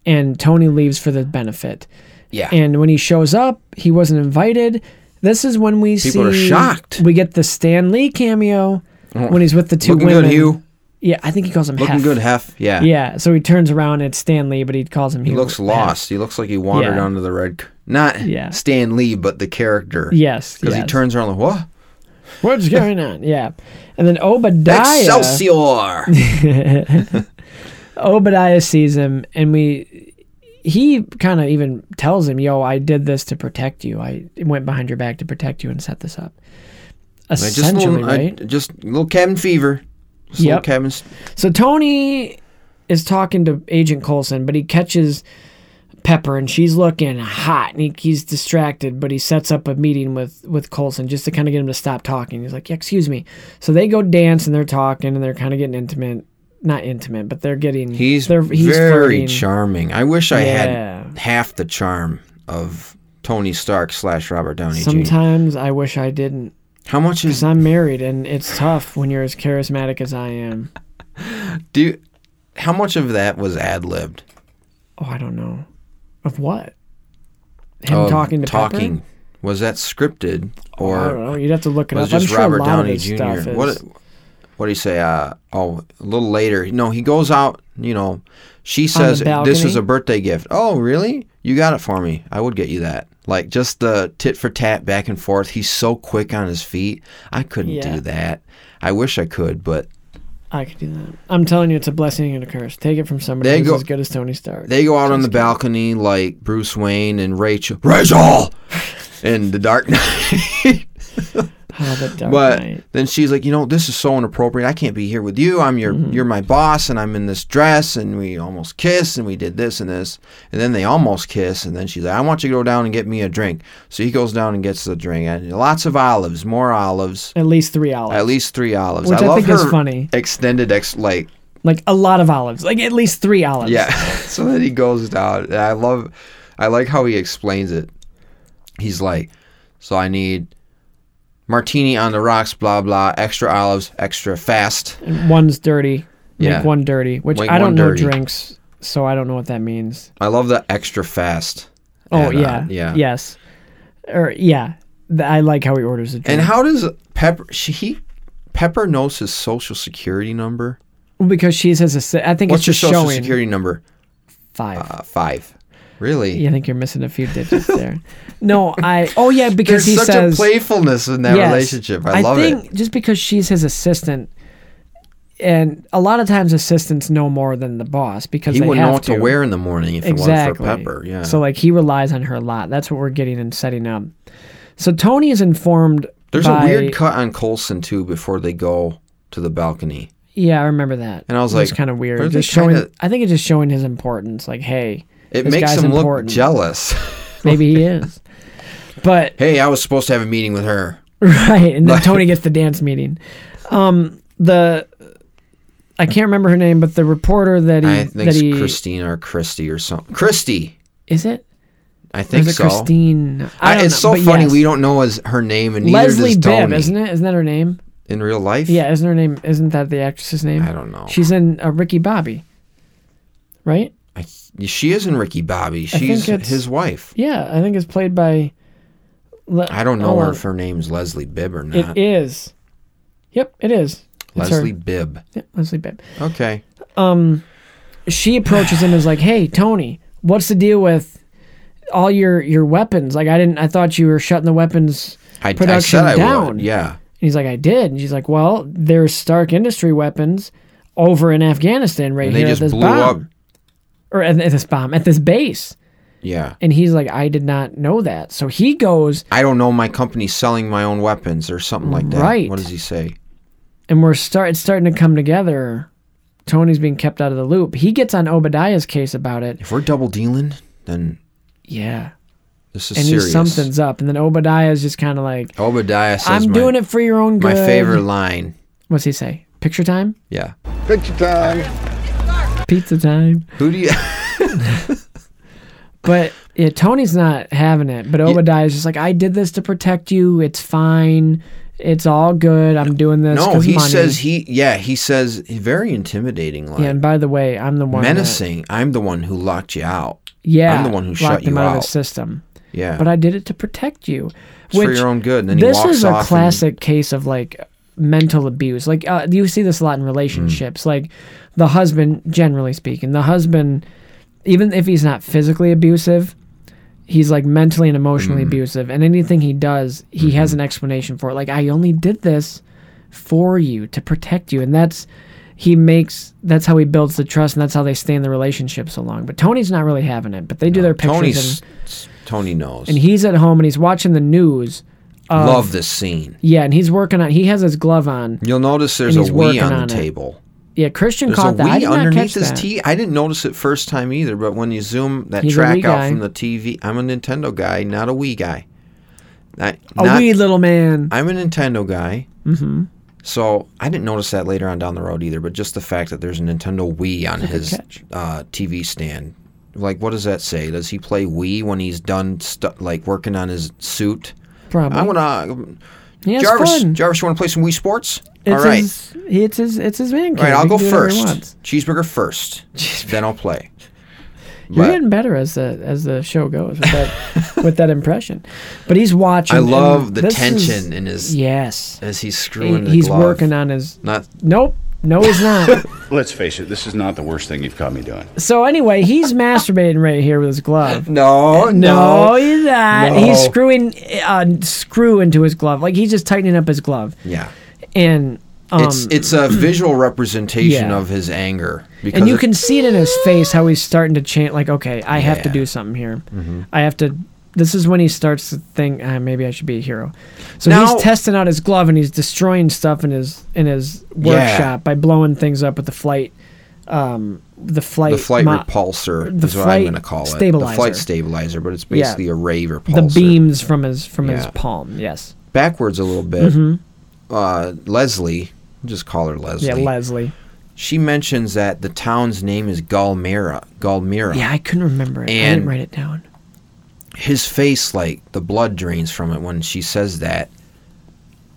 [SPEAKER 2] and Tony leaves for the benefit.
[SPEAKER 1] Yeah.
[SPEAKER 2] And when he shows up, he wasn't invited. This is when we
[SPEAKER 1] People are
[SPEAKER 2] see
[SPEAKER 1] shocked. Oh.
[SPEAKER 2] We get the Stan Lee cameo when he's with the two
[SPEAKER 1] Looking
[SPEAKER 2] women.
[SPEAKER 1] good, Hugh.
[SPEAKER 2] Yeah, I think he calls him
[SPEAKER 1] Looking
[SPEAKER 2] Hef.
[SPEAKER 1] good, Hef. Yeah.
[SPEAKER 2] Yeah, so he turns around. It's Stan Lee, but he calls him.
[SPEAKER 1] He
[SPEAKER 2] Hugh
[SPEAKER 1] looks
[SPEAKER 2] Hef.
[SPEAKER 1] lost. He looks like he wandered
[SPEAKER 2] Yeah.
[SPEAKER 1] onto the red. c- Not
[SPEAKER 2] Yeah.
[SPEAKER 1] Stan Lee, but the character.
[SPEAKER 2] Yes,
[SPEAKER 1] Because he
[SPEAKER 2] yes.
[SPEAKER 1] turns around like, what?
[SPEAKER 2] What's going on? Yeah, and then Obadiah.
[SPEAKER 1] Excelsior!
[SPEAKER 2] Obadiah sees him, and we he kind of even tells him, "Yo, I did this to protect you. I went behind your back to protect you and set this up."
[SPEAKER 1] I just,
[SPEAKER 2] Essentially,
[SPEAKER 1] little, I-
[SPEAKER 2] right?
[SPEAKER 1] just a little cabin fever. Just a
[SPEAKER 2] Yep.
[SPEAKER 1] little cabin. s-
[SPEAKER 2] so Tony is talking to Agent Coulson, but he catches Pepper, and she's looking hot, and he, he's distracted. But he sets up a meeting with with Coulson just to kind of get him to stop talking. He's like, yeah, "Excuse me." So they go dance, and they're talking, and they're kind of getting intimate. Not intimate, but they're getting.
[SPEAKER 1] He's,
[SPEAKER 2] they're,
[SPEAKER 1] very
[SPEAKER 2] flirting.
[SPEAKER 1] charming. I wish I
[SPEAKER 2] Yeah.
[SPEAKER 1] had half the charm of Tony Stark slash Robert Downey Jr.
[SPEAKER 2] Sometimes I wish I didn't.
[SPEAKER 1] How much is
[SPEAKER 2] Because I'm married and it's tough when you're as charismatic as I am.
[SPEAKER 1] do? you- How much of that was ad libbed?
[SPEAKER 2] Oh, I don't know. Of what? Him talking to
[SPEAKER 1] talking.
[SPEAKER 2] Pepper? Oh,
[SPEAKER 1] Was that scripted or?
[SPEAKER 2] I don't know. You'd have to look it
[SPEAKER 1] was
[SPEAKER 2] up. I'm
[SPEAKER 1] just
[SPEAKER 2] sure
[SPEAKER 1] Robert
[SPEAKER 2] a lot
[SPEAKER 1] Downey
[SPEAKER 2] of this stuff
[SPEAKER 1] Jr.
[SPEAKER 2] is.
[SPEAKER 1] What what do you say? Uh, oh, a little later. No, he goes out. You know, she says this
[SPEAKER 2] balcony?
[SPEAKER 1] is a birthday gift. Oh, really? You got it for me. I would get you that. Like just the tit for tat back and forth. He's so quick on his feet. I couldn't
[SPEAKER 2] Yeah.
[SPEAKER 1] do that. I wish I could, but
[SPEAKER 2] I could do that. I'm telling you, it's a blessing and a curse. Take it from somebody
[SPEAKER 1] They
[SPEAKER 2] who's
[SPEAKER 1] go-
[SPEAKER 2] as good as Tony Stark.
[SPEAKER 1] they go out on the balcony like Bruce Wayne and Rachel. Rachel. In the dark night,
[SPEAKER 2] oh, the dark
[SPEAKER 1] but
[SPEAKER 2] Knight.
[SPEAKER 1] then she's like, you know, this is so inappropriate. I can't be here with you. I'm your,
[SPEAKER 2] Mm-hmm.
[SPEAKER 1] you're my boss, and I'm in this dress, and we almost kiss, and we did this and this, and then they almost kiss, and then she's like, I want you to go down and get me a drink. So he goes down and gets the drink, and lots of olives, more olives,
[SPEAKER 2] At least three olives.
[SPEAKER 1] at least three olives.
[SPEAKER 2] Which I
[SPEAKER 1] love
[SPEAKER 2] think
[SPEAKER 1] her
[SPEAKER 2] is funny.
[SPEAKER 1] Extended ex like
[SPEAKER 2] Like a lot of olives. Like at least three olives.
[SPEAKER 1] yeah. so then he goes down. And I love, I like how he explains it. He's like, so I need martini on the rocks, blah blah, extra olives, extra fast.
[SPEAKER 2] And one's dirty. Make
[SPEAKER 1] Yeah.
[SPEAKER 2] one dirty. Which
[SPEAKER 1] Make
[SPEAKER 2] I don't
[SPEAKER 1] one
[SPEAKER 2] know
[SPEAKER 1] dirty.
[SPEAKER 2] drinks, so I don't know what that means.
[SPEAKER 1] I love the extra fast.
[SPEAKER 2] Oh
[SPEAKER 1] add-on.
[SPEAKER 2] yeah,
[SPEAKER 1] yeah.
[SPEAKER 2] yes, or yeah. Th- I like how he orders the drink.
[SPEAKER 1] And how does Pepper? She, he Pepper knows his social security number.
[SPEAKER 2] Well, because she says a si- I think
[SPEAKER 1] What's your
[SPEAKER 2] it's just
[SPEAKER 1] social
[SPEAKER 2] showing
[SPEAKER 1] security number?
[SPEAKER 2] five.
[SPEAKER 1] Uh, five. Really?
[SPEAKER 2] yeah, I think you're missing a few digits there. no, I. Oh yeah, because
[SPEAKER 1] There's
[SPEAKER 2] he
[SPEAKER 1] such
[SPEAKER 2] says
[SPEAKER 1] a playfulness in that
[SPEAKER 2] Yes.
[SPEAKER 1] relationship. I, love
[SPEAKER 2] think
[SPEAKER 1] it.
[SPEAKER 2] Just because she's his assistant, and a lot of times assistants know more than the boss because
[SPEAKER 1] He
[SPEAKER 2] they
[SPEAKER 1] wouldn't know
[SPEAKER 2] have
[SPEAKER 1] what to. wear in the morning if
[SPEAKER 2] exactly.
[SPEAKER 1] it wasn't for Pepper. Yeah.
[SPEAKER 2] So like he relies on her a lot. That's what we're getting and setting up. So Tony is informed.
[SPEAKER 1] There's
[SPEAKER 2] by,
[SPEAKER 1] a weird cut on Colson too before they go to the balcony.
[SPEAKER 2] Yeah, I remember that.
[SPEAKER 1] And I was
[SPEAKER 2] it's
[SPEAKER 1] like,
[SPEAKER 2] kind of
[SPEAKER 1] are
[SPEAKER 2] weird.
[SPEAKER 1] they
[SPEAKER 2] Just showing.
[SPEAKER 1] kinda-
[SPEAKER 2] I think it's just showing his importance. Like, hey,
[SPEAKER 1] It
[SPEAKER 2] this
[SPEAKER 1] makes
[SPEAKER 2] guy's
[SPEAKER 1] him
[SPEAKER 2] important.
[SPEAKER 1] look jealous.
[SPEAKER 2] Maybe he is. But
[SPEAKER 1] hey, I was supposed to have a meeting with her.
[SPEAKER 2] right, and then Tony gets the dance meeting. Um, the I can't remember her name, but the reporter that he
[SPEAKER 1] I think
[SPEAKER 2] that
[SPEAKER 1] it's
[SPEAKER 2] he
[SPEAKER 1] Christine or Christy or something. Christy.
[SPEAKER 2] is it
[SPEAKER 1] I think
[SPEAKER 2] Is it
[SPEAKER 1] so.
[SPEAKER 2] Christine? I don't
[SPEAKER 1] it's
[SPEAKER 2] know,
[SPEAKER 1] so
[SPEAKER 2] but
[SPEAKER 1] funny
[SPEAKER 2] yes.
[SPEAKER 1] we don't know his, her name and neither
[SPEAKER 2] Leslie
[SPEAKER 1] does
[SPEAKER 2] Bibb,
[SPEAKER 1] Tony
[SPEAKER 2] isn't it? Isn't that her name?
[SPEAKER 1] in real life.
[SPEAKER 2] Yeah, isn't her name? Isn't that the actress's name? I
[SPEAKER 1] don't know.
[SPEAKER 2] She's in uh, Ricky Bobby, right?
[SPEAKER 1] I, she is in Ricky Bobby.
[SPEAKER 2] I think
[SPEAKER 1] She's
[SPEAKER 2] it's-
[SPEAKER 1] his wife.
[SPEAKER 2] Yeah, I think it's played by. Le-
[SPEAKER 1] I don't know
[SPEAKER 2] oh,
[SPEAKER 1] her if her name's Leslie Bibb or not.
[SPEAKER 2] It is. Yep, it is. It's her.
[SPEAKER 1] Leslie Bibb.
[SPEAKER 2] Yeah, Leslie Bibb.
[SPEAKER 1] Okay.
[SPEAKER 2] um, she approaches him and is like, "Hey, Tony, what's the deal with all your your weapons? Like, I didn't. I thought you were shutting the weapons
[SPEAKER 1] I, I
[SPEAKER 2] production
[SPEAKER 1] said I
[SPEAKER 2] down."
[SPEAKER 1] would. Yeah.
[SPEAKER 2] And he's like, "I did." And she's like, "Well, there's Stark Industry weapons over in Afghanistan right
[SPEAKER 1] And they
[SPEAKER 2] here
[SPEAKER 1] just
[SPEAKER 2] at this
[SPEAKER 1] blew
[SPEAKER 2] bomb,
[SPEAKER 1] up.
[SPEAKER 2] or at, at this bomb at this base."
[SPEAKER 1] Yeah.
[SPEAKER 2] And he's like, "I did not know that." So he goes,
[SPEAKER 1] I don't know. My company's selling my own weapons or something like that.
[SPEAKER 2] Right.
[SPEAKER 1] What does he say?
[SPEAKER 2] and we're start it's starting to come together. Tony's being kept out of the loop. He gets on Obadiah's case about it.
[SPEAKER 1] If we're double dealing, then
[SPEAKER 2] Yeah.
[SPEAKER 1] this is
[SPEAKER 2] and
[SPEAKER 1] serious.
[SPEAKER 2] he's something's up. And then Obadiah's just kind of like,
[SPEAKER 1] Obadiah says,
[SPEAKER 2] I'm
[SPEAKER 1] my-
[SPEAKER 2] doing it for your own
[SPEAKER 1] My
[SPEAKER 2] good.
[SPEAKER 1] favorite line.
[SPEAKER 2] What's he say? Picture time?
[SPEAKER 1] Yeah.
[SPEAKER 12] Picture time.
[SPEAKER 2] Pizza time?
[SPEAKER 1] Who do you?
[SPEAKER 2] But yeah, Tony's not having it. But Obadiah's just like, I did this to protect you. It's fine. It's all good. I'm doing this.
[SPEAKER 1] No,
[SPEAKER 2] 'cause
[SPEAKER 1] he
[SPEAKER 2] money."
[SPEAKER 1] says he. Yeah, he says very intimidating line.
[SPEAKER 2] Yeah, and by the way, I'm the one. that-
[SPEAKER 1] menacing. I'm the one who locked you out.
[SPEAKER 2] yeah.
[SPEAKER 1] I'm the one who
[SPEAKER 2] locked
[SPEAKER 1] shut
[SPEAKER 2] him
[SPEAKER 1] you
[SPEAKER 2] out,
[SPEAKER 1] out.
[SPEAKER 2] of the system.
[SPEAKER 1] Yeah.
[SPEAKER 2] But I did it to protect you.
[SPEAKER 1] It's for your own good, and then he
[SPEAKER 2] this
[SPEAKER 1] walks
[SPEAKER 2] is a
[SPEAKER 1] off and-
[SPEAKER 2] classic case of like mental abuse. Like uh, you see this a lot in
[SPEAKER 1] Mm.
[SPEAKER 2] relationships. Like the husband, generally speaking, the husband, even if he's not physically abusive, he's like mentally and emotionally
[SPEAKER 1] Mm.
[SPEAKER 2] abusive. And anything he does, he
[SPEAKER 1] Mm-hmm.
[SPEAKER 2] has an explanation for it. Like I only did this for you to protect you, and that's he makes that's how he builds the trust and that's how they stay in the relationship so long but tony's not really having it but they do their pictures and,
[SPEAKER 1] Tony's Tony knows.
[SPEAKER 2] and uh, he's at home and he's watching the news. of-
[SPEAKER 1] Love this scene.
[SPEAKER 2] Yeah, and he's working on. He has his glove on.
[SPEAKER 1] You'll notice there's a
[SPEAKER 2] And he's
[SPEAKER 1] Wii
[SPEAKER 2] working
[SPEAKER 1] on the
[SPEAKER 2] on it.
[SPEAKER 1] table.
[SPEAKER 2] Yeah, Christian
[SPEAKER 1] There's a
[SPEAKER 2] caught that. I did
[SPEAKER 1] Wii
[SPEAKER 2] not catch
[SPEAKER 1] underneath his
[SPEAKER 2] that.
[SPEAKER 1] T. I didn't notice it first time either, but when you zoom that
[SPEAKER 2] He's a
[SPEAKER 1] track
[SPEAKER 2] Wii
[SPEAKER 1] out
[SPEAKER 2] guy.
[SPEAKER 1] from the TV, I'm a Nintendo guy, not a Wii guy. I,
[SPEAKER 2] a
[SPEAKER 1] not-
[SPEAKER 2] wee little man.
[SPEAKER 1] I'm a Nintendo guy,
[SPEAKER 2] Mm-hmm.
[SPEAKER 1] so I didn't notice that later on down the road either. But just the fact that there's a Nintendo Wii on
[SPEAKER 2] Good
[SPEAKER 1] his
[SPEAKER 2] catch.
[SPEAKER 1] uh, TV stand, like what does that say? Does he play Wii when he's done stu- like working on his suit?
[SPEAKER 2] Probably.
[SPEAKER 1] I want to.
[SPEAKER 2] Yeah, it's
[SPEAKER 1] Jarvis,
[SPEAKER 2] fun.
[SPEAKER 1] Jarvis, you want to play some Wii Sports?
[SPEAKER 2] It's
[SPEAKER 1] All right.
[SPEAKER 2] his. he- It's his. It's his man.
[SPEAKER 1] All right,
[SPEAKER 2] cave.
[SPEAKER 1] I'll
[SPEAKER 2] He
[SPEAKER 1] go
[SPEAKER 2] can do whatever he wants.
[SPEAKER 1] first. Cheeseburger first. Then I'll play.
[SPEAKER 2] You're
[SPEAKER 1] But
[SPEAKER 2] getting better as the as the show goes with that with that impression. But he's watching.
[SPEAKER 1] I
[SPEAKER 2] and
[SPEAKER 1] love the
[SPEAKER 2] this is-
[SPEAKER 1] tension in his
[SPEAKER 2] Yes.
[SPEAKER 1] as he's screwing the
[SPEAKER 2] he's
[SPEAKER 1] glove.
[SPEAKER 2] working on his.
[SPEAKER 1] Not
[SPEAKER 2] Nope. No, he's not.
[SPEAKER 7] Let's face it, this is not the worst thing you've caught me doing.
[SPEAKER 2] so anyway, he's masturbating right here with his glove.
[SPEAKER 1] no,
[SPEAKER 2] No, he's not.
[SPEAKER 1] No.
[SPEAKER 2] He's screwing uh, screw into his glove. Like he's just tightening up his glove.
[SPEAKER 1] Yeah.
[SPEAKER 2] And um,
[SPEAKER 1] it's it's a visual representation
[SPEAKER 2] yeah.
[SPEAKER 1] of his anger because
[SPEAKER 2] and you
[SPEAKER 1] it-
[SPEAKER 2] can see it in his face how he's starting to change. Like, okay, I have to
[SPEAKER 1] Yeah. Mm-hmm.
[SPEAKER 2] do something here. I have to. This is when he starts to think, ah, maybe I should be a hero. So
[SPEAKER 1] Now-
[SPEAKER 2] he's testing out his glove and he's destroying stuff in his in his workshop by blowing things up with the flight, um, the flight,
[SPEAKER 1] the flight
[SPEAKER 2] mo-
[SPEAKER 1] repulsor
[SPEAKER 2] the
[SPEAKER 1] is what I'm
[SPEAKER 2] flight
[SPEAKER 1] going to call it. The
[SPEAKER 2] stabilizer.
[SPEAKER 1] flight stabilizer, but it's
[SPEAKER 2] Yeah.
[SPEAKER 1] basically a ray
[SPEAKER 2] the
[SPEAKER 1] repulsor.
[SPEAKER 2] beams from his from his
[SPEAKER 1] Yeah.
[SPEAKER 2] palm. Yes.
[SPEAKER 1] backwards a little bit.
[SPEAKER 2] Mhm.
[SPEAKER 1] Uh, Leslie, just call her Leslie.
[SPEAKER 2] Yeah, Leslie.
[SPEAKER 1] She mentions that the town's name is Galmira. Galmira.
[SPEAKER 2] Yeah, I couldn't remember it. I
[SPEAKER 1] And-
[SPEAKER 2] didn't write it down.
[SPEAKER 1] his face like the blood drains from it when she says that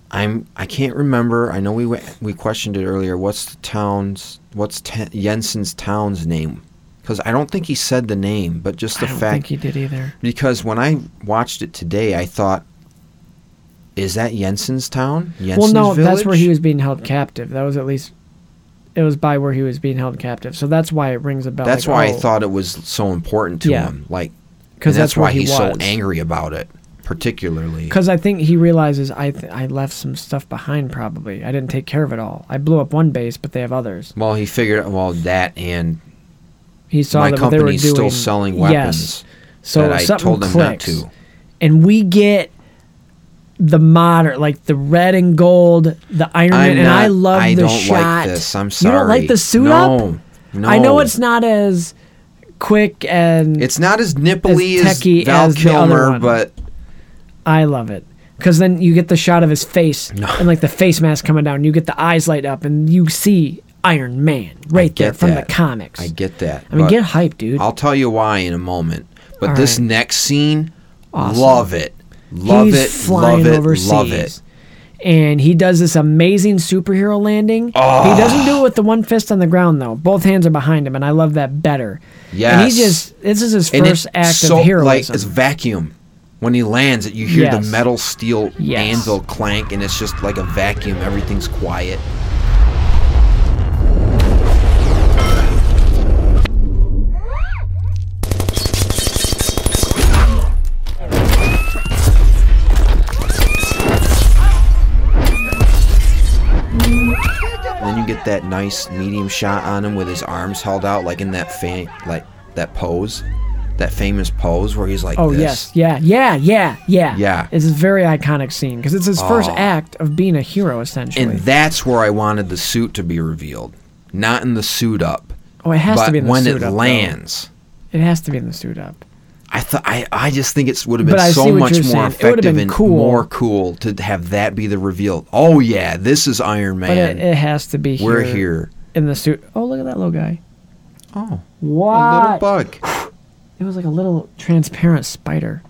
[SPEAKER 1] i'm i can't remember i know we went, we questioned it earlier what's the town's what's Ten- jensen's town's name because i don't think he said the name but just the
[SPEAKER 2] I don't
[SPEAKER 1] fact
[SPEAKER 2] think he did either.
[SPEAKER 1] because when i watched it today i thought is that jensen's town jensen's
[SPEAKER 2] well, no, that's where
[SPEAKER 1] village?
[SPEAKER 2] he was being held captive. That was at least it was by where he was being held captive. So that's why it rings a bell.
[SPEAKER 1] that's
[SPEAKER 2] like,
[SPEAKER 1] why
[SPEAKER 2] oh,
[SPEAKER 1] i thought it was so important to
[SPEAKER 2] Yeah.
[SPEAKER 1] him like because
[SPEAKER 2] 'Cause that's
[SPEAKER 1] that's,
[SPEAKER 2] where
[SPEAKER 1] why
[SPEAKER 2] he
[SPEAKER 1] he's
[SPEAKER 2] was.
[SPEAKER 1] so angry about it particularly
[SPEAKER 2] Because I think he realizes I th- I left some stuff behind. Probably I didn't take care of it all. I blew up one base, but they have others.
[SPEAKER 1] well he figured well that and
[SPEAKER 2] He saw
[SPEAKER 1] my
[SPEAKER 2] that what they were
[SPEAKER 1] company's
[SPEAKER 2] doing.
[SPEAKER 1] still selling
[SPEAKER 2] Yes.
[SPEAKER 1] weapons
[SPEAKER 2] So
[SPEAKER 1] that I
[SPEAKER 2] something
[SPEAKER 1] told them not
[SPEAKER 2] clicks,
[SPEAKER 1] to.
[SPEAKER 2] and we get the modern, like the red and gold, the Iron Man,
[SPEAKER 1] I'm
[SPEAKER 2] and I
[SPEAKER 1] not-
[SPEAKER 2] love
[SPEAKER 1] I
[SPEAKER 2] the
[SPEAKER 1] don't like
[SPEAKER 2] shot.
[SPEAKER 1] this. I'm
[SPEAKER 2] You don't like
[SPEAKER 1] sorry.
[SPEAKER 2] the suit
[SPEAKER 1] No.
[SPEAKER 2] up? I
[SPEAKER 1] No.
[SPEAKER 2] know it's not as quick and
[SPEAKER 1] It's not as nipply
[SPEAKER 2] As
[SPEAKER 1] as,
[SPEAKER 2] techie
[SPEAKER 1] Val
[SPEAKER 2] as the other
[SPEAKER 1] Kilmer,
[SPEAKER 2] one.
[SPEAKER 1] but
[SPEAKER 2] I love it because then you get the shot of his face and like the face mask coming down. You get the eyes light up and you see Iron Man right there
[SPEAKER 1] get
[SPEAKER 2] from
[SPEAKER 1] that.
[SPEAKER 2] the comics.
[SPEAKER 1] I get that.
[SPEAKER 2] I mean,
[SPEAKER 1] but
[SPEAKER 2] get hyped, dude.
[SPEAKER 1] I'll tell you why in a moment. But
[SPEAKER 2] All
[SPEAKER 1] this
[SPEAKER 2] right.
[SPEAKER 1] next scene,
[SPEAKER 2] Awesome.
[SPEAKER 1] love it, love
[SPEAKER 2] He's
[SPEAKER 1] it,
[SPEAKER 2] flying
[SPEAKER 1] love it,
[SPEAKER 2] overseas.
[SPEAKER 1] love it.
[SPEAKER 2] And he does this amazing superhero landing.
[SPEAKER 1] Ah.
[SPEAKER 2] He doesn't do it with the one fist on the ground though. Both hands are behind him, and I love that better.
[SPEAKER 1] Yes.
[SPEAKER 2] And he just this is his
[SPEAKER 1] And
[SPEAKER 2] first
[SPEAKER 1] it's
[SPEAKER 2] act
[SPEAKER 1] so,
[SPEAKER 2] of heroism.
[SPEAKER 1] Like it's vacuum. When he lands, it you hear
[SPEAKER 2] Yes.
[SPEAKER 1] the metal steel
[SPEAKER 2] Yes.
[SPEAKER 1] anvil clank, and it's just like a vacuum. Everything's quiet. And then you get that nice medium shot on him with his arms held out, like in that fa- like that pose, that famous pose where he's like,
[SPEAKER 2] oh
[SPEAKER 1] this.
[SPEAKER 2] yes, yeah, yeah, yeah, yeah.
[SPEAKER 1] Yeah.
[SPEAKER 2] It's a very iconic scene because it's his first
[SPEAKER 1] Aw.
[SPEAKER 2] act of being a hero essentially.
[SPEAKER 1] And that's where I wanted the suit to be revealed, not in the suit up.
[SPEAKER 2] oh, it has
[SPEAKER 1] but
[SPEAKER 2] to be in the
[SPEAKER 1] when
[SPEAKER 2] suit
[SPEAKER 1] it
[SPEAKER 2] up, though.
[SPEAKER 1] lands.
[SPEAKER 2] It has to be in the suit up.
[SPEAKER 1] I thought I, I just think it would have been
[SPEAKER 2] But I see
[SPEAKER 1] so
[SPEAKER 2] what
[SPEAKER 1] much
[SPEAKER 2] you're
[SPEAKER 1] more
[SPEAKER 2] saying. It would have
[SPEAKER 1] effective
[SPEAKER 2] been
[SPEAKER 1] and
[SPEAKER 2] cool.
[SPEAKER 1] more cool to have that be the reveal. Oh yeah, this is Iron
[SPEAKER 2] But
[SPEAKER 1] Man.
[SPEAKER 2] it, it has to be here.
[SPEAKER 1] We're here.
[SPEAKER 2] in the suit. Oh, look at that little guy.
[SPEAKER 1] Oh,
[SPEAKER 2] What?
[SPEAKER 1] a little bug.
[SPEAKER 2] It was like a little transparent spider.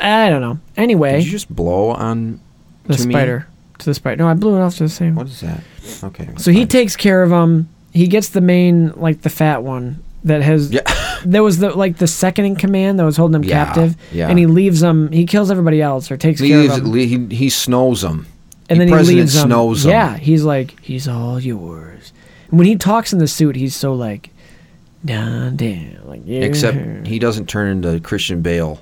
[SPEAKER 2] I don't know. Anyway,
[SPEAKER 1] Did you just blow on
[SPEAKER 2] the
[SPEAKER 1] to me?
[SPEAKER 2] spider to the spider. No, I blew it off to the same.
[SPEAKER 1] What is that? Okay.
[SPEAKER 2] So he takes care of him. He gets the main, like the fat one that has.
[SPEAKER 1] Yeah.
[SPEAKER 2] There was the like the second in command that was holding him
[SPEAKER 1] Yeah,
[SPEAKER 2] captive,
[SPEAKER 1] yeah.
[SPEAKER 2] and he leaves him. He kills everybody else or takes care
[SPEAKER 1] leaves.
[SPEAKER 2] of him,
[SPEAKER 1] Le- he, he snows him.
[SPEAKER 2] and
[SPEAKER 1] The
[SPEAKER 2] then he
[SPEAKER 1] president
[SPEAKER 2] leaves him.
[SPEAKER 1] snows him.
[SPEAKER 2] Yeah, he's like he's all yours. And when he talks in the suit, he's so like, down, down, like yeah.
[SPEAKER 1] Except he doesn't turn into Christian Bale.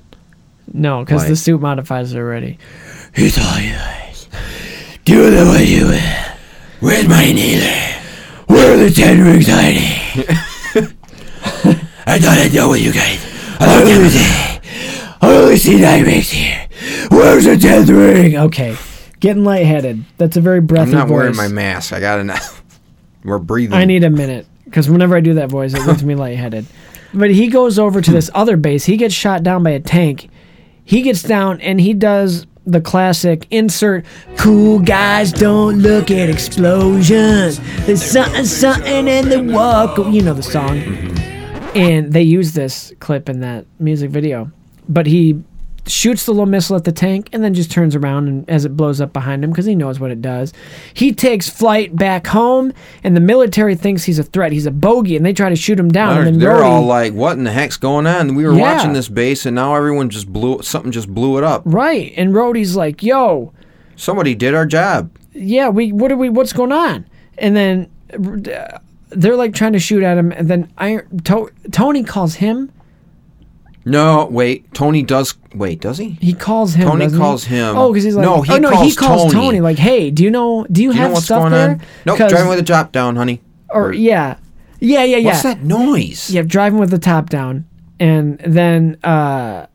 [SPEAKER 2] No, because the
[SPEAKER 1] Like-
[SPEAKER 2] suit modifies it already.
[SPEAKER 1] He's all yours. Do the way you will. Where's my needle? Where are the ten rings hiding? I thought I'd dealt with you guys. I thought I only see nine rings here. Where's the tenth ring?
[SPEAKER 2] Okay, getting lightheaded. That's a very breathy
[SPEAKER 1] I'm not
[SPEAKER 2] voice.
[SPEAKER 1] wearing my mask. I got enough. We're breathing.
[SPEAKER 2] I need a minute because whenever I do that voice, it gets me lightheaded. But he goes over to this other base. He gets shot down by a tank. He gets down and he does the classic insert cool guys don't look at explosions. There's something, something in the walk. You know the song. And they use this clip in that music video. But he shoots the little missile at the tank and then just turns around and as it blows up behind him because he knows what it does he takes flight back home and the military thinks he's a threat he's a bogey and they try to shoot him down
[SPEAKER 1] They're,
[SPEAKER 2] and then
[SPEAKER 1] they're
[SPEAKER 2] Rhodey-
[SPEAKER 1] all like, "What in the heck's going on?" We were
[SPEAKER 2] Yeah.
[SPEAKER 1] watching this base, and now everyone just blew something. Just blew it up.
[SPEAKER 2] right and Rhodey's like yo
[SPEAKER 1] Somebody did our job.
[SPEAKER 2] yeah we what are we what's going on and then uh, they're like trying to shoot at him and then Iron to- Tony calls him
[SPEAKER 1] No, wait. Tony does. Wait, does he?
[SPEAKER 2] he calls him
[SPEAKER 1] Tony
[SPEAKER 2] doesn't he?
[SPEAKER 1] calls him.
[SPEAKER 2] oh because he's like
[SPEAKER 1] No, he
[SPEAKER 2] oh no he
[SPEAKER 1] calls
[SPEAKER 2] calls
[SPEAKER 1] Tony.
[SPEAKER 2] Tony like hey do you know do you
[SPEAKER 1] Do you
[SPEAKER 2] have
[SPEAKER 1] know what's
[SPEAKER 2] stuff
[SPEAKER 1] going
[SPEAKER 2] there
[SPEAKER 1] on? Nope,
[SPEAKER 2] 'Cause-
[SPEAKER 1] driving with the top down, honey.
[SPEAKER 2] or yeah yeah yeah yeah
[SPEAKER 1] What's that noise?
[SPEAKER 2] Yeah, driving with the top down. And then uh,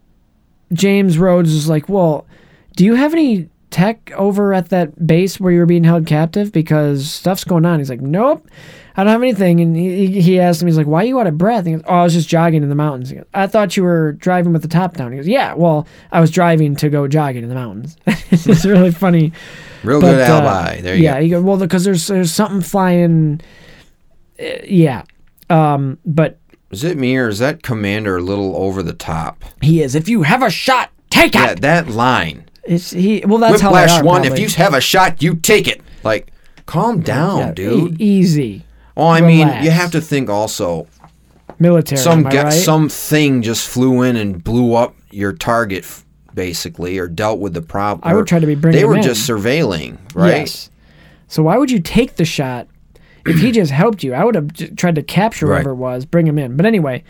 [SPEAKER 2] James Rhodes is like, Well, do you have any tech over at that base where you were being held captive? Because stuff's going on. He's like, Nope, I don't have anything. And he, he- he asked him, He's like, Why are you out of breath? And he goes, Oh, I was just jogging in the mountains. He goes, I thought you were driving with the top down. He goes, Yeah, well, I was driving to go jogging in the mountains. it's really funny.
[SPEAKER 1] Real
[SPEAKER 2] But,
[SPEAKER 1] good
[SPEAKER 2] uh,
[SPEAKER 1] alibi. there you
[SPEAKER 2] yeah,
[SPEAKER 1] go.
[SPEAKER 2] you go. Well, because there's there's something flying. Uh, yeah, um, but
[SPEAKER 1] Is it me or is that commander a little over the top?
[SPEAKER 2] he is. If you have a shot, take
[SPEAKER 1] Yeah,
[SPEAKER 2] it.
[SPEAKER 1] that line.
[SPEAKER 2] It's he. Well, that's
[SPEAKER 1] Whiplash
[SPEAKER 2] how they are,
[SPEAKER 1] one.
[SPEAKER 2] probably.
[SPEAKER 1] If you have a shot, you take it. Like, calm down,
[SPEAKER 2] Yeah, e-
[SPEAKER 1] dude.
[SPEAKER 2] easy
[SPEAKER 1] oh, I mean,
[SPEAKER 2] relax.
[SPEAKER 1] you have to think also.
[SPEAKER 2] military.
[SPEAKER 1] Some
[SPEAKER 2] am I
[SPEAKER 1] guy,
[SPEAKER 2] right?
[SPEAKER 1] something just flew in and blew up your target, f- basically, or dealt with the problem.
[SPEAKER 2] I would try to be bringing
[SPEAKER 1] They were
[SPEAKER 2] him in.
[SPEAKER 1] just surveilling, right?
[SPEAKER 2] Yes. So why would you take the shot if he just helped you? I would have j- tried to capture
[SPEAKER 1] Right.
[SPEAKER 2] whoever it was, bring him in. But anyway,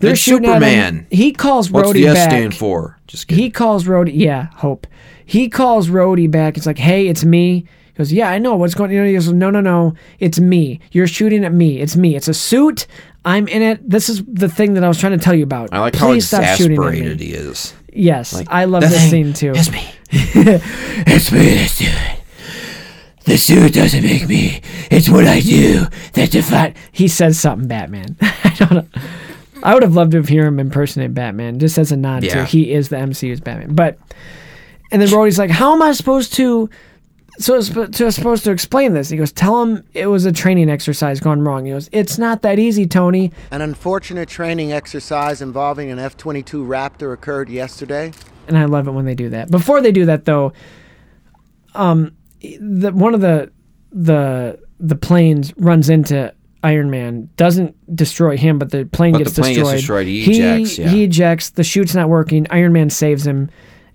[SPEAKER 2] they're
[SPEAKER 1] It's
[SPEAKER 2] shooting at him.
[SPEAKER 1] Superman.
[SPEAKER 2] He calls
[SPEAKER 1] What's
[SPEAKER 2] Rhodey
[SPEAKER 1] the S
[SPEAKER 2] back.
[SPEAKER 1] stand for? Just kidding.
[SPEAKER 2] He calls Rhodey. Yeah, hope. He calls Rhodey back. It's like, hey, it's me. He goes, yeah, I know what's going. You know, he goes, no, no, no, it's me. You're shooting at me. It's me. It's a suit. I'm in it. This is the thing that I was trying to tell you about.
[SPEAKER 1] I like
[SPEAKER 2] Please
[SPEAKER 1] how
[SPEAKER 2] stop shooting at
[SPEAKER 1] exasperated
[SPEAKER 2] me.
[SPEAKER 1] he is.
[SPEAKER 2] Yes,
[SPEAKER 1] Like,
[SPEAKER 2] I love
[SPEAKER 1] "The
[SPEAKER 2] this
[SPEAKER 1] thing
[SPEAKER 2] scene too.
[SPEAKER 1] is me. It's me that's doing it. The suit doesn't make me. It's what I do that defines.
[SPEAKER 2] He says something, Batman. I don't know. I would have loved to have heard him impersonate Batman, just as a nod
[SPEAKER 1] Yeah.
[SPEAKER 2] to he is the MCU's Batman. But and then Rhodey's like, "How am I supposed to so it's sp- so it's supposed to explain this. He goes, "Tell him it was a training exercise gone wrong." He goes, "It's not that easy, Tony."
[SPEAKER 12] An unfortunate training exercise involving an F 22 Raptor occurred yesterday.
[SPEAKER 2] And I love it when they do that. Before they do that, though, um, the, one of the the the planes runs into Iron Man, doesn't destroy him, but the plane,
[SPEAKER 1] But
[SPEAKER 2] gets,
[SPEAKER 1] the plane
[SPEAKER 2] destroyed.
[SPEAKER 1] gets destroyed. He ejects, yeah.
[SPEAKER 2] He ejects. The chute's not working. Iron Man saves him,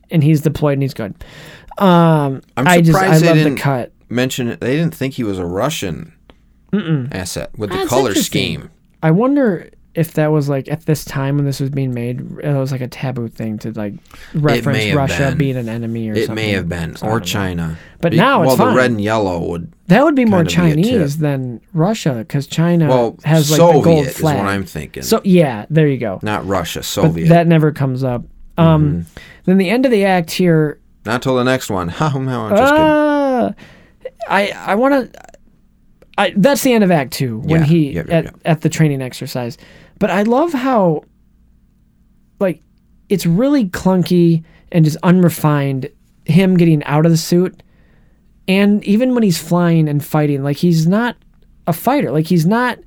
[SPEAKER 2] and he's deployed and he's good. Um,
[SPEAKER 1] I'm
[SPEAKER 2] I
[SPEAKER 1] surprised
[SPEAKER 2] just I
[SPEAKER 1] they
[SPEAKER 2] love
[SPEAKER 1] didn't
[SPEAKER 2] the cut.
[SPEAKER 1] mention it. They didn't think he was a Russian
[SPEAKER 2] Mm-mm.
[SPEAKER 1] asset with the
[SPEAKER 2] That's
[SPEAKER 1] color
[SPEAKER 2] interesting.
[SPEAKER 1] scheme.
[SPEAKER 2] I wonder if that was like at this time when this was being made, it was like a taboo thing to like reference
[SPEAKER 1] have
[SPEAKER 2] Russia
[SPEAKER 1] been.
[SPEAKER 2] being an enemy or
[SPEAKER 1] it
[SPEAKER 2] something.
[SPEAKER 1] may have been
[SPEAKER 2] So I
[SPEAKER 1] or
[SPEAKER 2] don't know.
[SPEAKER 1] China.
[SPEAKER 2] But
[SPEAKER 1] Be-
[SPEAKER 2] now it's
[SPEAKER 1] well,
[SPEAKER 2] fine. Uh,
[SPEAKER 1] the red and yellow would.
[SPEAKER 2] That would be more
[SPEAKER 1] kinda be a tip.
[SPEAKER 2] Chinese than Russia because China
[SPEAKER 1] Well,
[SPEAKER 2] has like the
[SPEAKER 1] Soviet
[SPEAKER 2] gold
[SPEAKER 1] is
[SPEAKER 2] flag.
[SPEAKER 1] what I'm thinking.
[SPEAKER 2] So yeah, there you go.
[SPEAKER 1] Not Russia,
[SPEAKER 2] But
[SPEAKER 1] Soviet. Mm-hmm.
[SPEAKER 2] that never comes up. Um, Then the end of the act here.
[SPEAKER 1] Not till the next one. Ha, hum, hum, I'm just kidding.
[SPEAKER 2] Uh, I I want to. I that's the end of Act Two when
[SPEAKER 1] Yeah,
[SPEAKER 2] he
[SPEAKER 1] yep, yep,
[SPEAKER 2] at
[SPEAKER 1] yep.
[SPEAKER 2] at the training exercise. But I love how, like, it's really clunky and just unrefined. Him getting out of the suit, and even when he's flying and fighting, like he's not a fighter. Like he's not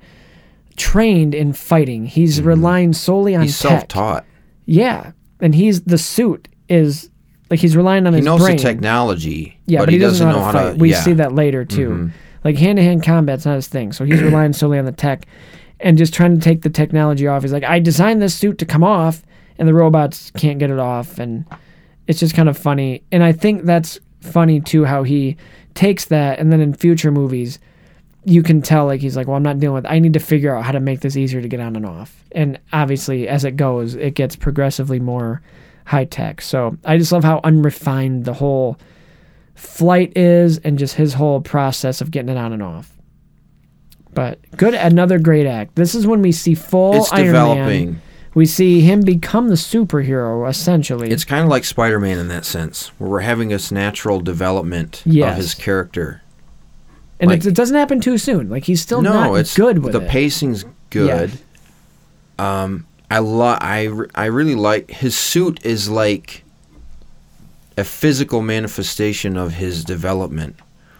[SPEAKER 2] trained in fighting. He's relying solely on
[SPEAKER 1] Mm-hmm. He's
[SPEAKER 2] tech.
[SPEAKER 1] self-taught.
[SPEAKER 2] Yeah, and he's the suit is like he's relying on
[SPEAKER 1] He
[SPEAKER 2] his
[SPEAKER 1] knows
[SPEAKER 2] brain.
[SPEAKER 1] the technology,
[SPEAKER 2] Yeah, but, he doesn't, know how to fight. Mm-hmm. we
[SPEAKER 1] yeah.
[SPEAKER 2] see that later too. Like hand to hand combat's not his thing, so he's relying solely on the tech and just trying to take the technology off. He's like, I designed this suit to come off, and the robots can't get it off, and it's just kind of funny. And I think that's funny too how he takes that, and then in future movies, you can tell like he's like, well, I'm not dealing with. I need to figure out how to make this easier to get on and off. And obviously, as it goes, it gets progressively more high tech. So I just love how unrefined the whole flight is and just his whole process of getting it on and off. But good, another great act. This is when we see full
[SPEAKER 1] It's
[SPEAKER 2] Iron
[SPEAKER 1] developing.
[SPEAKER 2] Man. We see him become the superhero essentially.
[SPEAKER 1] It's kind of like Spider-Man in that sense, where we're having this natural development
[SPEAKER 2] Yes.
[SPEAKER 1] of his character.
[SPEAKER 2] and
[SPEAKER 1] like-
[SPEAKER 2] it, it doesn't happen too soon. Like he's still
[SPEAKER 1] no,
[SPEAKER 2] not
[SPEAKER 1] it's
[SPEAKER 2] good with
[SPEAKER 1] the
[SPEAKER 2] it.
[SPEAKER 1] pacing's good. Um, I lo- I re- I really like his suit is like a physical manifestation of his development.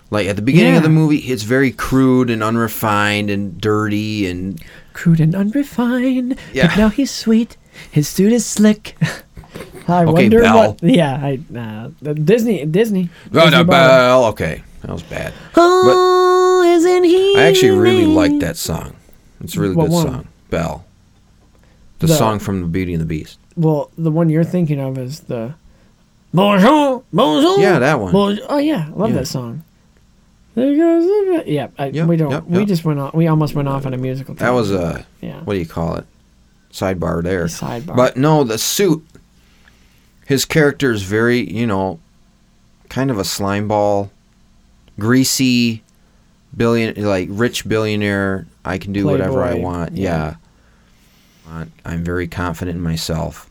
[SPEAKER 1] Like at the beginning of the
[SPEAKER 2] Yeah.
[SPEAKER 1] movie, it's very crude and unrefined and dirty and
[SPEAKER 2] Crude and unrefined.
[SPEAKER 1] Yeah.
[SPEAKER 2] But now he's sweet. His suit is slick. I
[SPEAKER 1] Okay,
[SPEAKER 2] wonder
[SPEAKER 1] Belle.
[SPEAKER 2] what. Yeah, I uh, the Disney Disney. Disney Belle.
[SPEAKER 1] well, okay, that was bad.
[SPEAKER 2] Oh, isn't he?
[SPEAKER 1] I actually really like that song. It's a really
[SPEAKER 2] What
[SPEAKER 1] good
[SPEAKER 2] one?
[SPEAKER 1] song. Bell. The,
[SPEAKER 2] The-
[SPEAKER 1] song from The Beauty and the Beast.
[SPEAKER 2] Well, the one you're thinking of is the Bonjour, Bonjour.
[SPEAKER 1] Yeah, that one.
[SPEAKER 2] Bonjour. Oh yeah, I love
[SPEAKER 1] Yeah.
[SPEAKER 2] that song. There goes. the- Yeah, I, we don't.
[SPEAKER 1] yep,
[SPEAKER 2] We
[SPEAKER 1] yep.
[SPEAKER 2] just went on. We almost went off on a musical.
[SPEAKER 1] That was
[SPEAKER 2] tangent.
[SPEAKER 1] a
[SPEAKER 2] Yeah.
[SPEAKER 1] what do you call it? Sidebar there.
[SPEAKER 2] Sidebar.
[SPEAKER 1] But no, the suit. His character is very, you know, kind of a slime ball, greasy, billion like rich billionaire. I can do whatever I
[SPEAKER 2] Playboy.
[SPEAKER 1] want. Yeah. Want- I'm very confident in myself.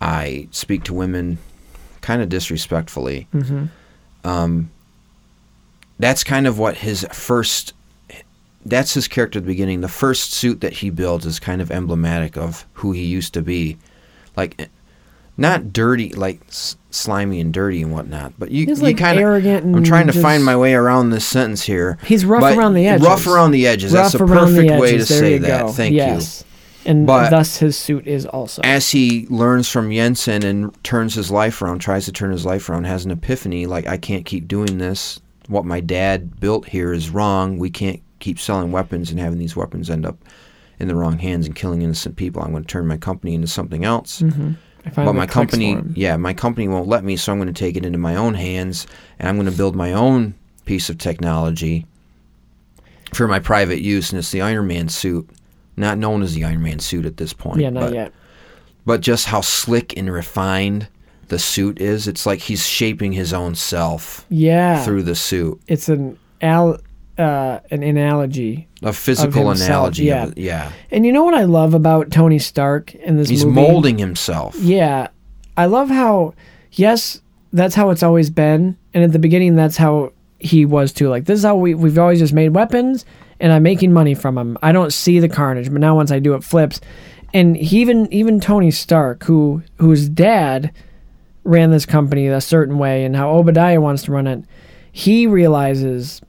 [SPEAKER 1] I speak to women kind of disrespectfully.
[SPEAKER 2] Mhm.
[SPEAKER 1] Um, that's kind of what his first that's his character at the beginning. The first suit that he builds is kind of emblematic of who he used to be, like eh, not dirty, like s- slimy and dirty and whatnot. But you,
[SPEAKER 2] He's,
[SPEAKER 1] you
[SPEAKER 2] like,
[SPEAKER 1] kind of
[SPEAKER 2] arrogant
[SPEAKER 1] I'm
[SPEAKER 2] and
[SPEAKER 1] trying to
[SPEAKER 2] just-
[SPEAKER 1] find my way around this sentence here.
[SPEAKER 2] He's rough
[SPEAKER 1] But
[SPEAKER 2] around the edges.
[SPEAKER 1] Rough around the edges. That's the
[SPEAKER 2] Rough around the
[SPEAKER 1] perfect way to
[SPEAKER 2] edges. There
[SPEAKER 1] say
[SPEAKER 2] you
[SPEAKER 1] that.
[SPEAKER 2] go.
[SPEAKER 1] Thank
[SPEAKER 2] Yes. And
[SPEAKER 1] But-
[SPEAKER 2] thus his suit is also.
[SPEAKER 1] you. As he learns from Jensen and turns his life around, tries to turn his life around, has an epiphany like I can't keep doing this. What my dad built here is wrong. We can't keep selling weapons and having these weapons end up in the wrong hands and killing innocent people. I'm going to turn my company into something else.
[SPEAKER 2] Mhm. I finally
[SPEAKER 1] But my
[SPEAKER 2] clicked
[SPEAKER 1] company,
[SPEAKER 2] for him.
[SPEAKER 1] yeah, my company won't let me, so I'm going to take it into my own hands and I'm going to build my own piece of technology for my private use, and it's the Iron Man suit, not known as the Iron Man suit at this point.
[SPEAKER 2] Yeah, not
[SPEAKER 1] but,
[SPEAKER 2] yet.
[SPEAKER 1] But just how slick and refined the suit is, it's like he's shaping his own self
[SPEAKER 2] Yeah.
[SPEAKER 1] through the suit.
[SPEAKER 2] It's an al uh, an analogy.
[SPEAKER 1] A physical
[SPEAKER 2] himself,
[SPEAKER 1] analogy.
[SPEAKER 2] yeah.
[SPEAKER 1] Of it. yeah.
[SPEAKER 2] And you know what I love about Tony Stark in this
[SPEAKER 1] He's
[SPEAKER 2] movie?
[SPEAKER 1] molding himself.
[SPEAKER 2] Yeah. I love how, yes, that's how it's always been. And at the beginning, that's how he was too. Like, this is how we, we've always just made weapons, and I'm making money from them. I don't see the carnage, but now once I do, it flips. And he even even Tony Stark, who whose dad ran this company a certain way, and how Obadiah wants to run it, he realizes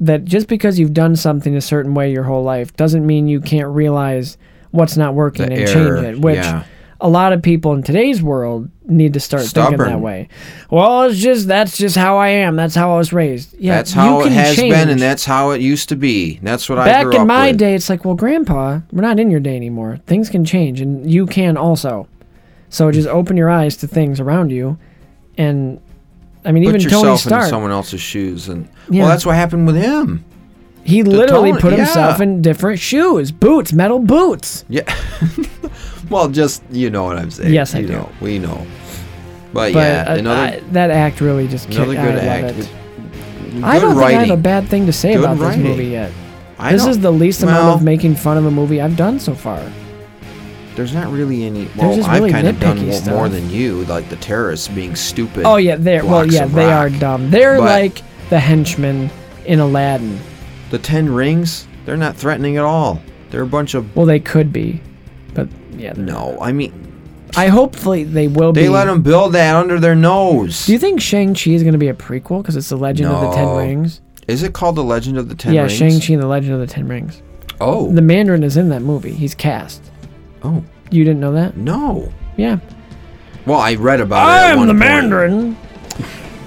[SPEAKER 2] that just because you've done something a certain way your whole life doesn't mean you can't realize what's not working
[SPEAKER 1] The
[SPEAKER 2] and
[SPEAKER 1] error,
[SPEAKER 2] change it, which
[SPEAKER 1] yeah.
[SPEAKER 2] a lot of people in today's world need to start thinking that
[SPEAKER 1] Stubborn.
[SPEAKER 2] way. Well, it's just that's just how I am. That's how I was raised. Yeah,
[SPEAKER 1] that's how
[SPEAKER 2] you
[SPEAKER 1] it
[SPEAKER 2] can
[SPEAKER 1] has
[SPEAKER 2] change.
[SPEAKER 1] been, and that's how it used to be. That's what I
[SPEAKER 2] Back
[SPEAKER 1] grew
[SPEAKER 2] in
[SPEAKER 1] up
[SPEAKER 2] my
[SPEAKER 1] with.
[SPEAKER 2] day, it's like, well, Grandpa, we're not in your day anymore. Things can change, and you can also. So just open your eyes to things around you, and I mean,
[SPEAKER 1] Put
[SPEAKER 2] even
[SPEAKER 1] yourself
[SPEAKER 2] Tony
[SPEAKER 1] in
[SPEAKER 2] Stark.
[SPEAKER 1] someone else's shoes, and
[SPEAKER 2] Yeah.
[SPEAKER 1] well, that's what happened with him.
[SPEAKER 2] He literally
[SPEAKER 1] Tony-
[SPEAKER 2] put
[SPEAKER 1] yeah.
[SPEAKER 2] himself in different shoes, boots, metal boots.
[SPEAKER 1] Yeah. well, just you know what I'm saying.
[SPEAKER 2] Yes, I
[SPEAKER 1] you
[SPEAKER 2] do.
[SPEAKER 1] Know, we know. But,
[SPEAKER 2] But
[SPEAKER 1] yeah,
[SPEAKER 2] uh,
[SPEAKER 1] another
[SPEAKER 2] I- that act really just kicked.
[SPEAKER 1] another
[SPEAKER 2] I
[SPEAKER 1] good
[SPEAKER 2] love
[SPEAKER 1] act.
[SPEAKER 2] it.
[SPEAKER 1] Good-
[SPEAKER 2] I
[SPEAKER 1] good
[SPEAKER 2] don't think I
[SPEAKER 1] writing.
[SPEAKER 2] have a bad thing to say
[SPEAKER 1] Good
[SPEAKER 2] about
[SPEAKER 1] writing.
[SPEAKER 2] this movie yet.
[SPEAKER 1] I
[SPEAKER 2] this
[SPEAKER 1] don't-
[SPEAKER 2] is the least
[SPEAKER 1] well,
[SPEAKER 2] amount of making fun of a movie I've done so far.
[SPEAKER 1] There's not really any. Well,
[SPEAKER 2] just
[SPEAKER 1] I've
[SPEAKER 2] really
[SPEAKER 1] kind of done
[SPEAKER 2] nitpicky
[SPEAKER 1] more- more
[SPEAKER 2] stuff.
[SPEAKER 1] than you, like the terrorists being stupid.
[SPEAKER 2] Oh yeah, they're well,
[SPEAKER 1] blocks
[SPEAKER 2] yeah,
[SPEAKER 1] of
[SPEAKER 2] they
[SPEAKER 1] rock.
[SPEAKER 2] are dumb. They're
[SPEAKER 1] But-
[SPEAKER 2] like the henchmen in Aladdin.
[SPEAKER 1] The Ten Rings, they're not threatening at all. They're a bunch of.
[SPEAKER 2] Well, they could be, but yeah. they're-
[SPEAKER 1] No, I mean,
[SPEAKER 2] I hopefully they will be.
[SPEAKER 1] they let them build that under their nose.
[SPEAKER 2] Do you think Shang Chi is going to be a prequel because it's the Legend of the Ten
[SPEAKER 1] No.
[SPEAKER 2] Rings?
[SPEAKER 1] Is it called The Legend of the Ten
[SPEAKER 2] yeah,
[SPEAKER 1] Rings?
[SPEAKER 2] Shang Chi and the Legend of the Ten Rings.
[SPEAKER 1] Oh.
[SPEAKER 2] The Mandarin is in that movie. He's cast.
[SPEAKER 1] Oh.
[SPEAKER 2] You didn't know that?
[SPEAKER 1] No.
[SPEAKER 2] Yeah.
[SPEAKER 1] Well, I read about it.
[SPEAKER 2] I
[SPEAKER 1] at
[SPEAKER 2] am
[SPEAKER 1] one
[SPEAKER 2] the
[SPEAKER 1] point.
[SPEAKER 2] Mandarin.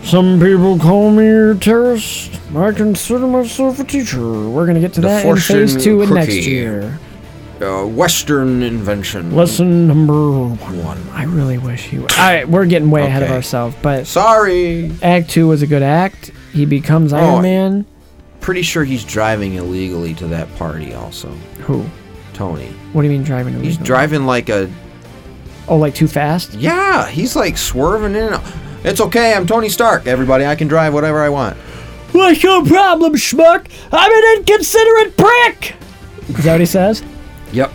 [SPEAKER 2] Some people call me a terrorist. I consider myself a teacher. We're gonna get to
[SPEAKER 1] The
[SPEAKER 2] that in phase
[SPEAKER 1] fortune
[SPEAKER 2] two in next
[SPEAKER 1] cookie.
[SPEAKER 2] year.
[SPEAKER 1] Uh, Western invention.
[SPEAKER 2] Lesson number
[SPEAKER 1] one.
[SPEAKER 2] I really wish he. Would. All right, we're getting way ahead of
[SPEAKER 1] Okay.
[SPEAKER 2] ourselves, but
[SPEAKER 1] Sorry.
[SPEAKER 2] Act two was a good act. He becomes Iron
[SPEAKER 1] Oh,
[SPEAKER 2] Man.
[SPEAKER 1] Pretty sure he's driving illegally to that party. Also,
[SPEAKER 2] Who?
[SPEAKER 1] Tony.
[SPEAKER 2] What do you mean driving?
[SPEAKER 1] He's
[SPEAKER 2] illegally?
[SPEAKER 1] driving like a
[SPEAKER 2] Oh, like too fast?
[SPEAKER 1] Yeah, he's like swerving in and out. It's okay, I'm Tony Stark, everybody. I can drive whatever I want.
[SPEAKER 2] What's your problem, schmuck? I'm an inconsiderate prick. Is that what he says?
[SPEAKER 1] Yep.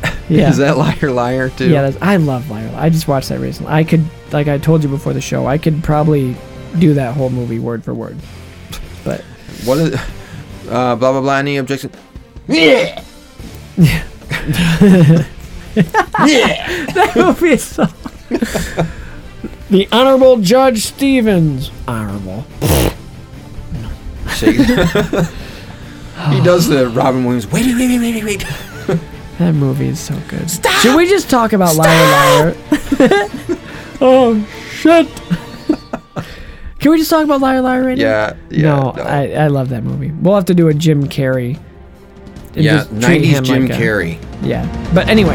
[SPEAKER 2] Yeah.
[SPEAKER 1] Is that liar liar too?
[SPEAKER 2] Yeah, that's, I love Liar. Liar. I just watched that recently. I could, like I told you before the show, I could probably do that whole movie word for word. But
[SPEAKER 1] What is uh blah blah blah any objection?
[SPEAKER 2] that movie is so. the Honorable Judge Stevens. Honorable.
[SPEAKER 1] Shake. he does the Robin Williams. Wait, wait, wait, wait, wait, wait.
[SPEAKER 2] That movie is so good. Should we just talk about Liar Liar? oh shit! Can we just talk about Liar Liar right now?
[SPEAKER 1] Yeah, yeah.
[SPEAKER 2] no, I, I love that movie. We'll have to do a Jim Carrey. and
[SPEAKER 1] yeah,
[SPEAKER 2] just treat
[SPEAKER 1] 90s
[SPEAKER 2] him
[SPEAKER 1] Jim
[SPEAKER 2] like a-
[SPEAKER 1] Carrey.
[SPEAKER 2] Yeah. But anyway.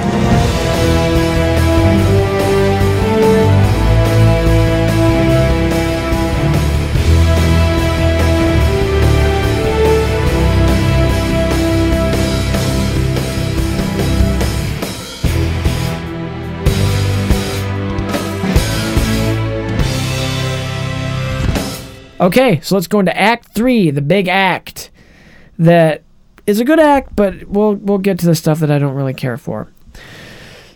[SPEAKER 2] Okay, so let's go into Act Three, the big act that is a good act, but we'll we'll get to the stuff that I don't really care for.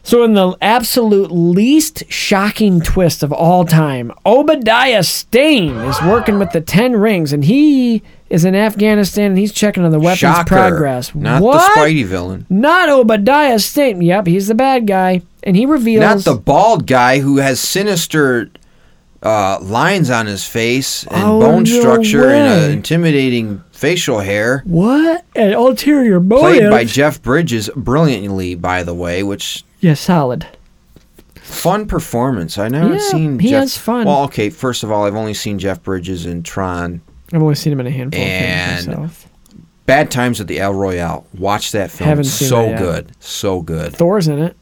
[SPEAKER 2] So, in the absolute least shocking twist of all time, Obadiah Stane is working with the Ten Rings, and he is in Afghanistan and he's checking on the weapons
[SPEAKER 1] Shocker.
[SPEAKER 2] progress.
[SPEAKER 1] Not
[SPEAKER 2] what?
[SPEAKER 1] the Spidey villain.
[SPEAKER 2] Not Obadiah Stane. Yep, he's the bad guy, and he reveals
[SPEAKER 1] Not the bald guy who has sinister uh, lines on his face and
[SPEAKER 2] Oh,
[SPEAKER 1] bone
[SPEAKER 2] no
[SPEAKER 1] structure and
[SPEAKER 2] way.
[SPEAKER 1] a intimidating facial hair.
[SPEAKER 2] what an ulterior motive.
[SPEAKER 1] Played by Jeff Bridges brilliantly, by the way, which
[SPEAKER 2] yeah, solid.
[SPEAKER 1] fun performance. I never
[SPEAKER 2] Yeah,
[SPEAKER 1] seen.
[SPEAKER 2] he
[SPEAKER 1] Jeff,
[SPEAKER 2] has fun.
[SPEAKER 1] Well, okay. First of all, I've only seen Jeff Bridges in Tron,
[SPEAKER 2] I've only seen him in a handful of
[SPEAKER 1] And-
[SPEAKER 2] films myself.
[SPEAKER 1] Bad Times at the El Royale. Watch that film.
[SPEAKER 2] Haven't
[SPEAKER 1] It's
[SPEAKER 2] seen
[SPEAKER 1] so
[SPEAKER 2] it yet.
[SPEAKER 1] good, so good.
[SPEAKER 2] Thor's in it,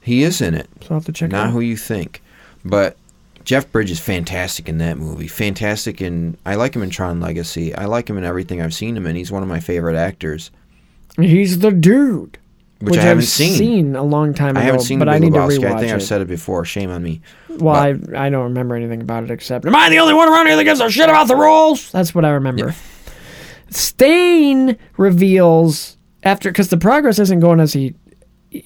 [SPEAKER 1] He is in it.
[SPEAKER 2] so I'll have to check. it
[SPEAKER 1] Not
[SPEAKER 2] out.
[SPEAKER 1] who you think, but Jeff Bridges fantastic in that movie. Fantastic in. I like him in Tron Legacy. I like him in everything I've seen him in. He's one of my favorite actors,
[SPEAKER 2] He's the dude.
[SPEAKER 1] which, I haven't
[SPEAKER 2] I've
[SPEAKER 1] seen.
[SPEAKER 2] seen a long time ago.
[SPEAKER 1] I haven't seen
[SPEAKER 2] but
[SPEAKER 1] The
[SPEAKER 2] I
[SPEAKER 1] Big
[SPEAKER 2] need
[SPEAKER 1] Lebowski.
[SPEAKER 2] to rewatch
[SPEAKER 1] I think
[SPEAKER 2] it.
[SPEAKER 1] I've said it before. Shame on me.
[SPEAKER 2] well, I, I don't remember anything about it except am I the only one around here that gives a shit about the rules? That's what I remember. Stain reveals after because the progress isn't going as he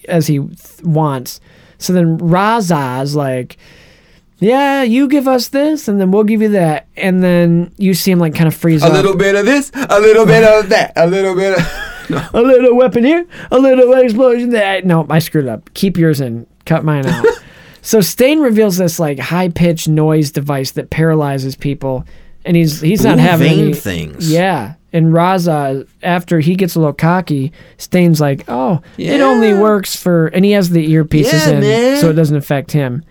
[SPEAKER 2] as he th- wants. So then Raza's like, yeah, you give us this, and then we'll give you that, and then you see him like kind of freeze
[SPEAKER 1] A
[SPEAKER 2] up.
[SPEAKER 1] little bit of this, a little bit of that, a little bit of.
[SPEAKER 2] a little weapon here, a little explosion there. No, I screwed up. Keep yours in. Cut mine out. so Stain reveals this like high pitched noise device that paralyzes people and he's he's not
[SPEAKER 1] Blue
[SPEAKER 2] having
[SPEAKER 1] vein
[SPEAKER 2] any,
[SPEAKER 1] things.
[SPEAKER 2] Yeah, and Raza after he gets a little cocky, Stain's like, "Oh, it only works for," and he has the earpieces
[SPEAKER 1] Yeah,
[SPEAKER 2] in,
[SPEAKER 1] man.
[SPEAKER 2] so it doesn't affect him.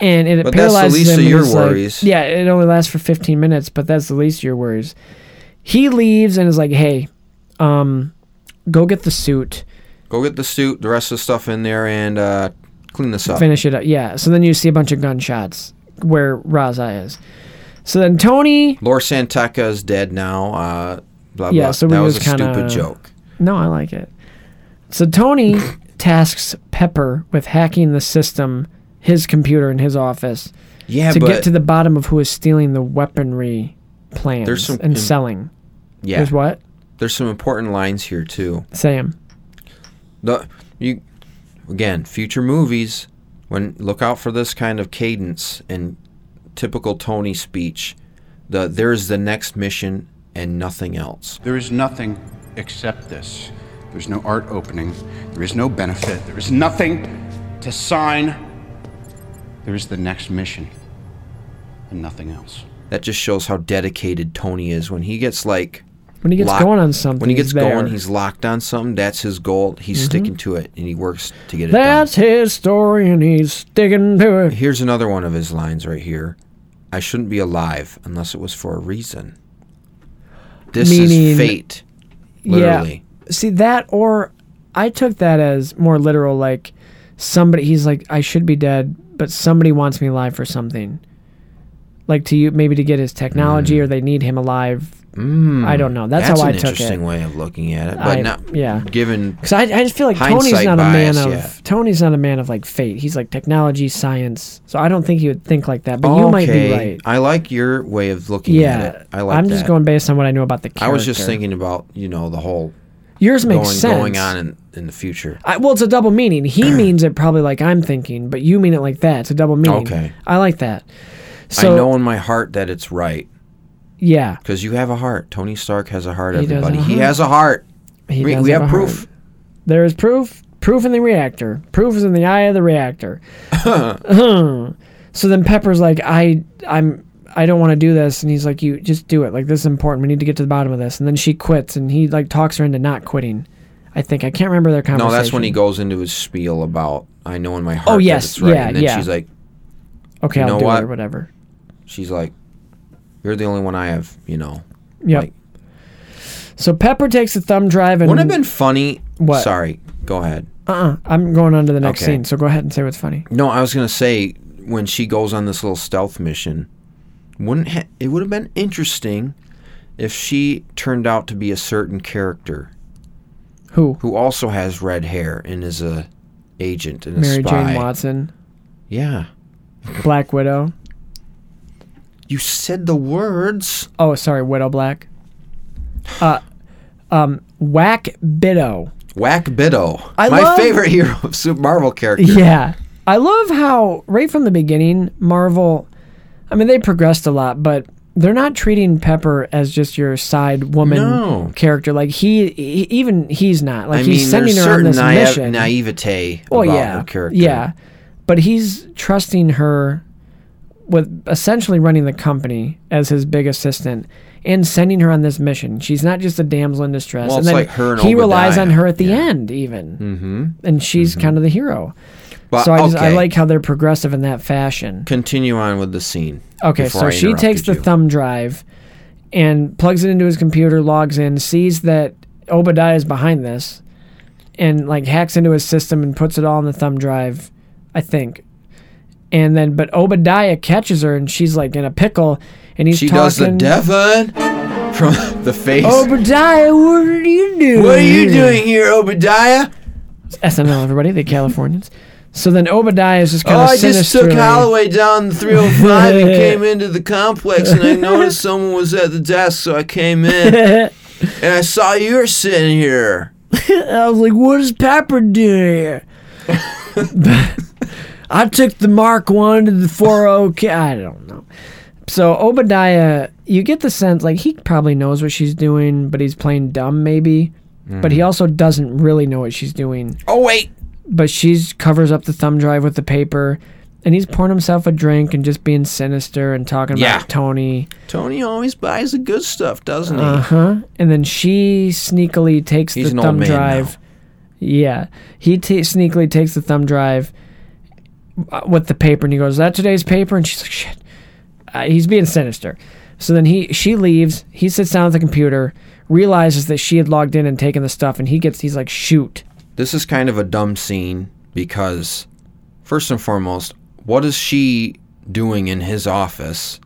[SPEAKER 2] And it
[SPEAKER 1] But that's the
[SPEAKER 2] paralyzes
[SPEAKER 1] least
[SPEAKER 2] him.
[SPEAKER 1] of
[SPEAKER 2] and
[SPEAKER 1] your
[SPEAKER 2] he's like-
[SPEAKER 1] worries.
[SPEAKER 2] yeah, it only lasts for 15 minutes, but that's the least of your worries. He leaves and is like, "Hey, um, go get the suit."
[SPEAKER 1] Go get the suit, the rest of the stuff in there, and uh, clean this up.
[SPEAKER 2] Finish it up. Yeah. So then you see a bunch of gunshots where Raza is. So then Tony.
[SPEAKER 1] Lor Santeca is dead now. Uh, blah,
[SPEAKER 2] yeah.
[SPEAKER 1] blah.
[SPEAKER 2] So we
[SPEAKER 1] that was a
[SPEAKER 2] kinda,
[SPEAKER 1] stupid joke.
[SPEAKER 2] No, I like it. So Tony tasks Pepper with hacking the system, his computer in his office.
[SPEAKER 1] Yeah,
[SPEAKER 2] To
[SPEAKER 1] but-
[SPEAKER 2] get to the bottom of who is stealing the weaponry plans
[SPEAKER 1] There's some
[SPEAKER 2] and
[SPEAKER 1] im-
[SPEAKER 2] selling.
[SPEAKER 1] Yeah.
[SPEAKER 2] There's what?
[SPEAKER 1] There's some important lines here too.
[SPEAKER 2] Sam.
[SPEAKER 1] The you again, future movies when look out for this kind of cadence and typical Tony speech. The there is the next mission and nothing else.
[SPEAKER 5] There is nothing except this. There's no art opening. There is no benefit. There is nothing to sign. There is the next mission and nothing else.
[SPEAKER 1] That just shows how dedicated Tony is when he gets like
[SPEAKER 2] When he gets
[SPEAKER 1] locked-
[SPEAKER 2] going on something,
[SPEAKER 1] When he
[SPEAKER 2] he's
[SPEAKER 1] gets
[SPEAKER 2] there.
[SPEAKER 1] going, he's locked on something. That's his goal. He's
[SPEAKER 2] Mhm.
[SPEAKER 1] sticking to it and he works to get it done.
[SPEAKER 2] That's his story and he's sticking to it.
[SPEAKER 1] Here's another one of his lines right here. I shouldn't be alive unless it was for a reason. This
[SPEAKER 2] Meaning-
[SPEAKER 1] is fate.
[SPEAKER 2] Yeah.
[SPEAKER 1] Literally.
[SPEAKER 2] See that or I took that as more literal like somebody he's like I should be dead but somebody wants me alive for something. Like to you maybe to get his technology or they need him alive.
[SPEAKER 1] Mm.
[SPEAKER 2] I don't know. That's,
[SPEAKER 1] an
[SPEAKER 2] how I took
[SPEAKER 1] interesting
[SPEAKER 2] it.
[SPEAKER 1] way of looking at it. But
[SPEAKER 2] I-
[SPEAKER 1] not
[SPEAKER 2] yeah.
[SPEAKER 1] given
[SPEAKER 2] Cuz I, I just feel like Tony's
[SPEAKER 1] hindsight
[SPEAKER 2] not a man
[SPEAKER 1] bias,
[SPEAKER 2] of
[SPEAKER 1] yeah.
[SPEAKER 2] Tony's not a man of like fate. He's like technology, science. So I don't think he would think like that, but you might be
[SPEAKER 1] Okay,
[SPEAKER 2] right.
[SPEAKER 1] I like your way of looking at
[SPEAKER 2] Yeah.
[SPEAKER 1] it. I like
[SPEAKER 2] I'm just
[SPEAKER 1] that.
[SPEAKER 2] going based on what I know about the character.
[SPEAKER 1] I was just thinking about, you know, the whole
[SPEAKER 2] Yours
[SPEAKER 1] going,
[SPEAKER 2] makes sense.
[SPEAKER 1] going on in, in the future.
[SPEAKER 2] I, well, it's a double meaning. He means it probably like I'm thinking, but you mean it like that. It's a double meaning.
[SPEAKER 1] Okay.
[SPEAKER 2] I like that. So
[SPEAKER 1] I know in my heart that it's right.
[SPEAKER 2] yeah,
[SPEAKER 1] Because you have a heart. Tony Stark has a heart,
[SPEAKER 2] He does have
[SPEAKER 1] everybody.
[SPEAKER 2] a
[SPEAKER 1] He
[SPEAKER 2] heart.
[SPEAKER 1] has a heart.
[SPEAKER 2] He
[SPEAKER 1] we
[SPEAKER 2] does
[SPEAKER 1] we
[SPEAKER 2] have
[SPEAKER 1] have,
[SPEAKER 2] a heart.
[SPEAKER 1] proof.
[SPEAKER 2] there is proof. Proof in the reactor. Proof is in the eye of the reactor. so then Pepper's like, I, I'm, I don't want to do this, and he's like, you just do it. Like this is important. We need to get to the bottom of this. And then she quits, and he like talks her into not quitting. I think I can't remember their
[SPEAKER 1] No,
[SPEAKER 2] conversation.
[SPEAKER 1] that's when he goes into his spiel about I know in my heart.
[SPEAKER 2] Oh,
[SPEAKER 1] that
[SPEAKER 2] yes,
[SPEAKER 1] it's right.
[SPEAKER 2] yeah,
[SPEAKER 1] And then
[SPEAKER 2] yeah.
[SPEAKER 1] she's like,
[SPEAKER 2] Okay,
[SPEAKER 1] you
[SPEAKER 2] I'll
[SPEAKER 1] know
[SPEAKER 2] do
[SPEAKER 1] what?
[SPEAKER 2] it or whatever.
[SPEAKER 1] she's like, you're the only one I have. You know,
[SPEAKER 2] Yep. so Pepper takes the thumb drive and
[SPEAKER 1] wouldn't have been funny.
[SPEAKER 2] Mm. What?
[SPEAKER 1] Sorry, go ahead.
[SPEAKER 2] Uh-uh. I'm going on to the next
[SPEAKER 1] Okay.
[SPEAKER 2] scene, so go ahead and say what's funny.
[SPEAKER 1] No, I was gonna say when she goes on this little stealth mission, wouldn't ha- it would have been interesting if she turned out to be a certain character
[SPEAKER 2] Who?
[SPEAKER 1] who also has red hair and is a agent and a
[SPEAKER 2] Mary
[SPEAKER 1] spy.
[SPEAKER 2] Jane Watson,
[SPEAKER 1] Yeah,
[SPEAKER 2] Black Widow.
[SPEAKER 1] you said the words.
[SPEAKER 2] Oh, sorry, Widow Black. Uh, um, Whack Biddo.
[SPEAKER 1] Whack Biddo,
[SPEAKER 2] I
[SPEAKER 1] my
[SPEAKER 2] love-
[SPEAKER 1] favorite hero of Super Marvel character.
[SPEAKER 2] Yeah. I love how right from the beginning, Marvel. I mean, they progressed a lot, but they're not treating Pepper as just your side woman
[SPEAKER 1] No.
[SPEAKER 2] character. Like he, he, even he's not. Like
[SPEAKER 1] I
[SPEAKER 2] he's
[SPEAKER 1] mean,
[SPEAKER 2] sending
[SPEAKER 1] there's
[SPEAKER 2] her on
[SPEAKER 1] certain
[SPEAKER 2] this
[SPEAKER 1] naive-
[SPEAKER 2] mission.
[SPEAKER 1] naivete
[SPEAKER 2] Oh
[SPEAKER 1] about
[SPEAKER 2] yeah,
[SPEAKER 1] her character.
[SPEAKER 2] Yeah, but he's trusting her with essentially running the company as his big assistant and sending her on this mission. She's not just a damsel in distress.
[SPEAKER 1] Well,
[SPEAKER 2] and
[SPEAKER 1] it's
[SPEAKER 2] then
[SPEAKER 1] like her and
[SPEAKER 2] he relies
[SPEAKER 1] Obadiah.
[SPEAKER 2] on her at the end, even,
[SPEAKER 1] Mm-hmm.
[SPEAKER 2] and she's kind of the hero.
[SPEAKER 1] But,
[SPEAKER 2] so I just I
[SPEAKER 1] okay.
[SPEAKER 2] like how they're progressive in that fashion.
[SPEAKER 1] Continue on with the scene.
[SPEAKER 2] Okay,
[SPEAKER 1] before
[SPEAKER 2] so
[SPEAKER 1] I
[SPEAKER 2] she takes
[SPEAKER 1] interrupted
[SPEAKER 2] the
[SPEAKER 1] you.
[SPEAKER 2] thumb drive and plugs it into his computer, logs in, sees that Obadiah is behind this, and like hacks into his system and puts it all in the thumb drive, I think. And then, but Obadiah catches her and she's like in a pickle, and he's
[SPEAKER 1] She
[SPEAKER 2] talking. Oh,
[SPEAKER 1] does the Devon from the face.
[SPEAKER 2] Obadiah, what are you doing?
[SPEAKER 1] what are you
[SPEAKER 2] here?"
[SPEAKER 1] doing here, Obadiah?
[SPEAKER 2] SNL, everybody, the Californians. So then Obadiah is just kind
[SPEAKER 1] Oh,
[SPEAKER 2] of
[SPEAKER 1] I just took Holloway down the 305 and came into the complex, and I noticed someone was at the desk, so I came in, and I saw you were sitting here.
[SPEAKER 2] I was like, what is Pepper doing here? I took the Mark 1 to the 40K. I don't know. So Obadiah, you get the sense, like, he probably knows what she's doing, but he's playing dumb, maybe. But he also doesn't really know what she's doing.
[SPEAKER 1] Oh wait,
[SPEAKER 2] But she's covers up the thumb drive with the paper. And he's pouring himself a drink and just being sinister and talking
[SPEAKER 1] Yeah.
[SPEAKER 2] about Tony.
[SPEAKER 1] Tony always buys the good stuff, doesn't he?
[SPEAKER 2] Uh huh. And then she sneakily takes
[SPEAKER 1] He's
[SPEAKER 2] the
[SPEAKER 1] an old
[SPEAKER 2] thumb
[SPEAKER 1] man
[SPEAKER 2] drive. Yeah, he ta sneakily takes the thumb drive uh, with the paper, and he goes, "Is "That today's paper." And she's like, "Shit." Uh, he's being sinister. So then he she leaves. He sits down at the computer, realizes that she had logged in and taken the stuff, and he gets he's like, "Shoot."
[SPEAKER 1] This is kind of a dumb scene because, first and foremost, what is she doing in his office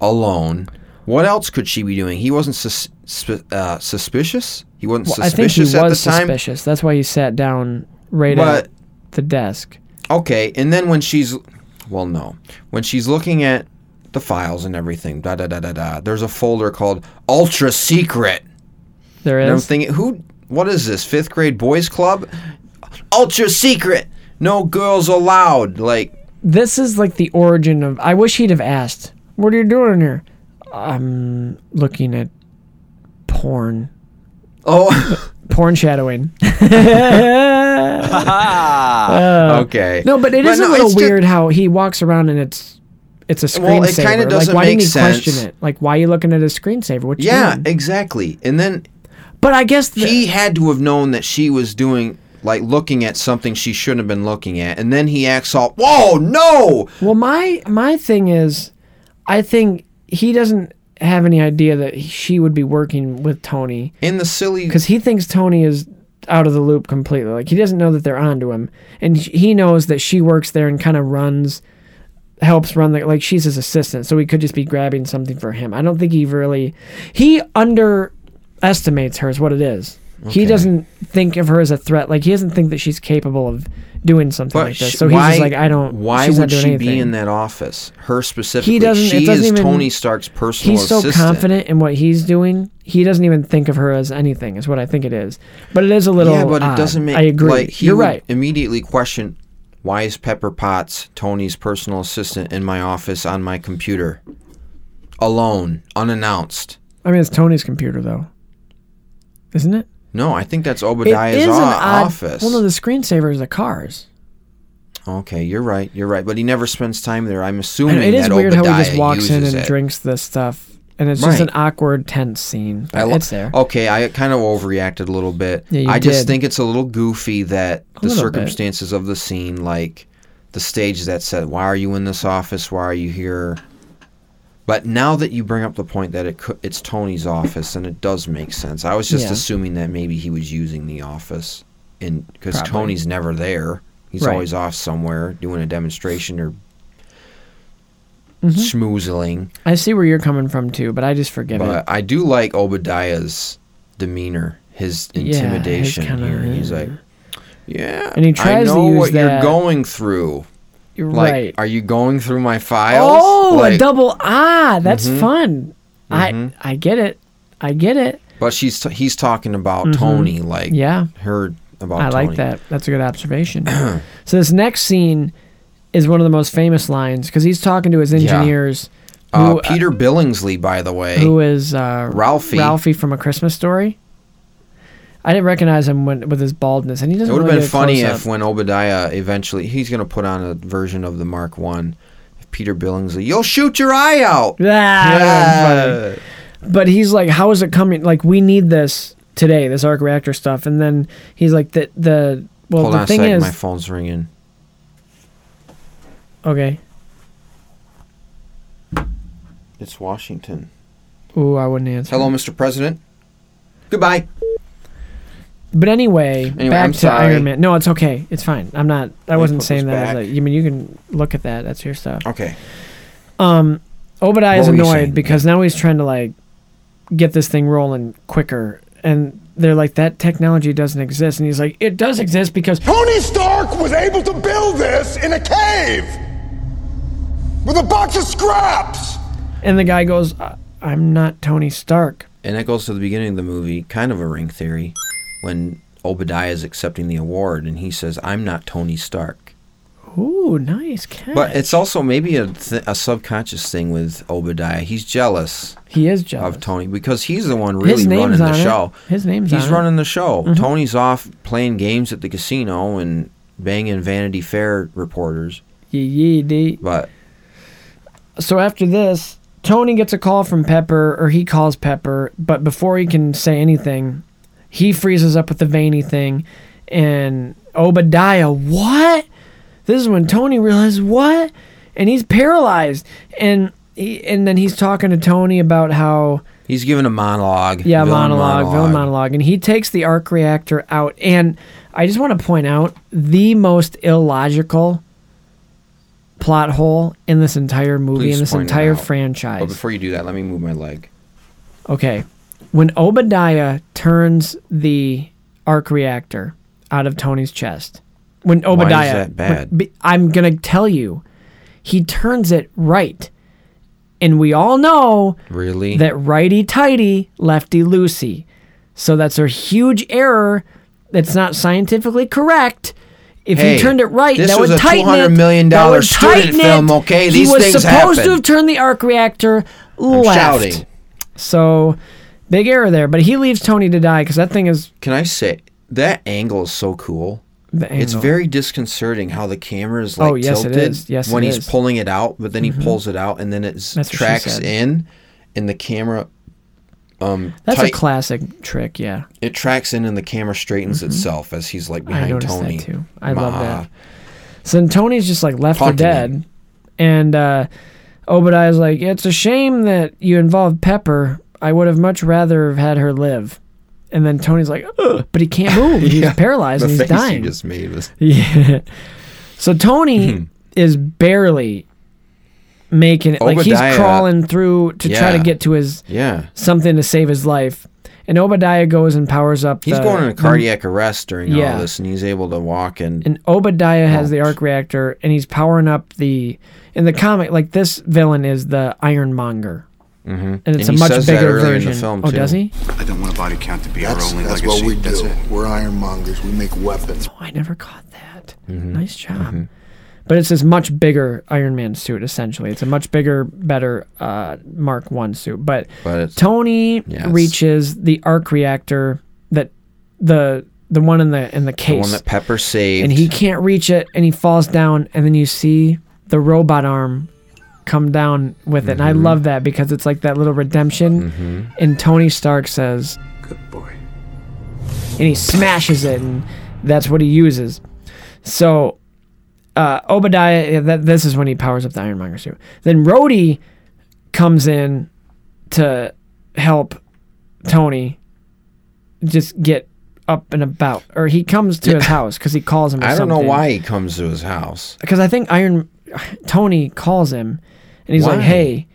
[SPEAKER 1] alone? What else could she be doing? He wasn't sus- sp- uh, suspicious. He wasn't
[SPEAKER 2] Well, I think he
[SPEAKER 1] suspicious
[SPEAKER 2] was
[SPEAKER 1] at the time.
[SPEAKER 2] suspicious. That's why he sat down right
[SPEAKER 1] But-
[SPEAKER 2] at the desk.
[SPEAKER 1] Okay, and then when she's, well, no, when she's looking at the files and everything, da da da da da. There's a folder called Ultra Secret.
[SPEAKER 2] There
[SPEAKER 1] And I'm
[SPEAKER 2] is.
[SPEAKER 1] thinking, who? What is this? Fifth grade boys club? Ultra secret. No girls allowed. Like,
[SPEAKER 2] this is like the origin of i wish he'd have asked what are you doing here i'm looking at porn
[SPEAKER 1] oh,
[SPEAKER 2] porn shadowing Uh,
[SPEAKER 1] okay.
[SPEAKER 2] no but it is
[SPEAKER 1] no,
[SPEAKER 2] a little
[SPEAKER 1] it's ju-
[SPEAKER 2] weird how he walks around and it's it's a
[SPEAKER 1] Well,
[SPEAKER 2] screensaver
[SPEAKER 1] it kinda doesn't
[SPEAKER 2] like, why
[SPEAKER 1] make
[SPEAKER 2] didn't he
[SPEAKER 1] sense.
[SPEAKER 2] question it like why are you looking at a screensaver what you
[SPEAKER 1] yeah,
[SPEAKER 2] doing?
[SPEAKER 1] exactly. And then
[SPEAKER 2] but i guess the,
[SPEAKER 1] he had to have known that she was doing like looking at something she shouldn't have been looking at, and then he acts all, "Whoa, no!"
[SPEAKER 2] Well, my my thing is, I think he doesn't have any idea that she would be working with Tony
[SPEAKER 1] In the silly,
[SPEAKER 2] because he thinks Tony is out of the loop completely. Like he doesn't know that they're onto him, and sh- he knows that she works there and kind of runs, helps run the like she's his assistant. So he could just be grabbing something for him. I don't think he really he underestimates her is what it is. He
[SPEAKER 1] Okay.
[SPEAKER 2] doesn't think of her as a threat. Like he doesn't think that she's capable of doing something
[SPEAKER 1] but
[SPEAKER 2] like this.
[SPEAKER 1] sh-
[SPEAKER 2] So he's
[SPEAKER 1] why?
[SPEAKER 2] just like, I don't.
[SPEAKER 1] why
[SPEAKER 2] she's not
[SPEAKER 1] would
[SPEAKER 2] doing
[SPEAKER 1] she
[SPEAKER 2] anything.
[SPEAKER 1] be in that office? Her specifically.
[SPEAKER 2] doesn't- it
[SPEAKER 1] She
[SPEAKER 2] doesn't
[SPEAKER 1] is
[SPEAKER 2] even-
[SPEAKER 1] Tony Stark's personal
[SPEAKER 2] he's so
[SPEAKER 1] assistant.
[SPEAKER 2] confident in what he's doing he doesn't even think of her as anything is what i think it is but it is a little
[SPEAKER 1] yeah, but
[SPEAKER 2] odd.
[SPEAKER 1] it doesn't make.
[SPEAKER 2] um, i agree
[SPEAKER 1] Like, he
[SPEAKER 2] you're
[SPEAKER 1] would
[SPEAKER 2] right
[SPEAKER 1] Immediately question, why is Pepper Potts Tony's personal assistant in my office on my computer, alone, unannounced?
[SPEAKER 2] i mean it's tony's computer though isn't it
[SPEAKER 1] No, I think that's
[SPEAKER 2] it
[SPEAKER 1] Obadiah's
[SPEAKER 2] is
[SPEAKER 1] o-
[SPEAKER 2] an odd
[SPEAKER 1] office.
[SPEAKER 2] well no the screensaver is the cars
[SPEAKER 1] okay, you're right. You're right. But he never spends time there. I'm
[SPEAKER 2] I
[SPEAKER 1] assuming
[SPEAKER 2] know, it is
[SPEAKER 1] that
[SPEAKER 2] weird how
[SPEAKER 1] Obadiah
[SPEAKER 2] he just walks in
[SPEAKER 1] uses
[SPEAKER 2] and
[SPEAKER 1] it.
[SPEAKER 2] drinks this stuff and it's just
[SPEAKER 1] Right.
[SPEAKER 2] an awkward tense scene
[SPEAKER 1] I lo- oh.
[SPEAKER 2] it's there
[SPEAKER 1] Okay, I kind of overreacted a little bit.
[SPEAKER 2] Yeah, you
[SPEAKER 1] I just
[SPEAKER 2] did.
[SPEAKER 1] think it's a little goofy that
[SPEAKER 2] A
[SPEAKER 1] the
[SPEAKER 2] little bit.
[SPEAKER 1] circumstances of the scene, like the stage that said, "Why are you in this office? Why are you here?" But now that you bring up the point that it cou- it's Tony's office, and it does make sense. I was just
[SPEAKER 2] Yeah.
[SPEAKER 1] assuming that maybe he was using the office, and because
[SPEAKER 2] Probably.
[SPEAKER 1] Tony's never there, he's
[SPEAKER 2] Right.
[SPEAKER 1] always off somewhere doing a demonstration or
[SPEAKER 2] Mhm.
[SPEAKER 1] schmoozling.
[SPEAKER 2] i see where you're coming from too but i just forgive it
[SPEAKER 1] But I do like Obadiah's demeanor, his
[SPEAKER 2] Yeah, he's
[SPEAKER 1] intimidation
[SPEAKER 2] kinda-
[SPEAKER 1] here. He's like, "Yeah,
[SPEAKER 2] And he tries
[SPEAKER 1] I
[SPEAKER 2] to
[SPEAKER 1] know
[SPEAKER 2] use
[SPEAKER 1] what
[SPEAKER 2] that-
[SPEAKER 1] you're going through.
[SPEAKER 2] you're
[SPEAKER 1] Like,
[SPEAKER 2] right
[SPEAKER 1] are you going through my files?
[SPEAKER 2] oh a
[SPEAKER 1] Like-
[SPEAKER 2] double ah that's
[SPEAKER 1] Mhm.
[SPEAKER 2] fun
[SPEAKER 1] Mhm.
[SPEAKER 2] i i get it i get it
[SPEAKER 1] But she's t- he's talking about
[SPEAKER 2] Mhm.
[SPEAKER 1] Tony, like
[SPEAKER 2] yeah
[SPEAKER 1] her about.
[SPEAKER 2] I like
[SPEAKER 1] Tony.
[SPEAKER 2] that. That's a good observation. so this next scene is one of the most famous lines because he's talking to his engineers,
[SPEAKER 1] Uh,
[SPEAKER 2] who, uh,
[SPEAKER 1] Peter Billingsley, by the way,
[SPEAKER 2] who is uh,
[SPEAKER 1] Ralphie.
[SPEAKER 2] Ralphie from A Christmas Story. I didn't recognize him when, with his baldness, and he
[SPEAKER 1] It
[SPEAKER 2] doesn't.
[SPEAKER 1] would have
[SPEAKER 2] really
[SPEAKER 1] been
[SPEAKER 2] get a
[SPEAKER 1] funny
[SPEAKER 2] close-up.
[SPEAKER 1] if when Obadiah eventually he's going to put on a version of the Mark One. if Peter Billingsley, you'll shoot your eye out.
[SPEAKER 2] Ah, that would've been
[SPEAKER 1] Yeah.
[SPEAKER 2] funny. But he's like, "How is it coming? Like, we need this today, this arc reactor stuff." And then he's like, "The the well,
[SPEAKER 1] Hold
[SPEAKER 2] the
[SPEAKER 1] on a
[SPEAKER 2] thing
[SPEAKER 1] second,
[SPEAKER 2] is,
[SPEAKER 1] my phone's ringing.
[SPEAKER 2] okay."
[SPEAKER 1] It's Washington.
[SPEAKER 2] Ooh, I wouldn't answer.
[SPEAKER 1] Hello, Mr. President. Goodbye.
[SPEAKER 2] But anyway,
[SPEAKER 1] Anyway,
[SPEAKER 2] back
[SPEAKER 1] I'm
[SPEAKER 2] to
[SPEAKER 1] sorry.
[SPEAKER 2] Iron Man. No, it's okay. It's fine. I'm not. I
[SPEAKER 1] me
[SPEAKER 2] wasn't
[SPEAKER 1] put
[SPEAKER 2] saying
[SPEAKER 1] this
[SPEAKER 2] that. As
[SPEAKER 1] back.
[SPEAKER 2] a, I mean, you can look at that. That's your stuff.
[SPEAKER 1] Okay.
[SPEAKER 2] Um, Obadiah is
[SPEAKER 1] What were you
[SPEAKER 2] annoyed
[SPEAKER 1] saying?
[SPEAKER 2] because now he's trying to like get this thing rolling quicker, and they're like, "That technology doesn't exist," and he's like, "It does exist because
[SPEAKER 6] Tony Stark was able to build this in a cave with a box of scraps.
[SPEAKER 2] And the guy goes, "I- "I'm not Tony Stark."
[SPEAKER 1] And that goes to the beginning of the movie, kind of a ring theory, when Obadiah is accepting the award and he says, I'm not Tony Stark.
[SPEAKER 2] Ooh, nice catch.
[SPEAKER 1] But it's also maybe a, th- a subconscious thing with Obadiah. He's jealous
[SPEAKER 2] he is jealous.
[SPEAKER 1] of Tony because he's the one really
[SPEAKER 2] His
[SPEAKER 1] running
[SPEAKER 2] name's
[SPEAKER 1] the
[SPEAKER 2] on it.
[SPEAKER 1] show.
[SPEAKER 2] His name's
[SPEAKER 1] He's
[SPEAKER 2] on it. Mm-hmm.
[SPEAKER 1] running the show. Tony's off playing games at the casino and banging Vanity Fair reporters.
[SPEAKER 2] Yeah, yeah, D.
[SPEAKER 1] But
[SPEAKER 2] So after this, Tony gets a call from Pepper, or he calls Pepper, but before he can say anything, he freezes up with the veiny thing, and Obadiah, what? This is when Tony realizes what, and he's paralyzed, and he, and then he's talking to Tony about how
[SPEAKER 1] he's given a monologue.
[SPEAKER 2] yeah,
[SPEAKER 1] villain
[SPEAKER 2] monologue, villain monologue. And he takes the arc reactor out. And I just want to point out the most illogical plot hole in this entire movie,
[SPEAKER 1] Please
[SPEAKER 2] in this
[SPEAKER 1] point it
[SPEAKER 2] entire
[SPEAKER 1] out. But
[SPEAKER 2] franchise.
[SPEAKER 1] before you do that, let me move my leg.
[SPEAKER 2] Okay. When Obadiah turns the arc reactor out of Tony's chest, when
[SPEAKER 1] Why is
[SPEAKER 2] Obadiah.
[SPEAKER 1] that bad?
[SPEAKER 2] when- be- I'm going to tell you, he turns it right. And we all know
[SPEAKER 1] Really?
[SPEAKER 2] that righty tighty, lefty loosey. So that's a huge error that's not scientifically correct. If
[SPEAKER 1] Hey,
[SPEAKER 2] you turned it right,
[SPEAKER 1] this
[SPEAKER 2] that
[SPEAKER 1] was
[SPEAKER 2] would
[SPEAKER 1] a
[SPEAKER 2] tighten it.
[SPEAKER 1] $200 million
[SPEAKER 2] That would
[SPEAKER 1] student
[SPEAKER 2] tighten it.
[SPEAKER 1] film, okay? These
[SPEAKER 2] he was
[SPEAKER 1] things
[SPEAKER 2] supposed
[SPEAKER 1] happen.
[SPEAKER 2] to have turned the arc reactor
[SPEAKER 1] I'm
[SPEAKER 2] left.
[SPEAKER 1] shouting.
[SPEAKER 2] So big error there, but he leaves Tony to die because that thing is
[SPEAKER 1] Can I say that angle is so cool?
[SPEAKER 2] The
[SPEAKER 1] It's
[SPEAKER 2] angle.
[SPEAKER 1] very disconcerting how the camera is like
[SPEAKER 2] Oh, yes, it
[SPEAKER 1] tilted
[SPEAKER 2] is. Yes,
[SPEAKER 1] when
[SPEAKER 2] it
[SPEAKER 1] he's
[SPEAKER 2] is.
[SPEAKER 1] pulling it out, but then he
[SPEAKER 2] Mhm.
[SPEAKER 1] pulls it out and then it
[SPEAKER 2] That's what she
[SPEAKER 1] tracks
[SPEAKER 2] said.
[SPEAKER 1] in, and the camera. Um,
[SPEAKER 2] that's a
[SPEAKER 1] tight-
[SPEAKER 2] classic trick. Yeah,
[SPEAKER 1] It tracks in and the camera straightens itself as he's like
[SPEAKER 2] Mm-hmm. I
[SPEAKER 1] behind
[SPEAKER 2] noticed
[SPEAKER 1] Tony.
[SPEAKER 2] that too. I love
[SPEAKER 1] Ma.
[SPEAKER 2] that. So then Tony's just like left for
[SPEAKER 1] Taunting
[SPEAKER 2] dead, and uh, Obadiah's like, "It's a shame that you involved Pepper. I would have much rather have had her live." And then Tony's like, Ugh, "But he can't move. He's
[SPEAKER 1] Yeah,
[SPEAKER 2] paralyzed
[SPEAKER 1] the
[SPEAKER 2] and he's
[SPEAKER 1] face you
[SPEAKER 2] dying."
[SPEAKER 1] just Hmm. made was-
[SPEAKER 2] yeah. So Tony is barely making it. Like he's
[SPEAKER 1] Obadiah-
[SPEAKER 2] crawling through to try
[SPEAKER 1] Yeah.
[SPEAKER 2] to get to his
[SPEAKER 1] Yeah.
[SPEAKER 2] something to save his life. And Obadiah goes and powers up.
[SPEAKER 1] He's
[SPEAKER 2] the-
[SPEAKER 1] going into
[SPEAKER 2] the-
[SPEAKER 1] cardiac arrest during
[SPEAKER 2] Yeah.
[SPEAKER 1] all this, and he's able to walk and
[SPEAKER 2] and Obadiah has the arc reactor and he's powering up the in the comic like this villain is the Ironmonger.
[SPEAKER 1] Mhm.
[SPEAKER 2] And it's
[SPEAKER 1] And he
[SPEAKER 2] a much
[SPEAKER 1] says that
[SPEAKER 2] bigger
[SPEAKER 1] earlier in the
[SPEAKER 2] version.
[SPEAKER 1] film,
[SPEAKER 2] oh,
[SPEAKER 1] too.
[SPEAKER 2] does he?
[SPEAKER 13] I don't want a body count to be
[SPEAKER 14] That's-
[SPEAKER 13] our only
[SPEAKER 14] that's
[SPEAKER 13] legacy.
[SPEAKER 14] what we
[SPEAKER 13] that's
[SPEAKER 14] do.
[SPEAKER 13] it.
[SPEAKER 14] We're ironmongers. We make weapons.
[SPEAKER 2] Oh, I never caught that.
[SPEAKER 1] Mm-hmm.
[SPEAKER 2] Nice job. But it's this much bigger Iron Man suit essentially. It's a much bigger, better uh, Mark One suit. But,
[SPEAKER 1] But it's-
[SPEAKER 2] Tony
[SPEAKER 1] Yes.
[SPEAKER 2] reaches the arc reactor that the the one in the in the
[SPEAKER 1] the
[SPEAKER 2] case
[SPEAKER 1] one that Pepper saved.
[SPEAKER 2] and he can't reach it and he falls down and then you see the robot arm come down with it and i
[SPEAKER 1] Mhm.
[SPEAKER 2] love that because it's like that little redemption
[SPEAKER 1] Mhm.
[SPEAKER 2] and tony stark says good boy and he smashes it and that's what he uses so uh, obadiah yeah, that, this is when he powers up the ironmonger suit then Rhodey comes in to help tony just get up and about or he comes to his house because he calls him or
[SPEAKER 1] I don't know
[SPEAKER 2] something
[SPEAKER 1] why he comes to his house.
[SPEAKER 2] because I think Iron Tony calls him, and he's
[SPEAKER 1] Why?
[SPEAKER 2] like, "Hey,"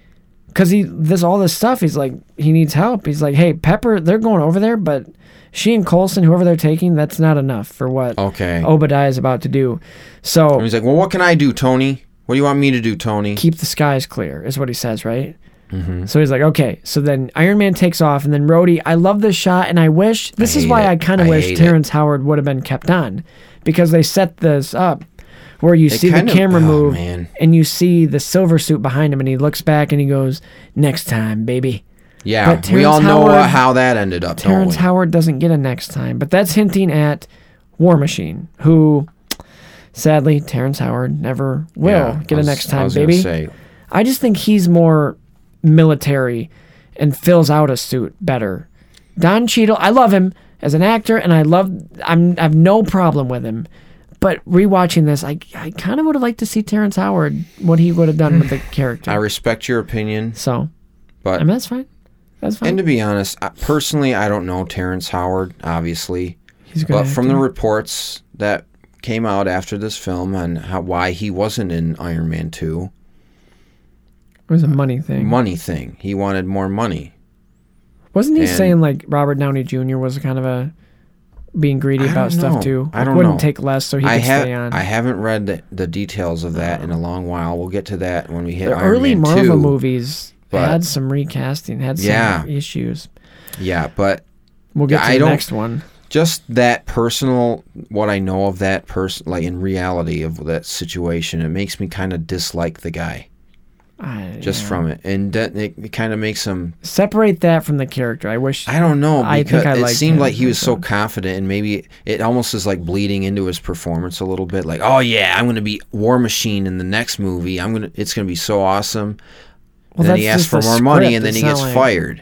[SPEAKER 2] because he this all this stuff. He's like, he needs help. He's like, "Hey, Pepper, they're going over there, but she and Colson, whoever they're taking, that's not enough for what
[SPEAKER 1] Oh, Okay.
[SPEAKER 2] Obadiah is about to do." So
[SPEAKER 1] And he's like, "Well, what can I do, Tony? What do you want me to do, Tony?"
[SPEAKER 2] keep the skies clear is what he says, right?
[SPEAKER 1] Mhm.
[SPEAKER 2] So he's like, okay. So then Iron Man takes off, and then Rhodey. I love this shot, and I wish this is
[SPEAKER 1] hate
[SPEAKER 2] why
[SPEAKER 1] it.
[SPEAKER 2] I kind of
[SPEAKER 1] I
[SPEAKER 2] wish
[SPEAKER 1] hate
[SPEAKER 2] Terrence Howard would have been kept on, because they set this up where you
[SPEAKER 1] They
[SPEAKER 2] see the
[SPEAKER 1] kind of-
[SPEAKER 2] camera
[SPEAKER 1] oh,
[SPEAKER 2] move,
[SPEAKER 1] man.
[SPEAKER 2] and you see the silver suit behind him, and he looks back and he goes, "Next time, baby."
[SPEAKER 1] Yeah,
[SPEAKER 2] But
[SPEAKER 1] we
[SPEAKER 2] Terrence
[SPEAKER 1] all know
[SPEAKER 2] Howard-
[SPEAKER 1] uh, how that ended up, don't
[SPEAKER 2] Terrence
[SPEAKER 1] we?
[SPEAKER 2] Howard doesn't get a next time, but that's hinting at War Machine, who sadly Terrence Howard never will
[SPEAKER 1] Yeah,
[SPEAKER 2] get
[SPEAKER 1] I
[SPEAKER 2] a
[SPEAKER 1] was-
[SPEAKER 2] next
[SPEAKER 1] I
[SPEAKER 2] time,
[SPEAKER 1] was gonna
[SPEAKER 2] baby.
[SPEAKER 1] say.
[SPEAKER 2] I just think he's more military and fills out a suit better. Don Cheadle, I love him as an actor, and I love I'm I have no problem with him. But rewatching this, I I kind of would have liked to see Terrence Howard what he would have done with the character.
[SPEAKER 1] I respect your opinion.
[SPEAKER 2] So,
[SPEAKER 1] but
[SPEAKER 2] I mean that's fine. That's fine.
[SPEAKER 1] And to be honest, I, personally, I don't know Terrence Howard, obviously.
[SPEAKER 2] He's a good
[SPEAKER 1] but from the
[SPEAKER 2] actor.
[SPEAKER 1] reports that came out after this film on how, why he wasn't in Iron Man 2,
[SPEAKER 2] It was a money thing.
[SPEAKER 1] money thing. He wanted more money.
[SPEAKER 2] Wasn't he
[SPEAKER 1] And-
[SPEAKER 2] saying like Robert Downey Jr. was kind of a being greedy
[SPEAKER 1] I
[SPEAKER 2] about
[SPEAKER 1] don't
[SPEAKER 2] stuff
[SPEAKER 1] know.
[SPEAKER 2] too?
[SPEAKER 1] I
[SPEAKER 2] Like,
[SPEAKER 1] don't
[SPEAKER 2] wouldn't
[SPEAKER 1] know.
[SPEAKER 2] take less so he
[SPEAKER 1] I
[SPEAKER 2] could
[SPEAKER 1] have-
[SPEAKER 2] stay on.
[SPEAKER 1] I haven't read the, the details of that in a long while. We'll get to that when we hit
[SPEAKER 2] the
[SPEAKER 1] Iron
[SPEAKER 2] early
[SPEAKER 1] Man
[SPEAKER 2] Marvel
[SPEAKER 1] 2,
[SPEAKER 2] movies
[SPEAKER 1] but-
[SPEAKER 2] had some recasting, had some
[SPEAKER 1] Yeah.
[SPEAKER 2] issues.
[SPEAKER 1] Yeah, but
[SPEAKER 2] We'll get
[SPEAKER 1] Yeah,
[SPEAKER 2] to
[SPEAKER 1] I
[SPEAKER 2] the
[SPEAKER 1] don't-
[SPEAKER 2] next one.
[SPEAKER 1] Just that personal, what I know of that person, like in reality of that situation, it makes me kind of dislike the guy.
[SPEAKER 2] I-
[SPEAKER 1] just
[SPEAKER 2] yeah.
[SPEAKER 1] from it, and that, it, it kind of makes him.
[SPEAKER 2] Separate that from the character. I wish.
[SPEAKER 1] I don't know.
[SPEAKER 2] I
[SPEAKER 1] because
[SPEAKER 2] think I
[SPEAKER 1] it
[SPEAKER 2] liked
[SPEAKER 1] seemed
[SPEAKER 2] him.
[SPEAKER 1] like he was so confident, and maybe it almost is like bleeding into his performance a little bit. Like, oh yeah, I'm going to be War Machine in the next movie. I'm gonna. It's going to be so awesome.
[SPEAKER 2] Well,
[SPEAKER 1] and then he
[SPEAKER 2] that's
[SPEAKER 1] asks
[SPEAKER 2] just
[SPEAKER 1] for
[SPEAKER 2] the
[SPEAKER 1] more money,
[SPEAKER 2] script.
[SPEAKER 1] and then he
[SPEAKER 2] It's not
[SPEAKER 1] gets
[SPEAKER 2] like-
[SPEAKER 1] fired.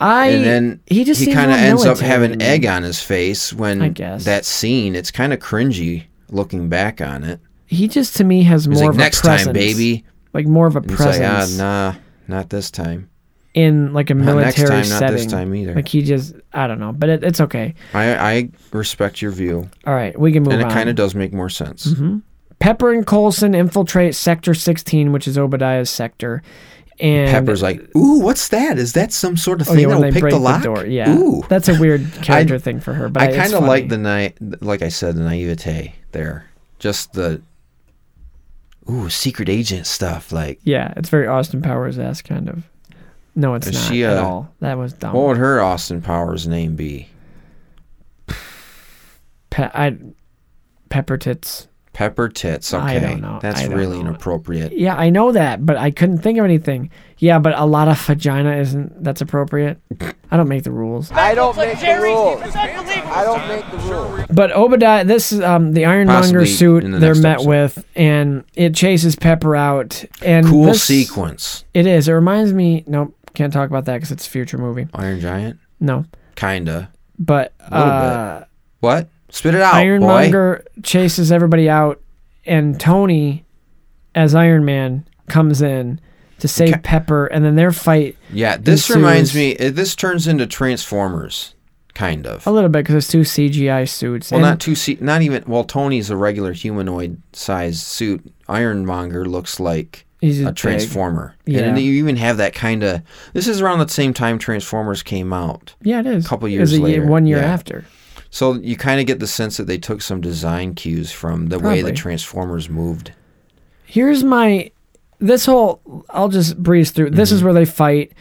[SPEAKER 2] I
[SPEAKER 1] and then
[SPEAKER 2] he just
[SPEAKER 1] he
[SPEAKER 2] seems
[SPEAKER 1] kind of
[SPEAKER 2] more
[SPEAKER 1] ends up
[SPEAKER 2] military to
[SPEAKER 1] having
[SPEAKER 2] me.
[SPEAKER 1] egg on his face when
[SPEAKER 2] I guess.
[SPEAKER 1] that scene. It's kind of cringy looking back on it.
[SPEAKER 2] He just to me has
[SPEAKER 1] He's
[SPEAKER 2] more
[SPEAKER 1] like,
[SPEAKER 2] of
[SPEAKER 1] next
[SPEAKER 2] a presence,
[SPEAKER 1] time, baby.
[SPEAKER 2] Like more of a
[SPEAKER 1] And he's like, ah,
[SPEAKER 2] presence
[SPEAKER 1] nah, not this time.
[SPEAKER 2] in like a
[SPEAKER 1] Not next
[SPEAKER 2] military
[SPEAKER 1] time, not
[SPEAKER 2] setting.
[SPEAKER 1] this time either.
[SPEAKER 2] Like he just, I don't know, but it, it's okay.
[SPEAKER 1] I I respect your view.
[SPEAKER 2] All right, we can move
[SPEAKER 1] and
[SPEAKER 2] on.
[SPEAKER 1] it kind of does make more sense.
[SPEAKER 2] hmm Pepper and Colson infiltrate Sector 16, which is Obadiah's sector. And
[SPEAKER 1] Pepper's like, ooh, what's that? Is that some sort of
[SPEAKER 2] Oh, yeah,
[SPEAKER 1] thing
[SPEAKER 2] when
[SPEAKER 1] that'll
[SPEAKER 2] they
[SPEAKER 1] pick
[SPEAKER 2] break
[SPEAKER 1] the
[SPEAKER 2] the
[SPEAKER 1] lock?
[SPEAKER 2] door, yeah.
[SPEAKER 1] Ooh.
[SPEAKER 2] That's a weird character thing for her, but
[SPEAKER 1] I
[SPEAKER 2] it's
[SPEAKER 1] kind of
[SPEAKER 2] funny.
[SPEAKER 1] like the night, like I said, the naivete there. Just the ooh, secret agent stuff. Like,
[SPEAKER 2] yeah, it's very Austin Powers esque kind of. No, it's
[SPEAKER 1] is
[SPEAKER 2] not
[SPEAKER 1] she
[SPEAKER 2] at
[SPEAKER 1] uh,
[SPEAKER 2] all. That was dumb.
[SPEAKER 1] What would her Austin Powers name be?
[SPEAKER 2] Pe- I, Pepper tits.
[SPEAKER 1] Pepper Tits. Okay,
[SPEAKER 2] I don't know.
[SPEAKER 1] that's
[SPEAKER 2] I don't
[SPEAKER 1] really
[SPEAKER 2] know.
[SPEAKER 1] inappropriate.
[SPEAKER 2] Yeah, I know that, but I couldn't think of anything. Yeah, but a lot of vagina isn't. That's appropriate. I don't make the rules.
[SPEAKER 13] I don't make the rules. I don't make the rules.
[SPEAKER 2] But Obadiah, this is um, the Ironmonger
[SPEAKER 1] Possibly
[SPEAKER 2] suit
[SPEAKER 1] in the
[SPEAKER 2] they're
[SPEAKER 1] next
[SPEAKER 2] met
[SPEAKER 1] episode.
[SPEAKER 2] with, and it chases Pepper out. And
[SPEAKER 1] Cool
[SPEAKER 2] this-
[SPEAKER 1] sequence.
[SPEAKER 2] It is. It reminds me. Nope, can't talk about that because it's a future movie.
[SPEAKER 1] Iron Giant.
[SPEAKER 2] No,
[SPEAKER 1] Kinda.
[SPEAKER 2] but
[SPEAKER 1] A little
[SPEAKER 2] uh,
[SPEAKER 1] bit. What? Spit it out, boy.
[SPEAKER 2] Ironmonger chases everybody out, and Tony, as Iron Man, comes in to save Pepper, and then their fight.
[SPEAKER 1] Yeah, this reminds
[SPEAKER 2] ensues
[SPEAKER 1] me. It, this turns into Transformers, kind of.
[SPEAKER 2] a little bit because it's two CGI suits.
[SPEAKER 1] Well,
[SPEAKER 2] and
[SPEAKER 1] not two. Se- not even. Well, Tony's a regular humanoid-sized suit. Ironmonger looks like
[SPEAKER 2] He's
[SPEAKER 1] a
[SPEAKER 2] big.
[SPEAKER 1] transformer. And
[SPEAKER 2] Yeah.
[SPEAKER 1] then you even have that kind of. This is around the same time Transformers came out.
[SPEAKER 2] Yeah, it is.
[SPEAKER 1] A couple
[SPEAKER 2] It
[SPEAKER 1] years
[SPEAKER 2] was a year-
[SPEAKER 1] later,
[SPEAKER 2] one year
[SPEAKER 1] Yeah.
[SPEAKER 2] after.
[SPEAKER 1] So you kind of get the sense that they took some design cues from the way the
[SPEAKER 2] Probably.
[SPEAKER 1] Transformers moved.
[SPEAKER 2] here's my this whole i'll just breeze through this
[SPEAKER 1] Mm-hmm.
[SPEAKER 2] is where they fight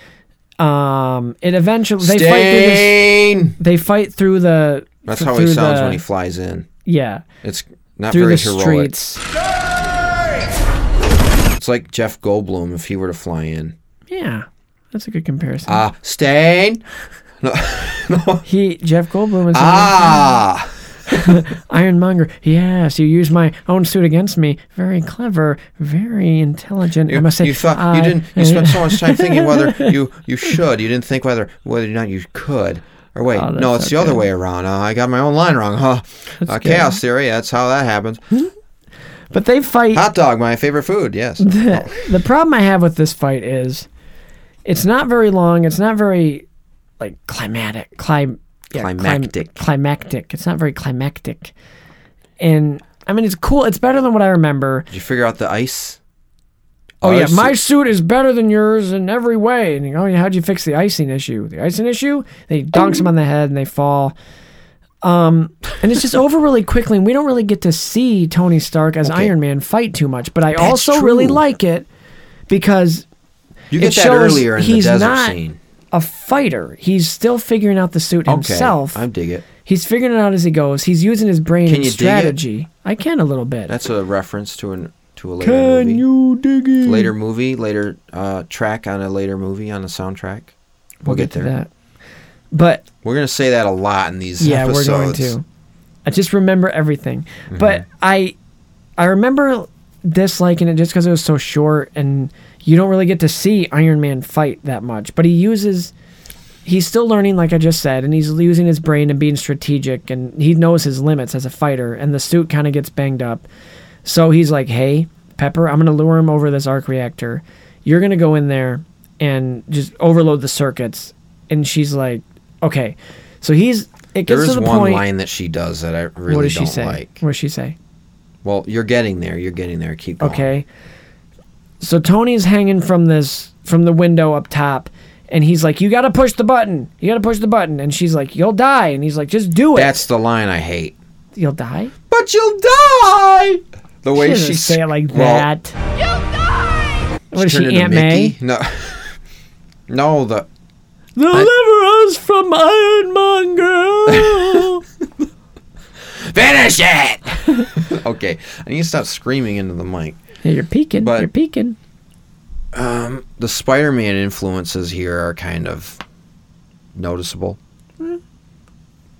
[SPEAKER 2] um it eventually they fight through this, they fight through the
[SPEAKER 1] That's
[SPEAKER 2] th-
[SPEAKER 1] how he
[SPEAKER 2] through
[SPEAKER 1] sounds
[SPEAKER 2] the-
[SPEAKER 1] when he flies in.
[SPEAKER 2] yeah
[SPEAKER 1] It's not
[SPEAKER 2] through
[SPEAKER 1] very
[SPEAKER 2] the
[SPEAKER 1] heroic.
[SPEAKER 2] streets
[SPEAKER 1] It's like Jeff Goldblum if he were to fly in.
[SPEAKER 2] yeah that's a good comparison
[SPEAKER 1] Ah, Stain.
[SPEAKER 2] he jeff goldblum is
[SPEAKER 1] Ah.
[SPEAKER 2] ironmonger yes you use my own suit against me very clever very intelligent i must say
[SPEAKER 1] you thought
[SPEAKER 2] I-
[SPEAKER 1] you didn't. You spent so much time thinking whether you you should. You didn't think whether whether or not you could. Or wait,
[SPEAKER 2] Oh,
[SPEAKER 1] no,
[SPEAKER 2] that's
[SPEAKER 1] it's the other
[SPEAKER 2] okay.
[SPEAKER 1] way around. Uh, I got my own line wrong, huh? Uh,
[SPEAKER 2] good.
[SPEAKER 1] chaos theory. That's how that happens.
[SPEAKER 2] but they fight
[SPEAKER 1] Hot dog, my favorite food. Yes.
[SPEAKER 2] the, the problem I have with this fight is it's not very long. It's not very like climatic, clim, yeah, clim-
[SPEAKER 1] Climactic.
[SPEAKER 2] climactic. It's not very climactic, and I mean it's cool. It's better than what I remember.
[SPEAKER 1] Did you figure out the ice?
[SPEAKER 2] Oh yeah,
[SPEAKER 1] Ice-
[SPEAKER 2] my suit is better than yours in every way. And you go, oh yeah, how'd you fix the icing issue? The icing issue? They
[SPEAKER 1] Oh.
[SPEAKER 2] donks him on the head and they fall. Um, and it's just over really quickly. And we don't really get to see Tony Stark as
[SPEAKER 1] Okay.
[SPEAKER 2] Iron Man fight too much. But I
[SPEAKER 1] That's
[SPEAKER 2] also really
[SPEAKER 1] true.
[SPEAKER 2] like it because
[SPEAKER 1] You
[SPEAKER 2] it
[SPEAKER 1] get that
[SPEAKER 2] shows
[SPEAKER 1] earlier in the
[SPEAKER 2] he's
[SPEAKER 1] desert
[SPEAKER 2] not
[SPEAKER 1] scene.
[SPEAKER 2] a fighter. He's still figuring out the suit himself.
[SPEAKER 1] Okay, I dig it.
[SPEAKER 2] He's figuring it out as he goes. He's using his brain
[SPEAKER 1] Can
[SPEAKER 2] and
[SPEAKER 1] you dig it?
[SPEAKER 2] strategy. I can a little bit.
[SPEAKER 1] That's a reference to an to a later
[SPEAKER 2] Can
[SPEAKER 1] movie.
[SPEAKER 2] you dig it?
[SPEAKER 1] Later movie, later uh, track on a later movie on a soundtrack. We'll,
[SPEAKER 2] We'll
[SPEAKER 1] get,
[SPEAKER 2] get to
[SPEAKER 1] there.
[SPEAKER 2] that. But
[SPEAKER 1] We're gonna say that a lot in these
[SPEAKER 2] yeah,
[SPEAKER 1] episodes.
[SPEAKER 2] we're going to. I just remember everything, but I, I remember disliking it just because it was so short, and you don't really get to see Iron Man fight that much. But he uses, he's still learning, like I just said, and he's using his brain and being strategic, and he knows his limits as a fighter. And the suit kind of gets banged up, so he's like, "Hey, Pepper, I'm gonna lure him over this arc reactor. You're gonna go in there and just overload the circuits." And she's like, "Okay." So he's it gets
[SPEAKER 1] There is
[SPEAKER 2] to the
[SPEAKER 1] one
[SPEAKER 2] point.
[SPEAKER 1] line that she does that I really
[SPEAKER 2] what does
[SPEAKER 1] don't
[SPEAKER 2] she say?
[SPEAKER 1] like.
[SPEAKER 2] What does she say?
[SPEAKER 1] Well, you're getting there. You're getting there. Keep going.
[SPEAKER 2] Okay. So Tony's hanging from this from the window up top, and he's like, "You got to push the button. You got to push the button." And she's like, "You'll die." And he's like, "Just do it.
[SPEAKER 1] That's the line I hate.
[SPEAKER 2] You'll die."
[SPEAKER 1] But you'll die. The way
[SPEAKER 2] she
[SPEAKER 1] she
[SPEAKER 2] doesn't say it
[SPEAKER 1] sc-
[SPEAKER 2] like
[SPEAKER 1] well,
[SPEAKER 2] that. What is
[SPEAKER 1] turned
[SPEAKER 2] she,
[SPEAKER 1] into
[SPEAKER 2] Aunt May?
[SPEAKER 1] Mickey? No. no. The
[SPEAKER 2] Deliver us from Ironmonger.
[SPEAKER 1] finish it. okay. I need to stop screaming into the mic.
[SPEAKER 2] yeah, you're peeking.
[SPEAKER 1] But-
[SPEAKER 2] you're peeking.
[SPEAKER 1] Um, the Spider-Man influences here are kind of noticeable.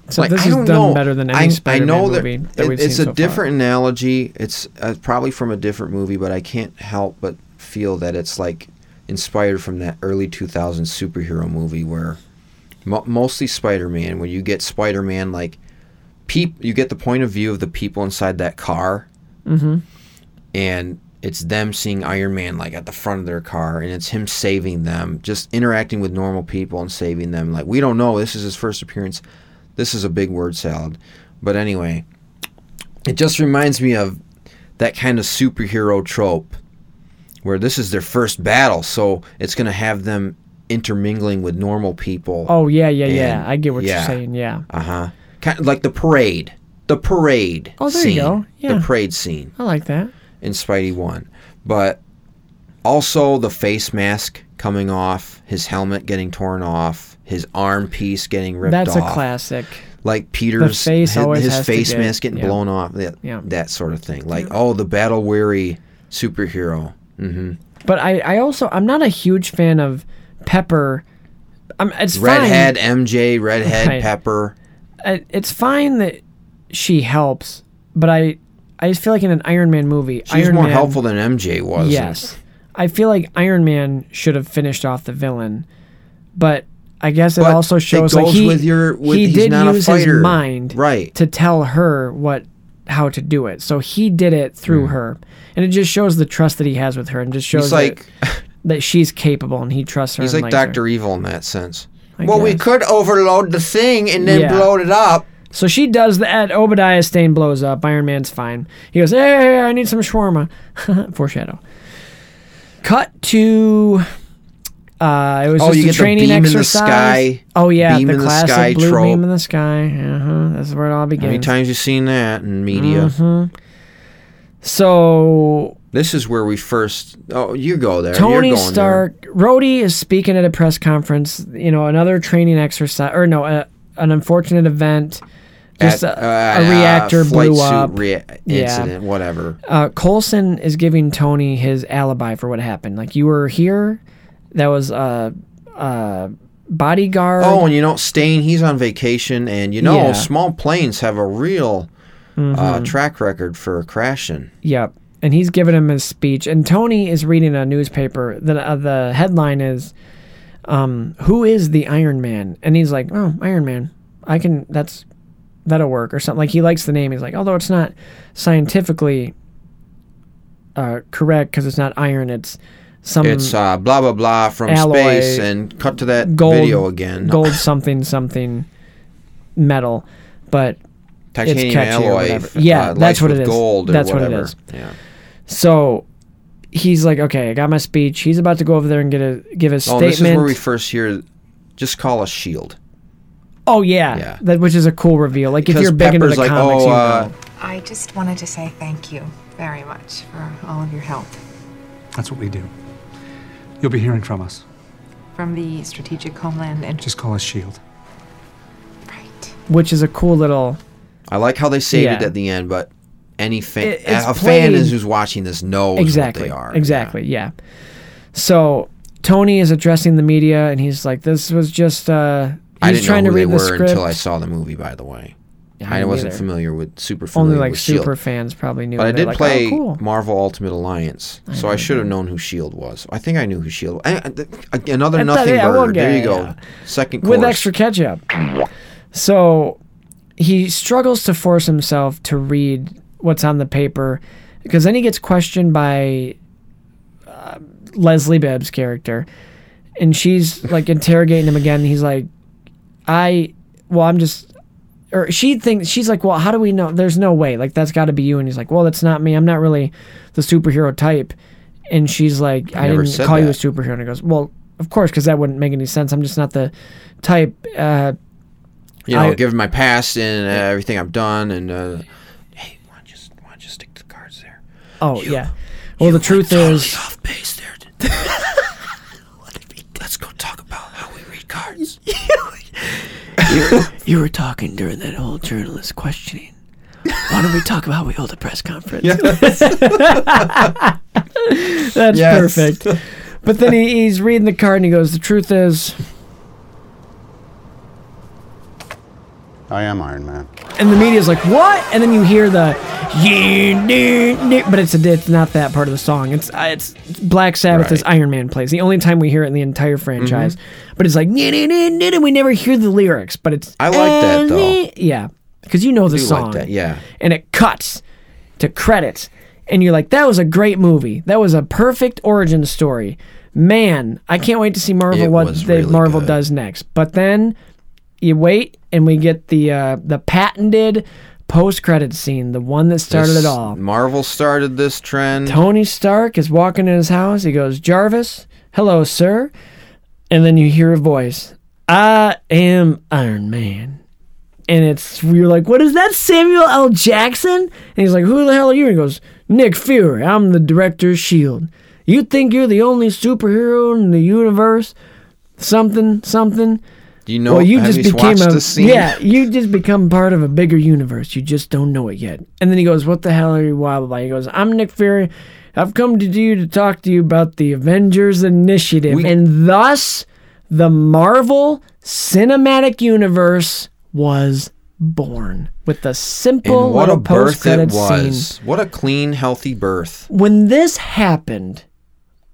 [SPEAKER 2] So this is done better than any Spider-Man movie that
[SPEAKER 1] it-
[SPEAKER 2] we've
[SPEAKER 1] it's
[SPEAKER 2] seen
[SPEAKER 1] a
[SPEAKER 2] so far.
[SPEAKER 1] different analogy. It's uh, probably from a different movie, but I can't help but feel that it's like inspired from that early 2000s superhero movie where mo- mostly Spider-Man, when you get Spider-Man like peep, you get the point of view of the people inside that car
[SPEAKER 2] Mm-hmm.
[SPEAKER 1] and it's them seeing Iron Man like at the front of their car, and it's him saving them, just interacting with normal people and saving them. Like we don't know, this is his first appearance. This is a big word salad, but anyway, it just reminds me of that kind of superhero trope where this is their first battle, so it's gonna have them intermingling with normal people.
[SPEAKER 2] Oh yeah, yeah, yeah.
[SPEAKER 1] And-
[SPEAKER 2] I get what
[SPEAKER 1] yeah.
[SPEAKER 2] you're saying. Yeah,
[SPEAKER 1] Uh huh. Kind of like the parade, the parade.
[SPEAKER 2] Oh, there you
[SPEAKER 1] scene.
[SPEAKER 2] go. Yeah.
[SPEAKER 1] the parade scene
[SPEAKER 2] I like that.
[SPEAKER 1] in Spidey 1. But also the face mask coming off, his helmet getting torn off, his arm piece getting ripped
[SPEAKER 2] That's
[SPEAKER 1] off.
[SPEAKER 2] a classic.
[SPEAKER 1] Like Peter's
[SPEAKER 2] The face
[SPEAKER 1] his,
[SPEAKER 2] always
[SPEAKER 1] his
[SPEAKER 2] has to
[SPEAKER 1] face
[SPEAKER 2] get-
[SPEAKER 1] mask getting
[SPEAKER 2] yeah.
[SPEAKER 1] blown off, that,
[SPEAKER 2] Yeah.
[SPEAKER 1] that sort of thing. Like, oh, the battle weary superhero. Mm-hmm.
[SPEAKER 2] But I, I also, I'm not a huge fan of Pepper. I'm, it's
[SPEAKER 1] Redhead
[SPEAKER 2] fine.
[SPEAKER 1] MJ, redhead
[SPEAKER 2] Right.
[SPEAKER 1] Pepper.
[SPEAKER 2] I- It's fine that she helps, but I, I just feel like in an Iron Man movie,
[SPEAKER 1] She was
[SPEAKER 2] Iron
[SPEAKER 1] more
[SPEAKER 2] Man,
[SPEAKER 1] helpful than MJ was.
[SPEAKER 2] Yes. I feel like Iron Man should have finished off the villain, but I guess it
[SPEAKER 1] But
[SPEAKER 2] also shows
[SPEAKER 1] it goes
[SPEAKER 2] like he
[SPEAKER 1] with your with
[SPEAKER 2] he
[SPEAKER 1] he's
[SPEAKER 2] did
[SPEAKER 1] not
[SPEAKER 2] use
[SPEAKER 1] a fighter.
[SPEAKER 2] his mind
[SPEAKER 1] right
[SPEAKER 2] to tell her what how to do it. So he did it through her, and it just shows the trust that he has with her, and just shows
[SPEAKER 1] Mm. He's like
[SPEAKER 2] that, that she's capable and he trusts her.
[SPEAKER 1] he's
[SPEAKER 2] and
[SPEAKER 1] like
[SPEAKER 2] likes her.
[SPEAKER 1] Doctor Evil in that sense.
[SPEAKER 2] I
[SPEAKER 1] well, we
[SPEAKER 2] guess.
[SPEAKER 1] could overload the thing and then
[SPEAKER 2] Yeah.
[SPEAKER 1] blow it up.
[SPEAKER 2] So she does that. Obadiah Stane blows up. Iron Man's fine. He goes, "Hey, I need some shawarma." Foreshadow. Cut to. Uh, it was
[SPEAKER 1] Oh,
[SPEAKER 2] just
[SPEAKER 1] you
[SPEAKER 2] a
[SPEAKER 1] get the
[SPEAKER 2] training
[SPEAKER 1] beam in the
[SPEAKER 2] exercise.
[SPEAKER 1] sky-
[SPEAKER 2] oh yeah,
[SPEAKER 1] beam
[SPEAKER 2] the
[SPEAKER 1] in the
[SPEAKER 2] classic
[SPEAKER 1] sky
[SPEAKER 2] blue
[SPEAKER 1] trope.
[SPEAKER 2] beam in the sky. Uh-huh. That's where it all
[SPEAKER 1] How many
[SPEAKER 2] begins.
[SPEAKER 1] times you seen that in media?
[SPEAKER 2] Mhm. So
[SPEAKER 1] This is where we first. Oh, you go there. You're
[SPEAKER 2] Tony
[SPEAKER 1] Oh, going
[SPEAKER 2] Stark, Rhodey is speaking at a press conference. You know, another training exercise, or no, a, an unfortunate event.
[SPEAKER 1] there.
[SPEAKER 2] Just
[SPEAKER 1] At-
[SPEAKER 2] a,
[SPEAKER 1] uh,
[SPEAKER 2] a reactor
[SPEAKER 1] flight
[SPEAKER 2] blew
[SPEAKER 1] suit
[SPEAKER 2] up.
[SPEAKER 1] rea- incident, whatever.
[SPEAKER 2] Uh, Colson is giving Tony his alibi for what happened. Like you were here, that was a uh, uh, bodyguard.
[SPEAKER 1] Oh, and you know, Stain, he's on vacation, and you know,
[SPEAKER 2] Yeah.
[SPEAKER 1] small planes have a real uh,
[SPEAKER 2] Mhm.
[SPEAKER 1] track record for crashing.
[SPEAKER 2] Yep. And he's giving him his speech, and Tony is reading a newspaper. The uh, the headline is, um, "Who is the Iron Man?" And he's like, "Oh, Iron Man. I can. That's that'll work or something." Like he likes the name. He's like, although it's not scientifically uh, correct because it's not iron. It's some
[SPEAKER 1] it's uh, blah blah blah from
[SPEAKER 2] Mm. alloy,
[SPEAKER 1] space, and cut to that
[SPEAKER 2] gold
[SPEAKER 1] video again.
[SPEAKER 2] gold something something metal, but
[SPEAKER 1] titanium
[SPEAKER 2] it's catchy or
[SPEAKER 1] alloy.
[SPEAKER 2] whatever.
[SPEAKER 1] f-
[SPEAKER 2] Yeah,
[SPEAKER 1] uh,
[SPEAKER 2] that's
[SPEAKER 1] lights
[SPEAKER 2] what
[SPEAKER 1] with
[SPEAKER 2] it is.
[SPEAKER 1] Gold or
[SPEAKER 2] that's
[SPEAKER 1] whatever.
[SPEAKER 2] what it is.
[SPEAKER 1] Yeah.
[SPEAKER 2] So he's like, okay, I got my speech. He's about to go over there and get a give a
[SPEAKER 1] Oh,
[SPEAKER 2] statement.
[SPEAKER 1] and this is where we first hear. Just call us Shield.
[SPEAKER 2] oh yeah,
[SPEAKER 1] Yeah.
[SPEAKER 2] that which is a cool reveal. Like if
[SPEAKER 1] Because
[SPEAKER 2] you're big into
[SPEAKER 1] Pepper's
[SPEAKER 2] the
[SPEAKER 1] like,
[SPEAKER 2] comics,
[SPEAKER 1] oh,
[SPEAKER 2] you
[SPEAKER 1] uh,
[SPEAKER 2] know.
[SPEAKER 4] I just wanted to say thank you very much for all of your help.
[SPEAKER 15] That's what we do. You'll be hearing from us.
[SPEAKER 4] From the Strategic Homeland and
[SPEAKER 15] Just call us Shield.
[SPEAKER 2] which is a cool little.
[SPEAKER 1] I like how they saved it
[SPEAKER 2] Yeah.
[SPEAKER 1] at the end, but any fan,
[SPEAKER 2] It- it's
[SPEAKER 1] a fan
[SPEAKER 2] played-
[SPEAKER 1] is who's watching this knows
[SPEAKER 2] exactly
[SPEAKER 1] what they are.
[SPEAKER 2] exactly yeah. so tony is addressing the media and he's like this was just uh he's
[SPEAKER 1] I didn't
[SPEAKER 2] trying
[SPEAKER 1] know who
[SPEAKER 2] to read
[SPEAKER 1] they
[SPEAKER 2] the
[SPEAKER 1] were
[SPEAKER 2] script
[SPEAKER 1] until I saw the movie. By the way,
[SPEAKER 2] Yeah, I
[SPEAKER 1] I
[SPEAKER 2] didn't
[SPEAKER 1] wasn't
[SPEAKER 2] either.
[SPEAKER 1] familiar with super familiar
[SPEAKER 2] only like
[SPEAKER 1] with
[SPEAKER 2] super
[SPEAKER 1] Shield.
[SPEAKER 2] fans probably knew
[SPEAKER 1] E But I
[SPEAKER 2] They're
[SPEAKER 1] did
[SPEAKER 2] like, oh,
[SPEAKER 1] play
[SPEAKER 2] cool.
[SPEAKER 1] Marvel Ultimate Alliance, so I should have known who Shield was. I think I E knew who Shield. I, I- th- another
[SPEAKER 2] I thought,
[SPEAKER 1] nothing
[SPEAKER 2] yeah,
[SPEAKER 1] burger.
[SPEAKER 2] okay,
[SPEAKER 1] there you go.
[SPEAKER 2] yeah.
[SPEAKER 1] Second course.
[SPEAKER 2] with extra ketchup so he struggles to force himself to read what's on the paper because then he gets questioned by uh, leslie bibb's character and she's like interrogating him again he's like i well i'm just or she thinks she's like well how do we know there's no way like that's got to be you and he's like well that's not me i'm not really the superhero type and she's like
[SPEAKER 1] I
[SPEAKER 2] i,
[SPEAKER 1] never
[SPEAKER 2] didn't
[SPEAKER 1] said
[SPEAKER 2] call you a
[SPEAKER 1] that.
[SPEAKER 2] superhero and he goes well of course because that wouldn't make any sense i'm just not the type uh
[SPEAKER 1] you know,
[SPEAKER 2] I-
[SPEAKER 1] given my past and uh, everything I've done, and uh, hey, why don't you just why don't you stick to the cards there?
[SPEAKER 2] oh yeah well the truth is
[SPEAKER 1] Off base there. Let's go talk about how we read cards.
[SPEAKER 2] you were talking during that whole journalist questioning why don't we talk about how we hold a press conference
[SPEAKER 1] Yes.
[SPEAKER 2] That's
[SPEAKER 1] Yes.
[SPEAKER 2] perfect. But then he, he's reading the card and he goes, The truth is.
[SPEAKER 7] I am Iron Man.
[SPEAKER 2] And the media's like, What? And then you hear the. "Yeah, yeah, yeah," But it's a, it's not that part of the song. It's uh, it's Black Sabbath as
[SPEAKER 16] Right.
[SPEAKER 2] Iron Man plays. The only time we hear it in the entire franchise. But it's like. "Yeah, yeah, yeah, yeah," And we never hear the lyrics. But it's.
[SPEAKER 1] I like that, though.
[SPEAKER 2] "Eh, Yeah. Because you know the
[SPEAKER 1] do like
[SPEAKER 2] song.
[SPEAKER 1] that, yeah.
[SPEAKER 2] And it cuts to credits. And you're like, That was a great movie. That was a perfect origin story. Man, I can't wait to see Marvel
[SPEAKER 1] It
[SPEAKER 2] what
[SPEAKER 1] was
[SPEAKER 2] they,
[SPEAKER 1] really
[SPEAKER 2] Marvel
[SPEAKER 1] good.
[SPEAKER 2] does next. But then you wait and we get the uh, the patented post credit scene, the one that started
[SPEAKER 1] This-
[SPEAKER 2] it all.
[SPEAKER 1] Marvel started this trend.
[SPEAKER 2] Tony Stark is walking in his house. He goes, Jarvis, hello, sir. And then you hear a voice. I am Iron Man. And it's you're like, what is that? Samuel L. Jackson? And he's like, who the hell are you? And he goes, Nick Fury. I'm the director of Shield. E You think you're the only superhero in the universe? Something, something.
[SPEAKER 1] Do you know?
[SPEAKER 2] well, you
[SPEAKER 1] have
[SPEAKER 2] just became
[SPEAKER 1] watched
[SPEAKER 2] a
[SPEAKER 1] this scene?
[SPEAKER 2] yeah. You just become part of a bigger universe. You just don't know it yet. And then he goes, "What the hell are you wild about?" He goes, "I'm Nick Fury. I've come to you to talk to you about the Avengers Initiative, and thus the Marvel Cinematic Universe was born with the simple
[SPEAKER 1] And what a
[SPEAKER 2] little
[SPEAKER 1] birth it
[SPEAKER 2] post-credit scene."
[SPEAKER 1] was! What a clean, healthy birth.
[SPEAKER 2] when this happened,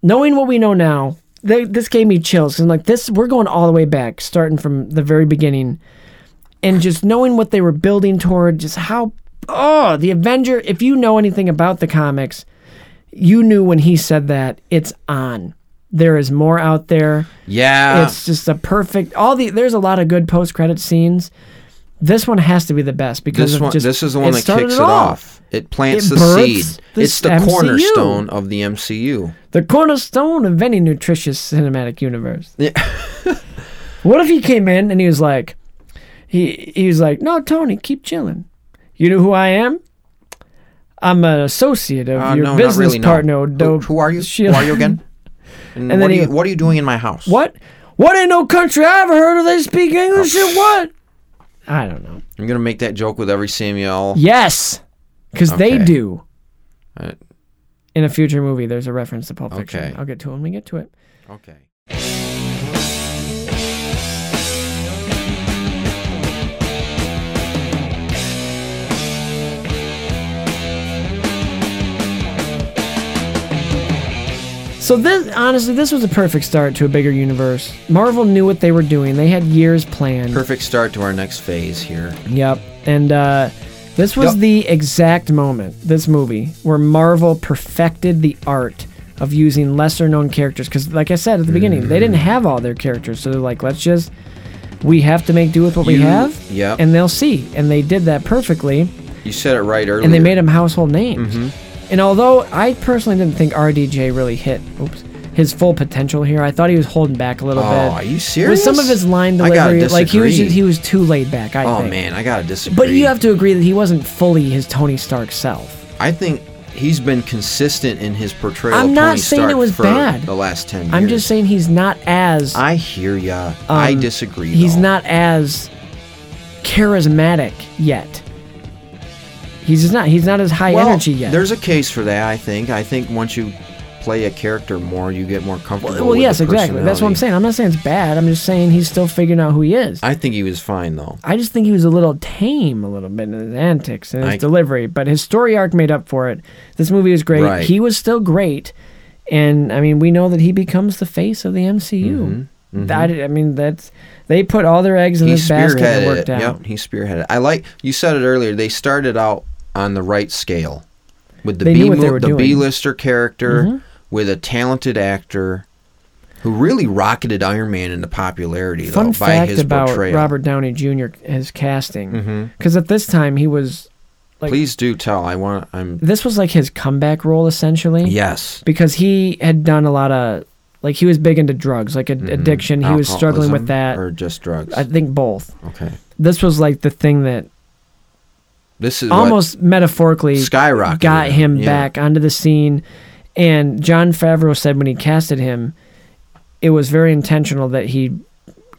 [SPEAKER 2] knowing what we know now, they, this gave me chills. 'cause I'm like, this, we're going all the way back, starting from the very beginning, and just knowing what they were building toward, just how, oh, the Avenger. If you know anything about the comics, you knew when he said that it's on. There is more out there.
[SPEAKER 1] Yeah.
[SPEAKER 2] It's just a perfect. All the there's a lot of good post credit scenes. This one has to be the best because
[SPEAKER 1] This
[SPEAKER 2] of
[SPEAKER 1] one,
[SPEAKER 2] just-
[SPEAKER 1] this is the one that
[SPEAKER 2] started
[SPEAKER 1] kicks
[SPEAKER 2] it
[SPEAKER 1] it
[SPEAKER 2] all.
[SPEAKER 1] off. It plants
[SPEAKER 2] It
[SPEAKER 1] the seed.
[SPEAKER 2] births this
[SPEAKER 1] It's the
[SPEAKER 2] MCU.
[SPEAKER 1] cornerstone of the MCU.
[SPEAKER 2] The cornerstone of any nutritious cinematic universe. what if he came in and he was like, he he was like, no, Tony, keep chilling. You know who I am? I'm an associate of
[SPEAKER 1] Uh,
[SPEAKER 2] your
[SPEAKER 1] no, not
[SPEAKER 2] business
[SPEAKER 1] really, no.
[SPEAKER 2] partner.
[SPEAKER 1] Who-
[SPEAKER 2] Do-
[SPEAKER 1] who are you? Who
[SPEAKER 2] Shield.
[SPEAKER 1] are you again? And,
[SPEAKER 2] And
[SPEAKER 1] what,
[SPEAKER 2] then
[SPEAKER 1] are
[SPEAKER 2] he-
[SPEAKER 1] you, what are you doing in my house?
[SPEAKER 2] what? What ain't no country I ever heard of? They speak English
[SPEAKER 1] Oh,
[SPEAKER 2] and what? I don't know.
[SPEAKER 1] I'm gonna make that joke with every Samuel.
[SPEAKER 2] Yes, because they
[SPEAKER 1] Okay.
[SPEAKER 2] do.
[SPEAKER 1] Uh,
[SPEAKER 2] In a future movie, there's a reference to Pulp Fiction.
[SPEAKER 1] Okay.
[SPEAKER 2] I'll get to it when we get to it.
[SPEAKER 1] Okay.
[SPEAKER 2] So this honestly, this was a perfect start to a bigger universe. Marvel knew what they were doing. They had years planned.
[SPEAKER 1] Perfect start to our next phase here.
[SPEAKER 2] Yep. And uh, this was
[SPEAKER 1] Yep.
[SPEAKER 2] the exact moment, this movie, where Marvel perfected the art of using lesser known characters. Because, like I said at the beginning, they
[SPEAKER 1] Mm-hmm.
[SPEAKER 2] didn't have all their characters. So they're like, let's just, we have to make do with what we
[SPEAKER 1] You-
[SPEAKER 2] have.
[SPEAKER 1] yep.
[SPEAKER 2] And they'll see. And they did that perfectly.
[SPEAKER 1] You said it right earlier.
[SPEAKER 2] And they made them household names.
[SPEAKER 1] Mhm.
[SPEAKER 2] And although I personally didn't think RDJ really hit oops, his full potential here, I thought he was holding back a little
[SPEAKER 1] Oh,
[SPEAKER 2] bit.
[SPEAKER 1] are you serious?
[SPEAKER 2] With some of his line
[SPEAKER 1] I gotta
[SPEAKER 2] delivery, like he was
[SPEAKER 1] disagree.
[SPEAKER 2] just, he was too laid back. I
[SPEAKER 1] oh
[SPEAKER 2] think.
[SPEAKER 1] man, I gotta disagree.
[SPEAKER 2] But you have to agree that he wasn't fully his Tony Stark self.
[SPEAKER 1] I think he's been consistent in his portrayal.
[SPEAKER 2] I'm
[SPEAKER 1] of
[SPEAKER 2] not
[SPEAKER 1] Tony
[SPEAKER 2] saying
[SPEAKER 1] Stark
[SPEAKER 2] it was
[SPEAKER 1] for
[SPEAKER 2] bad.
[SPEAKER 1] The last ten. Years.
[SPEAKER 2] I'm just saying he's not as
[SPEAKER 1] I hear ya. I
[SPEAKER 2] um,
[SPEAKER 1] disagree.
[SPEAKER 2] He's
[SPEAKER 1] though.
[SPEAKER 2] not as charismatic yet. He's just not. He's not as high
[SPEAKER 1] Well,
[SPEAKER 2] energy yet.
[SPEAKER 1] There's a case for that. I think. I think once you play a character more, you get more comfortable.
[SPEAKER 2] well,
[SPEAKER 1] with
[SPEAKER 2] yes,
[SPEAKER 1] the
[SPEAKER 2] exactly. That's what I'm
[SPEAKER 1] personality.
[SPEAKER 2] saying. I'm not saying it's bad. I'm just saying he's still figuring out who he is.
[SPEAKER 1] I think he was fine though.
[SPEAKER 2] I just think he was a little tame, a little bit in his antics and his
[SPEAKER 1] I-
[SPEAKER 2] delivery, but his story arc made up for it. This movie was great.
[SPEAKER 1] Right.
[SPEAKER 2] He was still great, and I mean, we know that he becomes the face of the MCU.
[SPEAKER 1] Mhm,
[SPEAKER 2] That- I mean, that's they put all their eggs in
[SPEAKER 1] he
[SPEAKER 2] this basket and it
[SPEAKER 1] spearheaded it.
[SPEAKER 2] worked out.
[SPEAKER 1] Yep, he spearheaded. it. I like you said it earlier. They started out on the right scale with the
[SPEAKER 2] They knew
[SPEAKER 1] B
[SPEAKER 2] what they
[SPEAKER 1] mo-
[SPEAKER 2] were
[SPEAKER 1] the
[SPEAKER 2] doing.
[SPEAKER 1] B lister character
[SPEAKER 2] Mhm.
[SPEAKER 1] with a talented actor who really rocketed Iron Man into popularity
[SPEAKER 2] Fun
[SPEAKER 1] though, by
[SPEAKER 2] fact
[SPEAKER 1] his
[SPEAKER 2] about
[SPEAKER 1] portrayal.
[SPEAKER 2] Robert Downey Jr. his casting,
[SPEAKER 1] Mhm.
[SPEAKER 2] because at this time he was like
[SPEAKER 1] Please do tell. I want. I'm.
[SPEAKER 2] this was like his comeback role essentially.
[SPEAKER 1] Yes.
[SPEAKER 2] because he had done a lot of like he was big into drugs, like ad- addiction. He was struggling with that.
[SPEAKER 1] Mm-hmm. Alcoholism or just drugs.
[SPEAKER 2] I think both.
[SPEAKER 1] okay.
[SPEAKER 2] This was like the thing that
[SPEAKER 1] This is what-
[SPEAKER 2] almost metaphorically
[SPEAKER 1] Skyrocketed
[SPEAKER 2] got
[SPEAKER 1] him,
[SPEAKER 2] him
[SPEAKER 1] yeah.
[SPEAKER 2] back onto the scene. And John Favreau said when he casted him, it was very intentional that he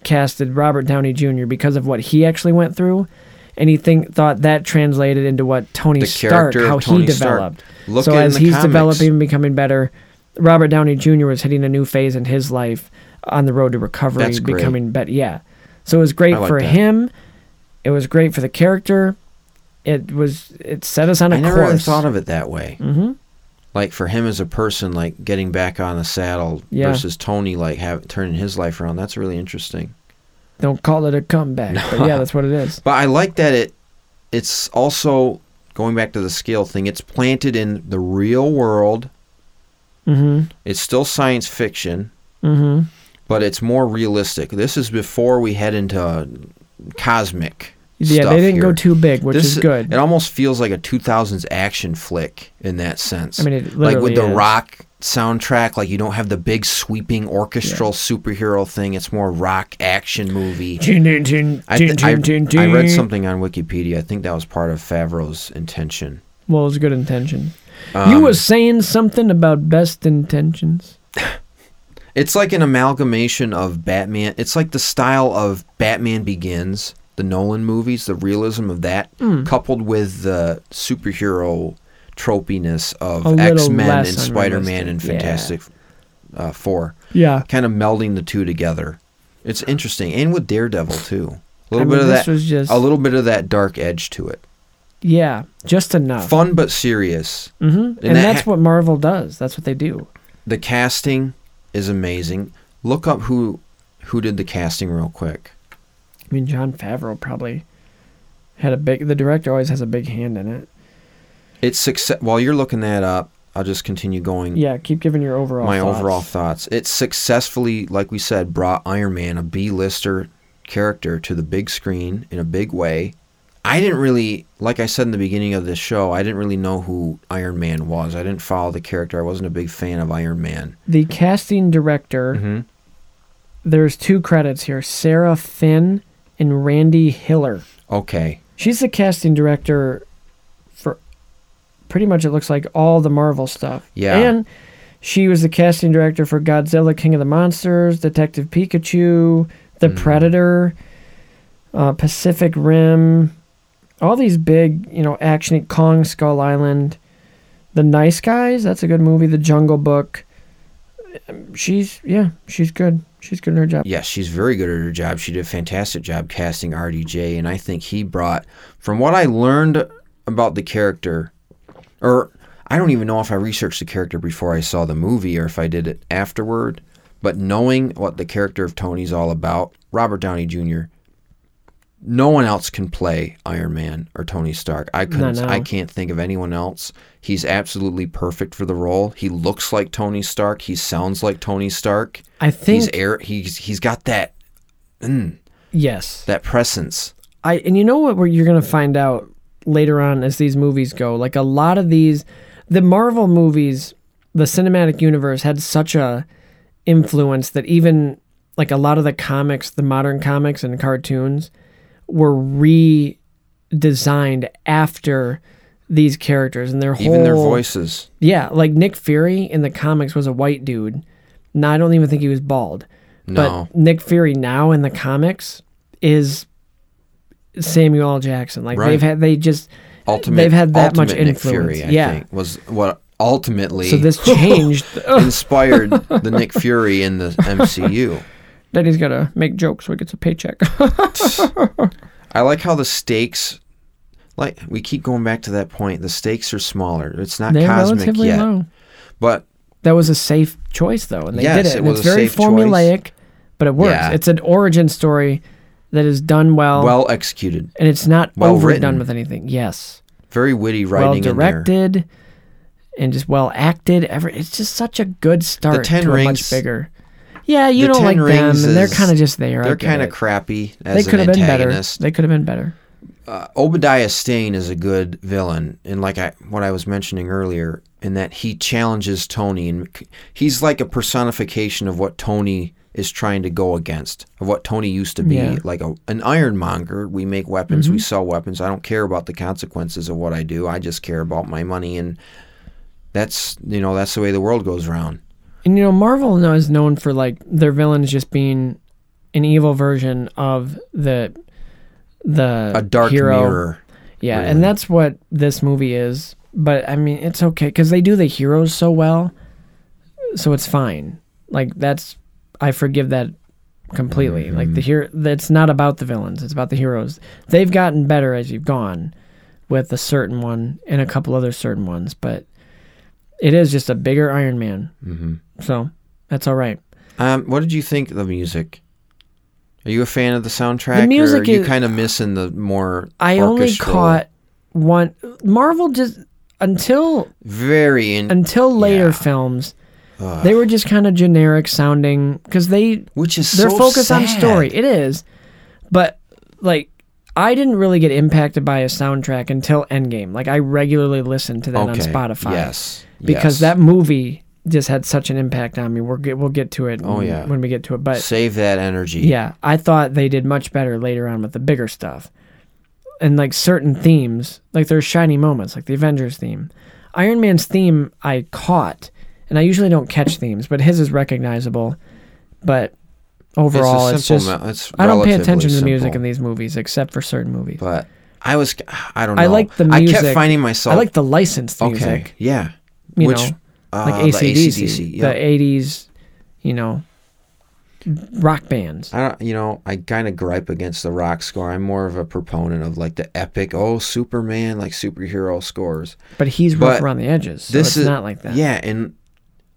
[SPEAKER 2] casted Robert Downey Jr. because of what he actually went through, and he think thought that translated into what Tony
[SPEAKER 1] The
[SPEAKER 2] Stark,
[SPEAKER 1] character of
[SPEAKER 2] how
[SPEAKER 1] Tony
[SPEAKER 2] he
[SPEAKER 1] Stark.
[SPEAKER 2] developed.
[SPEAKER 1] Look
[SPEAKER 2] so
[SPEAKER 1] at in
[SPEAKER 2] as
[SPEAKER 1] the
[SPEAKER 2] he's
[SPEAKER 1] comics.
[SPEAKER 2] developing and becoming better, Robert Downey Jr. was hitting a new phase in his life on the road to recovery,
[SPEAKER 1] That's great.
[SPEAKER 2] becoming better. Yeah, so it was great
[SPEAKER 1] I like
[SPEAKER 2] for
[SPEAKER 1] that.
[SPEAKER 2] him. It was great for the character. It was it set us on a
[SPEAKER 1] I
[SPEAKER 2] course.
[SPEAKER 1] never really thought of it that way.
[SPEAKER 2] Mhm.
[SPEAKER 1] Like for him as a person, like getting back on the saddle
[SPEAKER 2] Yeah.
[SPEAKER 1] versus Tony, like have, turning his life around. That's really interesting.
[SPEAKER 2] Don't call it a comeback, but yeah, that's what it is.
[SPEAKER 1] But I like that it. It's also going back to the scale thing. It's planted in the real world.
[SPEAKER 2] Mm-hmm.
[SPEAKER 1] It's still science fiction,
[SPEAKER 2] Mm-hmm.
[SPEAKER 1] but it's more realistic. This is before we head into cosmic.
[SPEAKER 2] Yeah,
[SPEAKER 1] stuff
[SPEAKER 2] they didn't go
[SPEAKER 1] here.
[SPEAKER 2] too big, which is good.
[SPEAKER 1] It almost feels like a 2000s action flick in that sense.
[SPEAKER 2] I mean, it
[SPEAKER 1] like with
[SPEAKER 2] literally
[SPEAKER 1] the
[SPEAKER 2] is.
[SPEAKER 1] rock soundtrack, like you don't have the big sweeping orchestral superhero thing. It's more rock action movie.
[SPEAKER 2] Dun, dun, dun,
[SPEAKER 1] I, thi-
[SPEAKER 2] dun,
[SPEAKER 1] I-
[SPEAKER 2] dun, dun,
[SPEAKER 1] I
[SPEAKER 2] dun.
[SPEAKER 1] read something on Wikipedia. I think that was part of Favreau's intention.
[SPEAKER 2] Well, it was good intention. you
[SPEAKER 1] Um,
[SPEAKER 2] was saying something about best intentions.
[SPEAKER 1] It's like an amalgamation of Batman. It's like the style of Batman Begins, the Nolan movies, the realism of that,
[SPEAKER 2] Mm.
[SPEAKER 1] coupled with the superhero tropiness
[SPEAKER 2] A
[SPEAKER 1] of
[SPEAKER 2] little
[SPEAKER 1] X Men and
[SPEAKER 2] less
[SPEAKER 1] Spider Man and
[SPEAKER 2] unrealistic, yeah.
[SPEAKER 1] Fantastic uh, Four.
[SPEAKER 2] Yeah.
[SPEAKER 1] Kind of melding the two together. It's interesting. And with Daredevil, too. A little
[SPEAKER 2] I mean,
[SPEAKER 1] bit of
[SPEAKER 2] this
[SPEAKER 1] that.
[SPEAKER 2] was just-
[SPEAKER 1] A little bit of that dark edge to it.
[SPEAKER 2] Yeah, just enough.
[SPEAKER 1] Fun but serious.
[SPEAKER 2] hmm And,
[SPEAKER 1] And that
[SPEAKER 2] that's
[SPEAKER 1] ha-
[SPEAKER 2] what Marvel does. That's what they do.
[SPEAKER 1] the casting is amazing. Look up who who did the casting real quick.
[SPEAKER 2] I mean, John Favreau probably had a big. The director always has a big hand in it.
[SPEAKER 1] It's success. While you're looking that up, I'll just continue going.
[SPEAKER 2] Yeah, keep giving your overall.
[SPEAKER 1] my
[SPEAKER 2] thoughts.
[SPEAKER 1] overall thoughts. It successfully, like we said, brought Iron Man, a B-lister character, to the big screen in a big way. I didn't really, like I said in the beginning of this show, I didn't really know who Iron Man was. I didn't follow the character. I wasn't a big fan of Iron Man.
[SPEAKER 2] The casting director.
[SPEAKER 1] Mhm.
[SPEAKER 2] There's two credits here: Sarah Finn and Randy Hiller.
[SPEAKER 1] Okay.
[SPEAKER 2] She's the casting director for pretty much it looks like all the Marvel stuff.
[SPEAKER 1] Yeah.
[SPEAKER 2] And she was the casting director for Godzilla King of the Monsters, Detective Pikachu,
[SPEAKER 1] Hmm.
[SPEAKER 2] The Predator, uh, Pacific Rim, all these big, you know, action Kong Skull Island, The Nice Guys, that's a good movie, The Jungle Book. Um, She's yeah, she's good. She's good at her job.
[SPEAKER 1] Yeah, she's very good at her job. She did a fantastic job casting RDJ, and I think he brought, from what I learned about the character, or I don't even know if I researched the character before I saw the movie or if I did it afterward, but knowing what the character of Tony's all about, Robert Downey Jr., no one else can play Iron Man or Tony Stark. I couldn't
[SPEAKER 2] no.
[SPEAKER 1] I can't think of anyone else. He's absolutely perfect for the role. He looks like Tony Stark, he sounds like Tony Stark.
[SPEAKER 2] I
[SPEAKER 1] he's
[SPEAKER 2] think-
[SPEAKER 1] air he's he's got that mm,
[SPEAKER 2] Yes.
[SPEAKER 1] that presence.
[SPEAKER 2] I and you know what we're- you're gonna find out later on as these movies go. Like a lot of these, the Marvel movies, the cinematic universe had such a influence that even like a lot of the comics, the modern comics and cartoons, were redesigned after these characters and their whole
[SPEAKER 1] Even their voices.
[SPEAKER 2] yeah, like Nick Fury in the comics was a white dude. No, I don't even think he was bald.
[SPEAKER 1] No.
[SPEAKER 2] But Nick Fury now in the comics is Samuel L. Jackson. Like
[SPEAKER 1] Right.
[SPEAKER 2] they've had they just
[SPEAKER 1] Ultimate
[SPEAKER 2] they've had that much
[SPEAKER 1] ultimate Nick
[SPEAKER 2] influence.
[SPEAKER 1] Fury, I
[SPEAKER 2] yeah.
[SPEAKER 1] think, was what ultimately
[SPEAKER 2] So this changed-
[SPEAKER 1] inspired the Nick Fury in the MCU.
[SPEAKER 2] Daddy's gotta make jokes so he gets a paycheck.
[SPEAKER 1] I like how the stakes, like we keep going back to that point. The stakes are smaller. It's not
[SPEAKER 2] They're
[SPEAKER 1] cosmic
[SPEAKER 2] relatively
[SPEAKER 1] yet,
[SPEAKER 2] low.
[SPEAKER 1] but
[SPEAKER 2] That was a safe choice though, and they
[SPEAKER 1] Yes,
[SPEAKER 2] did it.
[SPEAKER 1] it
[SPEAKER 2] and
[SPEAKER 1] was
[SPEAKER 2] it's
[SPEAKER 1] a
[SPEAKER 2] very
[SPEAKER 1] safe choice.
[SPEAKER 2] formulaic, but it works.
[SPEAKER 1] Yeah.
[SPEAKER 2] It's an origin story that is done well.
[SPEAKER 1] well executed,
[SPEAKER 2] and it's not
[SPEAKER 1] well
[SPEAKER 2] overdone
[SPEAKER 1] written.
[SPEAKER 2] with anything. Yes.
[SPEAKER 1] very witty
[SPEAKER 2] well
[SPEAKER 1] writing in there.
[SPEAKER 2] directed and just well acted. Every it's just such a good start
[SPEAKER 1] Ten
[SPEAKER 2] to a
[SPEAKER 1] Rings-
[SPEAKER 2] much bigger. Yeah, you
[SPEAKER 1] The
[SPEAKER 2] don't
[SPEAKER 1] Ten
[SPEAKER 2] like them,
[SPEAKER 1] Rings
[SPEAKER 2] and they're
[SPEAKER 1] is-
[SPEAKER 2] kind of just there. I
[SPEAKER 1] They're
[SPEAKER 2] get
[SPEAKER 1] kind of
[SPEAKER 2] it.
[SPEAKER 1] crappy
[SPEAKER 2] They
[SPEAKER 1] as
[SPEAKER 2] could
[SPEAKER 1] an
[SPEAKER 2] have been better.
[SPEAKER 1] antagonist.
[SPEAKER 2] They could have been better.
[SPEAKER 1] uh, Obadiah Stane is a good villain, and like I what I was mentioning earlier, in that he challenges Tony, and c- he's like a personification of what Tony is trying to go against, of what Tony used to be,
[SPEAKER 2] Yeah.
[SPEAKER 1] like a, an ironmonger. We make weapons, we
[SPEAKER 2] Mhm.
[SPEAKER 1] sell weapons. I don't care about the consequences of what I do. I just care about my money, and that's you know that's the way the world goes around.
[SPEAKER 2] And you know, Marvel now is known for like their villains just being an evil version of the the
[SPEAKER 1] A dark
[SPEAKER 2] hero.
[SPEAKER 1] mirror,
[SPEAKER 2] Yeah,
[SPEAKER 1] really.
[SPEAKER 2] and that's what this movie is. But I mean, it's okay because they do the heroes so well so it's fine. Like that's I forgive that completely. Like the hero, that's not about the villains. It's about the heroes. They've gotten better as you've gone, with a certain one and a couple other certain ones. But it is just a bigger Iron Man.
[SPEAKER 1] Mhm.
[SPEAKER 2] So that's all right.
[SPEAKER 1] Um, what did you think of the music? Are you a fan of the soundtrack?
[SPEAKER 2] music
[SPEAKER 1] or are you
[SPEAKER 2] is-
[SPEAKER 1] kind of missing the more.
[SPEAKER 2] I only
[SPEAKER 1] orchestral-
[SPEAKER 2] caught one. Marvel just until
[SPEAKER 1] very in,
[SPEAKER 2] until later films,
[SPEAKER 1] Ugh.
[SPEAKER 2] they were just kind of generic sounding because they
[SPEAKER 1] which is
[SPEAKER 2] they're
[SPEAKER 1] so
[SPEAKER 2] focused on
[SPEAKER 1] sad.
[SPEAKER 2] story. It is, but like I didn't really get impacted by a soundtrack until Endgame. Like I regularly listened to that on
[SPEAKER 1] Okay,
[SPEAKER 2] Spotify.
[SPEAKER 1] yes, yes.
[SPEAKER 2] because that movie just had such an impact on me. We'll get we'll get to it.
[SPEAKER 1] Oh,
[SPEAKER 2] when-
[SPEAKER 1] yeah.
[SPEAKER 2] when we get to it, but
[SPEAKER 1] Save that energy.
[SPEAKER 2] yeah, I thought they did much better later on with the bigger stuff. And like certain themes, like there's shiny moments, like the Avengers theme. Iron Man's theme I caught, and I usually don't catch themes, but his is recognizable. But overall, it's,
[SPEAKER 1] simple
[SPEAKER 2] just
[SPEAKER 1] me- it's
[SPEAKER 2] I don't pay attention to
[SPEAKER 1] relatively
[SPEAKER 2] the music
[SPEAKER 1] simple.
[SPEAKER 2] in these movies except for certain movies.
[SPEAKER 1] But I was. I don't know.
[SPEAKER 2] I like the
[SPEAKER 1] I
[SPEAKER 2] music.
[SPEAKER 1] kept finding myself.
[SPEAKER 2] I like the licensed
[SPEAKER 1] Okay,
[SPEAKER 2] music.
[SPEAKER 1] yeah.
[SPEAKER 2] you
[SPEAKER 1] Which,
[SPEAKER 2] know,
[SPEAKER 1] uh,
[SPEAKER 2] like
[SPEAKER 1] the
[SPEAKER 2] ACDC,
[SPEAKER 1] AC/DC,
[SPEAKER 2] the
[SPEAKER 1] yep.
[SPEAKER 2] '80s, you know, rock bands.
[SPEAKER 1] I don't, you know, I kind of gripe against the rock score. I'm more of a proponent of like the epic, oh Superman, like superhero scores.
[SPEAKER 2] But he's rough around the edges, so it's not like that.
[SPEAKER 1] Yeah, and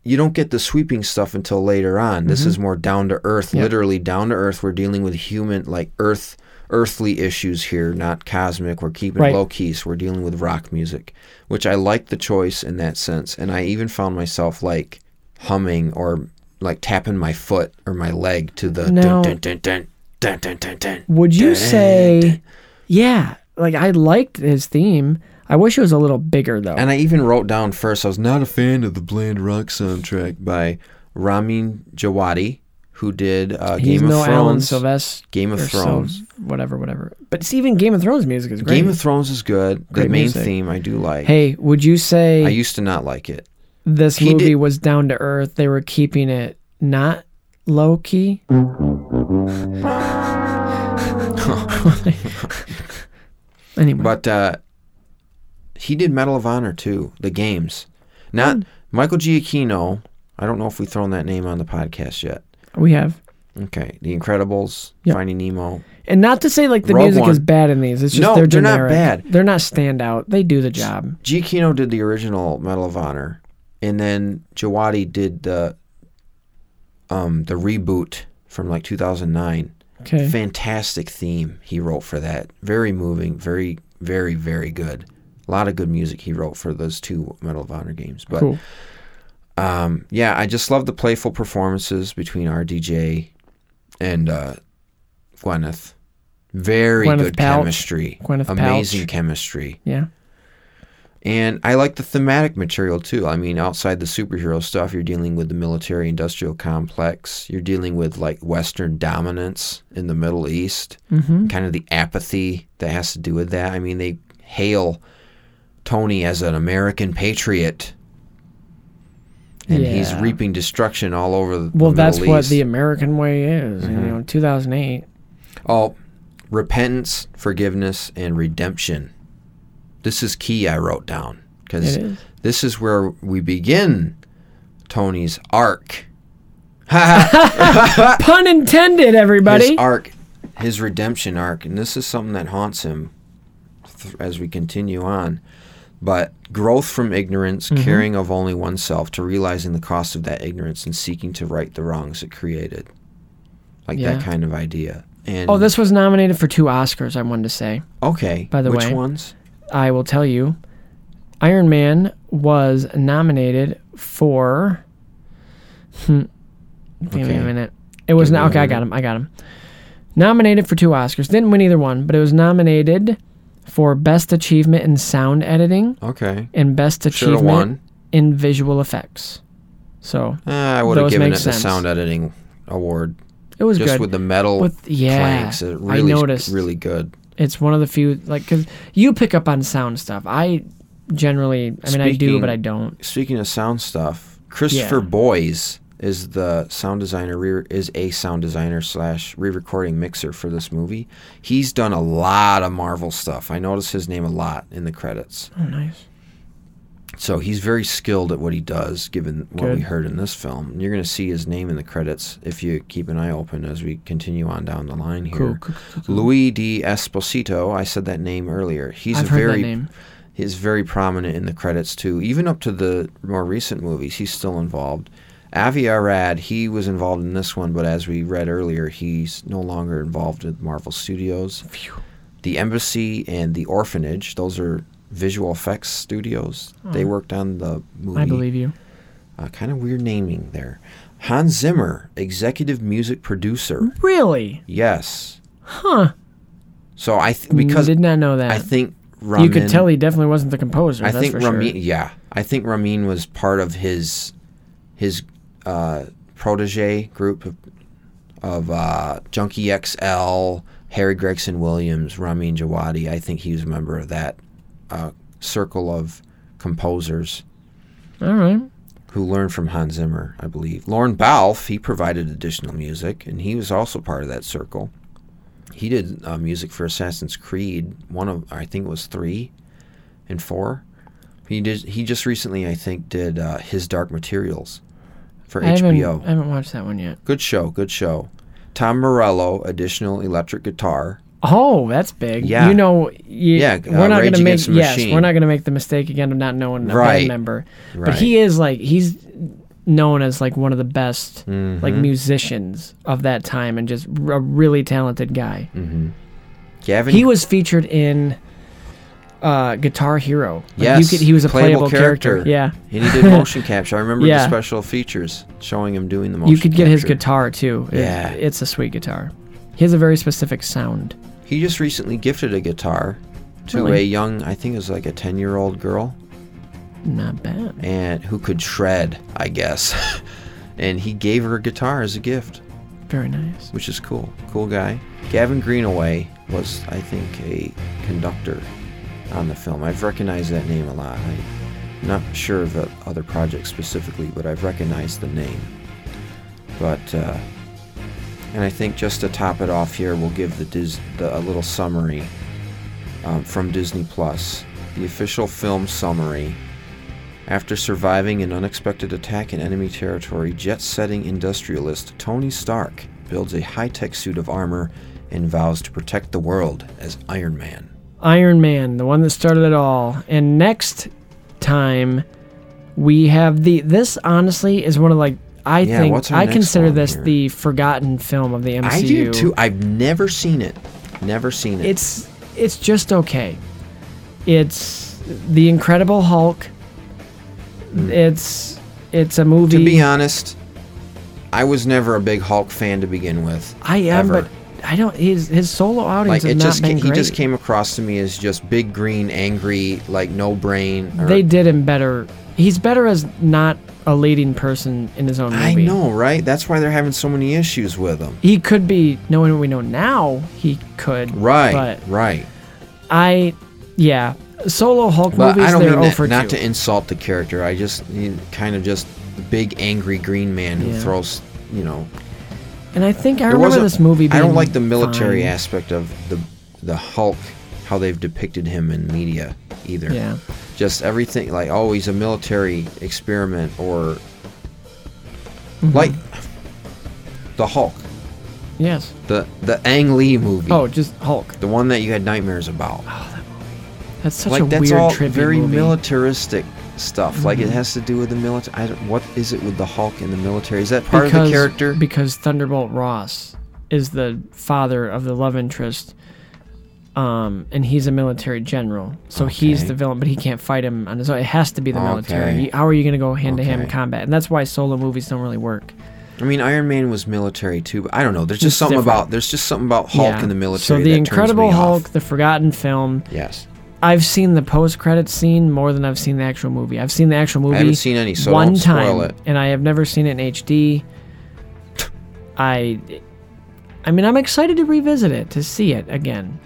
[SPEAKER 1] you don't get the sweeping stuff until later on. This
[SPEAKER 2] Mhm.
[SPEAKER 1] is more down to earth,
[SPEAKER 2] Yeah.
[SPEAKER 1] literally down to earth. We're dealing with human, like earth, earthly issues here, not cosmic. We're keeping
[SPEAKER 2] Right.
[SPEAKER 1] low key, so we're dealing with rock music, which I like the choice in that sense. And I even found myself like humming or like tapping my foot or my leg to the
[SPEAKER 2] Now-
[SPEAKER 1] dun, dun, dun, dun, dun, dun, dun.
[SPEAKER 2] Would you
[SPEAKER 1] Dun,
[SPEAKER 2] say, yeah, like I liked his theme. I wish it was a little bigger though.
[SPEAKER 1] And I even wrote down first, I was not a fan of the bland rock soundtrack by Ramin Djawadi, who did uh,
[SPEAKER 2] He's
[SPEAKER 1] Game of
[SPEAKER 2] no Alan
[SPEAKER 1] Thrones.
[SPEAKER 2] Silvestre.
[SPEAKER 1] Game of
[SPEAKER 2] or Sil-
[SPEAKER 1] Thrones.
[SPEAKER 2] whatever, whatever. But it's even Game of Thrones music is great.
[SPEAKER 1] Game of Thrones is good. The
[SPEAKER 2] Great
[SPEAKER 1] main
[SPEAKER 2] music.
[SPEAKER 1] theme I do like.
[SPEAKER 2] Hey, would you say
[SPEAKER 1] I used to not like it.
[SPEAKER 2] this
[SPEAKER 1] he
[SPEAKER 2] movie
[SPEAKER 1] did-
[SPEAKER 2] was down to earth? They were keeping it not low key. anyway,
[SPEAKER 1] But uh, he did Medal of Honor too, the games. Not
[SPEAKER 2] Hmm.
[SPEAKER 1] Michael Giacchino. I don't know if we've thrown that name on the podcast yet.
[SPEAKER 2] we have,
[SPEAKER 1] Okay. The Incredibles,
[SPEAKER 2] Yep.
[SPEAKER 1] Finding Nemo.
[SPEAKER 2] and not to say like the
[SPEAKER 1] Rogue
[SPEAKER 2] music is
[SPEAKER 1] One.
[SPEAKER 2] bad in these. It's just
[SPEAKER 1] No,
[SPEAKER 2] they're,
[SPEAKER 1] they're not
[SPEAKER 2] generic.
[SPEAKER 1] bad.
[SPEAKER 2] They're not standout. They do the job.
[SPEAKER 1] Giacchino did the original Medal of Honor, and then Jawadi did the um, the reboot from like 2009.
[SPEAKER 2] Okay.
[SPEAKER 1] Fantastic theme he wrote for that. Very moving. Very very very good. A lot of good music he wrote for those two Medal of Honor games. But
[SPEAKER 2] Cool.
[SPEAKER 1] um, yeah, I just love the playful performances between RDJ and uh, Gwyneth. Very
[SPEAKER 2] Gwyneth
[SPEAKER 1] good
[SPEAKER 2] Paltrow.
[SPEAKER 1] chemistry.
[SPEAKER 2] Gwyneth
[SPEAKER 1] Amazing
[SPEAKER 2] Paltrow.
[SPEAKER 1] chemistry.
[SPEAKER 2] Yeah.
[SPEAKER 1] And I like the thematic material too. I mean, outside the superhero stuff, you're dealing with the military industrial complex. You're dealing with like Western dominance in the Middle East,
[SPEAKER 2] Mhm.
[SPEAKER 1] kind of the apathy that has to do with that. I mean, they hail Tony as an American patriot, and he's
[SPEAKER 2] Yeah.
[SPEAKER 1] reaping destruction all over the
[SPEAKER 2] Well,
[SPEAKER 1] the Mm-hmm.
[SPEAKER 2] that's
[SPEAKER 1] Middle
[SPEAKER 2] what
[SPEAKER 1] East.
[SPEAKER 2] the American way is. You know, 2008.
[SPEAKER 1] Oh, repentance, forgiveness, and redemption. This is key, I wrote down. Because
[SPEAKER 2] It is.
[SPEAKER 1] this is where we begin Tony's arc.
[SPEAKER 2] Pun intended,
[SPEAKER 1] His
[SPEAKER 2] everybody.
[SPEAKER 1] arc, his redemption arc. And this is something that haunts him th- as we continue on. But growth from ignorance,
[SPEAKER 2] Mhm.
[SPEAKER 1] caring of only oneself, to realizing the cost of that ignorance and seeking to right the wrongs it created. Like
[SPEAKER 2] Yeah.
[SPEAKER 1] that kind of idea. And
[SPEAKER 2] Oh, this was nominated for two Oscars, I wanted to say.
[SPEAKER 1] Okay.
[SPEAKER 2] By the
[SPEAKER 1] which
[SPEAKER 2] way,
[SPEAKER 1] ones?
[SPEAKER 2] I will tell you. Iron Man was nominated for. Hmm. Give me
[SPEAKER 1] Okay.
[SPEAKER 2] a minute. It was
[SPEAKER 1] Give
[SPEAKER 2] not.
[SPEAKER 1] me a
[SPEAKER 2] Okay, I got him. I got him. Nominated for two Oscars. Didn't win either one, but it was nominated for Best Achievement in Sound Editing
[SPEAKER 1] Okay.
[SPEAKER 2] and Best
[SPEAKER 1] Should've
[SPEAKER 2] Achievement
[SPEAKER 1] won.
[SPEAKER 2] in Visual Effects. So
[SPEAKER 1] Uh, I would have
[SPEAKER 2] those
[SPEAKER 1] given
[SPEAKER 2] make
[SPEAKER 1] it the
[SPEAKER 2] sense.
[SPEAKER 1] sound editing award.
[SPEAKER 2] It was
[SPEAKER 1] just
[SPEAKER 2] good.
[SPEAKER 1] with the metal
[SPEAKER 2] With- yeah,
[SPEAKER 1] planks.
[SPEAKER 2] I
[SPEAKER 1] It really,
[SPEAKER 2] noticed.
[SPEAKER 1] really good.
[SPEAKER 2] It's one of the few like because you pick up on sound stuff. I generally, I mean, I do, but I don't.
[SPEAKER 1] Speaking of sound stuff, Christopher Boyes is the sound designer. Re- is a sound designer slash re-recording mixer for this movie. He's done a lot of Marvel stuff. I notice his name a lot in the credits.
[SPEAKER 2] Oh, nice.
[SPEAKER 1] So he's very skilled at what he does, given what we
[SPEAKER 2] Good.
[SPEAKER 1] heard in this film. And you're going to see his name in the credits if you keep an eye open as we continue on down the line here.
[SPEAKER 2] Cool, cool, cool, cool.
[SPEAKER 1] Louis D. Esposito. I said that name earlier. He's
[SPEAKER 2] I've
[SPEAKER 1] a
[SPEAKER 2] heard that
[SPEAKER 1] very
[SPEAKER 2] name.
[SPEAKER 1] He's very prominent in the credits too. Even up to the more recent movies, he's still involved. Avi Arad, he was involved in this one, but as we read earlier, he's no longer involved with Marvel Studios. The Embassy and The Orphanage, those are visual effects studios. They
[SPEAKER 2] Oh.
[SPEAKER 1] worked on the movie.
[SPEAKER 2] I believe you.
[SPEAKER 1] Uh, kind of weird naming there. Hans Zimmer, executive music producer.
[SPEAKER 2] Really?
[SPEAKER 1] Yes.
[SPEAKER 2] Hmm? Huh.
[SPEAKER 1] So I th- because
[SPEAKER 2] did not know that.
[SPEAKER 1] I think
[SPEAKER 2] You could
[SPEAKER 1] Ramin-
[SPEAKER 2] tell he definitely wasn't the composer.
[SPEAKER 1] I
[SPEAKER 2] that's
[SPEAKER 1] think
[SPEAKER 2] for
[SPEAKER 1] Ramin.
[SPEAKER 2] sure.
[SPEAKER 1] Yeah, I think Ramin was part of his his uh, protege group of, of uh, Junkie XL, Harry Gregson Williams, Ramin Djawadi. I think he was a member of that uh, circle of composers
[SPEAKER 2] All right.
[SPEAKER 1] who learned from Hans Zimmer, I believe. Lauren Balfe, he provided additional music, and he was also part of that circle. He did uh, music for Assassin's Creed, one of I think it was three and four. He did. He just recently, I think, did uh, his Dark Materials for
[SPEAKER 2] I haven't, uh,
[SPEAKER 1] HBO.
[SPEAKER 2] I haven't watched that one yet.
[SPEAKER 1] Good show. Good show. Tom Morello, additional electric guitar.
[SPEAKER 2] Oh, that's big.
[SPEAKER 1] Yeah.
[SPEAKER 2] You know, you,
[SPEAKER 1] Yeah, uh,
[SPEAKER 2] we're not
[SPEAKER 1] Rage
[SPEAKER 2] going to make
[SPEAKER 1] Against the
[SPEAKER 2] yes,
[SPEAKER 1] Machine.
[SPEAKER 2] we're not going to make the mistake again of not knowing a
[SPEAKER 1] Right.
[SPEAKER 2] band member.
[SPEAKER 1] Right.
[SPEAKER 2] But he is like he's known as like one of the best like
[SPEAKER 1] Mhm.
[SPEAKER 2] musicians of that time and just r- a really talented guy.
[SPEAKER 1] Mm-hmm. Gavin.
[SPEAKER 2] He was featured in uh, Guitar Hero. Like, you
[SPEAKER 1] yes,
[SPEAKER 2] could- he was a playable, character. Yeah,
[SPEAKER 1] and he did motion capture. I remember
[SPEAKER 2] Yeah.
[SPEAKER 1] the special features showing him doing the motion.
[SPEAKER 2] you could get his
[SPEAKER 1] capture.
[SPEAKER 2] guitar too. It-
[SPEAKER 1] Yeah.
[SPEAKER 2] it's a sweet guitar. He has a very specific sound.
[SPEAKER 1] He just recently gifted a guitar to
[SPEAKER 2] Really?
[SPEAKER 1] a young, I think it was like a 10 year old girl,
[SPEAKER 2] Not bad.
[SPEAKER 1] and who could shred, I guess. and he gave her a guitar as a gift,
[SPEAKER 2] Very nice.
[SPEAKER 1] which is cool. Cool guy. Gavin Greenaway was, I think, a conductor on the film. I've recognized that name a lot. I'm not sure of the other project specifically, but I've recognized the name. But, uh, and I think just to top it off here, we'll give the, Dis- the a little summary um, from Disney Plus, the official film summary. After surviving an unexpected attack in enemy territory, jet setting industrialist Tony Stark builds a high tech suit of armor and vows to protect the world as Iron Man.
[SPEAKER 2] Iron Man, the one that started it all. And next time we have the this honestly is one of like I
[SPEAKER 1] Yeah, what's
[SPEAKER 2] think
[SPEAKER 1] our
[SPEAKER 2] I
[SPEAKER 1] next
[SPEAKER 2] consider
[SPEAKER 1] one
[SPEAKER 2] this
[SPEAKER 1] here?
[SPEAKER 2] the forgotten film of the MCU.
[SPEAKER 1] I do too. I've never seen it. Never seen it.
[SPEAKER 2] It's it's just okay. It's The Incredible Hulk. It's it's a movie
[SPEAKER 1] to be honest, I was never a big Hulk fan to begin with.
[SPEAKER 2] I am
[SPEAKER 1] ever.
[SPEAKER 2] but I don't his his solo outings
[SPEAKER 1] like
[SPEAKER 2] have
[SPEAKER 1] it
[SPEAKER 2] not
[SPEAKER 1] just
[SPEAKER 2] been
[SPEAKER 1] ca- he
[SPEAKER 2] great.
[SPEAKER 1] just came across to me as just big green, angry, like no brain. or-
[SPEAKER 2] they did him better. He's better as not a leading person in his own movie.
[SPEAKER 1] I know, right? That's why they're having so many issues with him.
[SPEAKER 2] he could be knowing what we know now he could
[SPEAKER 1] Right,
[SPEAKER 2] but
[SPEAKER 1] right.
[SPEAKER 2] i yeah solo hulk
[SPEAKER 1] But
[SPEAKER 2] movies
[SPEAKER 1] I don't
[SPEAKER 2] they're
[SPEAKER 1] mean that,
[SPEAKER 2] over
[SPEAKER 1] not to insult the character. I just you know, kind of just the big angry green man who
[SPEAKER 2] Yeah.
[SPEAKER 1] throws, you know.
[SPEAKER 2] and i think i
[SPEAKER 1] There
[SPEAKER 2] remember
[SPEAKER 1] wasn't-
[SPEAKER 2] this movie
[SPEAKER 1] I
[SPEAKER 2] being
[SPEAKER 1] don't like the military
[SPEAKER 2] fine.
[SPEAKER 1] aspect of the the Hulk, how they've depicted him in media either.
[SPEAKER 2] Yeah.
[SPEAKER 1] Just everything like oh he's a military experiment or
[SPEAKER 2] Mm-hmm.
[SPEAKER 1] like the Hulk,
[SPEAKER 2] yes
[SPEAKER 1] the the Ang Lee movie,
[SPEAKER 2] oh just hulk
[SPEAKER 1] the one that you had nightmares about.
[SPEAKER 2] that's such
[SPEAKER 1] like
[SPEAKER 2] a
[SPEAKER 1] that's
[SPEAKER 2] weird
[SPEAKER 1] all
[SPEAKER 2] trivia
[SPEAKER 1] very
[SPEAKER 2] movie.
[SPEAKER 1] militaristic stuff. Like it
[SPEAKER 2] Mhm.
[SPEAKER 1] has to do with the military. I don't, what is it with the Hulk and the military? Is that part of
[SPEAKER 2] because,
[SPEAKER 1] the character?
[SPEAKER 2] because thunderbolt ross is the father of the love interest um, and he's a military general, so he's
[SPEAKER 1] Okay.
[SPEAKER 2] the villain, but he can't fight him on his own. It has to be the military.
[SPEAKER 1] Okay.
[SPEAKER 2] You- How are you going to go hand to hand
[SPEAKER 1] Okay.
[SPEAKER 2] combat? And that's why solo movies don't really work.
[SPEAKER 1] I mean, Iron Man was military too. But I don't know. There's just
[SPEAKER 2] It's
[SPEAKER 1] something
[SPEAKER 2] different.
[SPEAKER 1] about there's just something about Hulk
[SPEAKER 2] Yeah.
[SPEAKER 1] and the military.
[SPEAKER 2] So the
[SPEAKER 1] that
[SPEAKER 2] Incredible
[SPEAKER 1] turns me
[SPEAKER 2] Hulk,
[SPEAKER 1] Off.
[SPEAKER 2] the forgotten film.
[SPEAKER 1] Yes.
[SPEAKER 2] I've seen the post-credit scene more than I've seen the actual movie. I've seen the actual movie.
[SPEAKER 1] haven't seen any, so
[SPEAKER 2] one
[SPEAKER 1] don't
[SPEAKER 2] time,
[SPEAKER 1] spoil it.
[SPEAKER 2] and I have never seen it in HD. I, I mean, I'm excited to revisit it to see it again.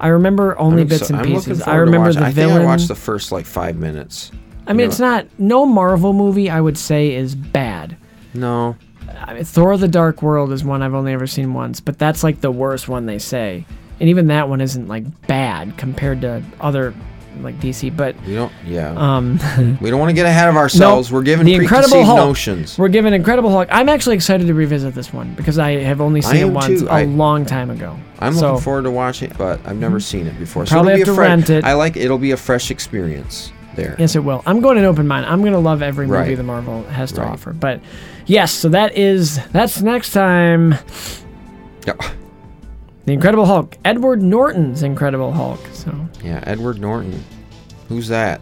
[SPEAKER 2] I remember only
[SPEAKER 1] I'm
[SPEAKER 2] bits
[SPEAKER 1] so-
[SPEAKER 2] and
[SPEAKER 1] I'm looking
[SPEAKER 2] pieces. I
[SPEAKER 1] forward to
[SPEAKER 2] remember
[SPEAKER 1] watch-
[SPEAKER 2] the
[SPEAKER 1] I
[SPEAKER 2] villain.
[SPEAKER 1] think I watched the first like five minutes.
[SPEAKER 2] I mean,
[SPEAKER 1] You
[SPEAKER 2] it's
[SPEAKER 1] know,
[SPEAKER 2] not no Marvel movie. I would say is bad.
[SPEAKER 1] No.
[SPEAKER 2] I mean, Thor: The Dark World is one I've only ever seen once, but that's like the worst one they say, and even that one isn't like bad compared to other like DC, but
[SPEAKER 1] we don't. Yeah.
[SPEAKER 2] Um,
[SPEAKER 1] we don't want to get ahead of ourselves.
[SPEAKER 2] Nope.
[SPEAKER 1] We're giving
[SPEAKER 2] the Incredible
[SPEAKER 1] preconceived
[SPEAKER 2] Hulk.
[SPEAKER 1] notions.
[SPEAKER 2] We're giving Incredible Hulk. I'm actually excited to revisit this one because I have only
[SPEAKER 1] I
[SPEAKER 2] seen it
[SPEAKER 1] am
[SPEAKER 2] once
[SPEAKER 1] too.
[SPEAKER 2] a
[SPEAKER 1] I-
[SPEAKER 2] long time ago.
[SPEAKER 1] I'm
[SPEAKER 2] so, Mm-hmm.
[SPEAKER 1] looking forward to watching it, but I've never seen it before.
[SPEAKER 2] Probably
[SPEAKER 1] it'll be
[SPEAKER 2] have
[SPEAKER 1] a
[SPEAKER 2] to
[SPEAKER 1] fresh-
[SPEAKER 2] rent it.
[SPEAKER 1] I like it'll be a fresh experience there.
[SPEAKER 2] Yes, it will. I'm going an open mind. I'm going to love every movie
[SPEAKER 1] Right.
[SPEAKER 2] that Marvel has to
[SPEAKER 1] Right.
[SPEAKER 2] offer. But yes, so that is that's next time.
[SPEAKER 1] Yep.
[SPEAKER 2] The Incredible Hulk, Edward Norton's Incredible Hulk. So
[SPEAKER 1] Yeah, Edward Norton. Who's that?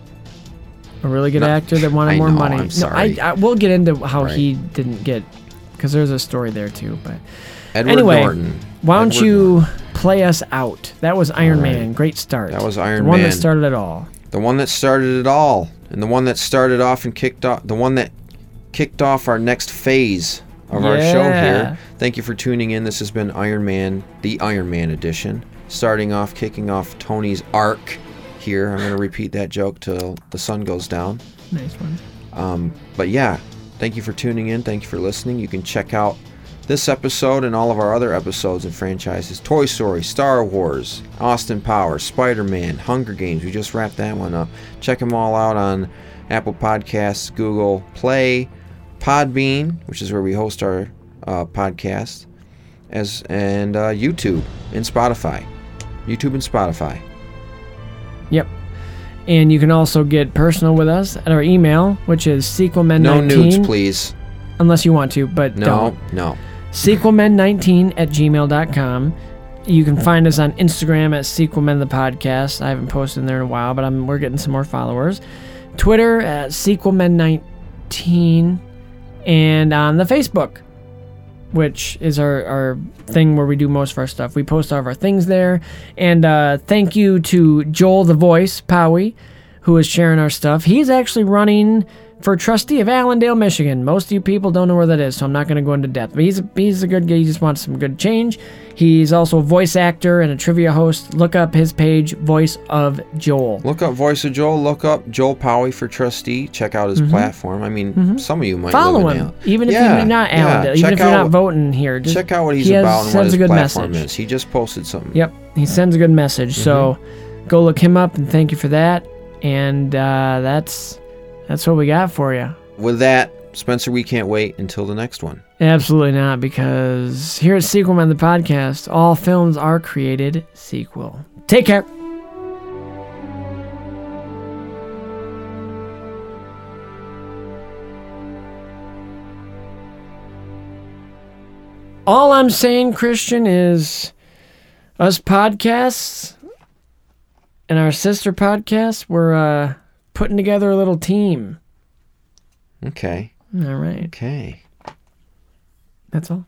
[SPEAKER 2] a really good
[SPEAKER 1] No,
[SPEAKER 2] actor that wanted
[SPEAKER 1] I
[SPEAKER 2] more
[SPEAKER 1] know,
[SPEAKER 2] money.
[SPEAKER 1] I'm sorry.
[SPEAKER 2] No, I, I, we'll get into how
[SPEAKER 1] Right.
[SPEAKER 2] he didn't get because there's a story there too. But
[SPEAKER 1] Edward
[SPEAKER 2] anyway,
[SPEAKER 1] Norton.
[SPEAKER 2] why don't
[SPEAKER 1] Edward
[SPEAKER 2] you play us out? That was Iron
[SPEAKER 1] All right.
[SPEAKER 2] Man. Great start.
[SPEAKER 1] That was Iron
[SPEAKER 2] the one
[SPEAKER 1] Man.
[SPEAKER 2] that started it all.
[SPEAKER 1] The one that started it all, and the one that started off and kicked off, the one that kicked off our next phase of our show
[SPEAKER 2] Yeah.
[SPEAKER 1] here. Thank you for tuning in. This has been Iron Man, the Iron Man edition. Starting off, kicking off Tony's arc here. I'm going to repeat that joke till the sun goes down.
[SPEAKER 2] Nice one.
[SPEAKER 1] Um, but yeah, thank you for tuning in. Thank you for listening. You can check out this episode and all of our other episodes and franchises Toy Story, Star Wars, Austin Power, Spider Man, Hunger Games. We just wrapped that one up. Check them all out on Apple Podcasts, Google Play, Podbean, which is where we host our uh, podcast, as and uh, YouTube and Spotify. YouTube and Spotify.
[SPEAKER 2] Yep. And you can also get personal with us at our email, which is sequelmen19.
[SPEAKER 1] No nudes, please.
[SPEAKER 2] Unless you want to, but
[SPEAKER 1] No,
[SPEAKER 2] don't.
[SPEAKER 1] no.
[SPEAKER 2] Sequelmen19 at gmail.com. You can find us on Instagram at Sequelmen the Podcast. I haven't posted in there in a while, but I'm, we're getting some more followers. Twitter at Sequelmen19. And on the Facebook, which is our, our thing where we do most of our stuff. We post all of our things there. And uh, thank you to Joel the Voice, Powie, who is sharing our stuff. He's actually running for trustee of Allendale, Michigan. Most of you people don't know where that is, so I'm not going to go into depth. But he's a, he's a good guy. He just wants some good change. He's also a voice actor and a trivia host. Look up his page, Voice of Joel.
[SPEAKER 1] Look up Voice of Joel. Look up Joel Powie for trustee. Check out his
[SPEAKER 2] Mhm.
[SPEAKER 1] platform. I mean, some of you might
[SPEAKER 2] Follow
[SPEAKER 1] live in
[SPEAKER 2] him,
[SPEAKER 1] Al-
[SPEAKER 2] even if
[SPEAKER 1] Yeah,
[SPEAKER 2] you're not
[SPEAKER 1] yeah.
[SPEAKER 2] Allendale, even
[SPEAKER 1] Check
[SPEAKER 2] if you're
[SPEAKER 1] out-
[SPEAKER 2] not voting here. Just
[SPEAKER 1] Check out what he's
[SPEAKER 2] he has-
[SPEAKER 1] about and what
[SPEAKER 2] sends
[SPEAKER 1] his
[SPEAKER 2] a good
[SPEAKER 1] platform
[SPEAKER 2] message.
[SPEAKER 1] is. He just posted something.
[SPEAKER 2] Yep, he sends a good message. So
[SPEAKER 1] Mm-hmm.
[SPEAKER 2] go look him up and thank you for that. And uh, that's that's what we got for you.
[SPEAKER 1] With that, Spencer, we can't wait until the next one.
[SPEAKER 2] Absolutely not, because here at Sequel Man the podcast, all films are created sequel. Take care. All I'm saying, Christian, is us podcasts and our sister podcasts, we're uh, putting together a little team.
[SPEAKER 1] Okay.
[SPEAKER 2] All right.
[SPEAKER 1] Okay.
[SPEAKER 2] That's all.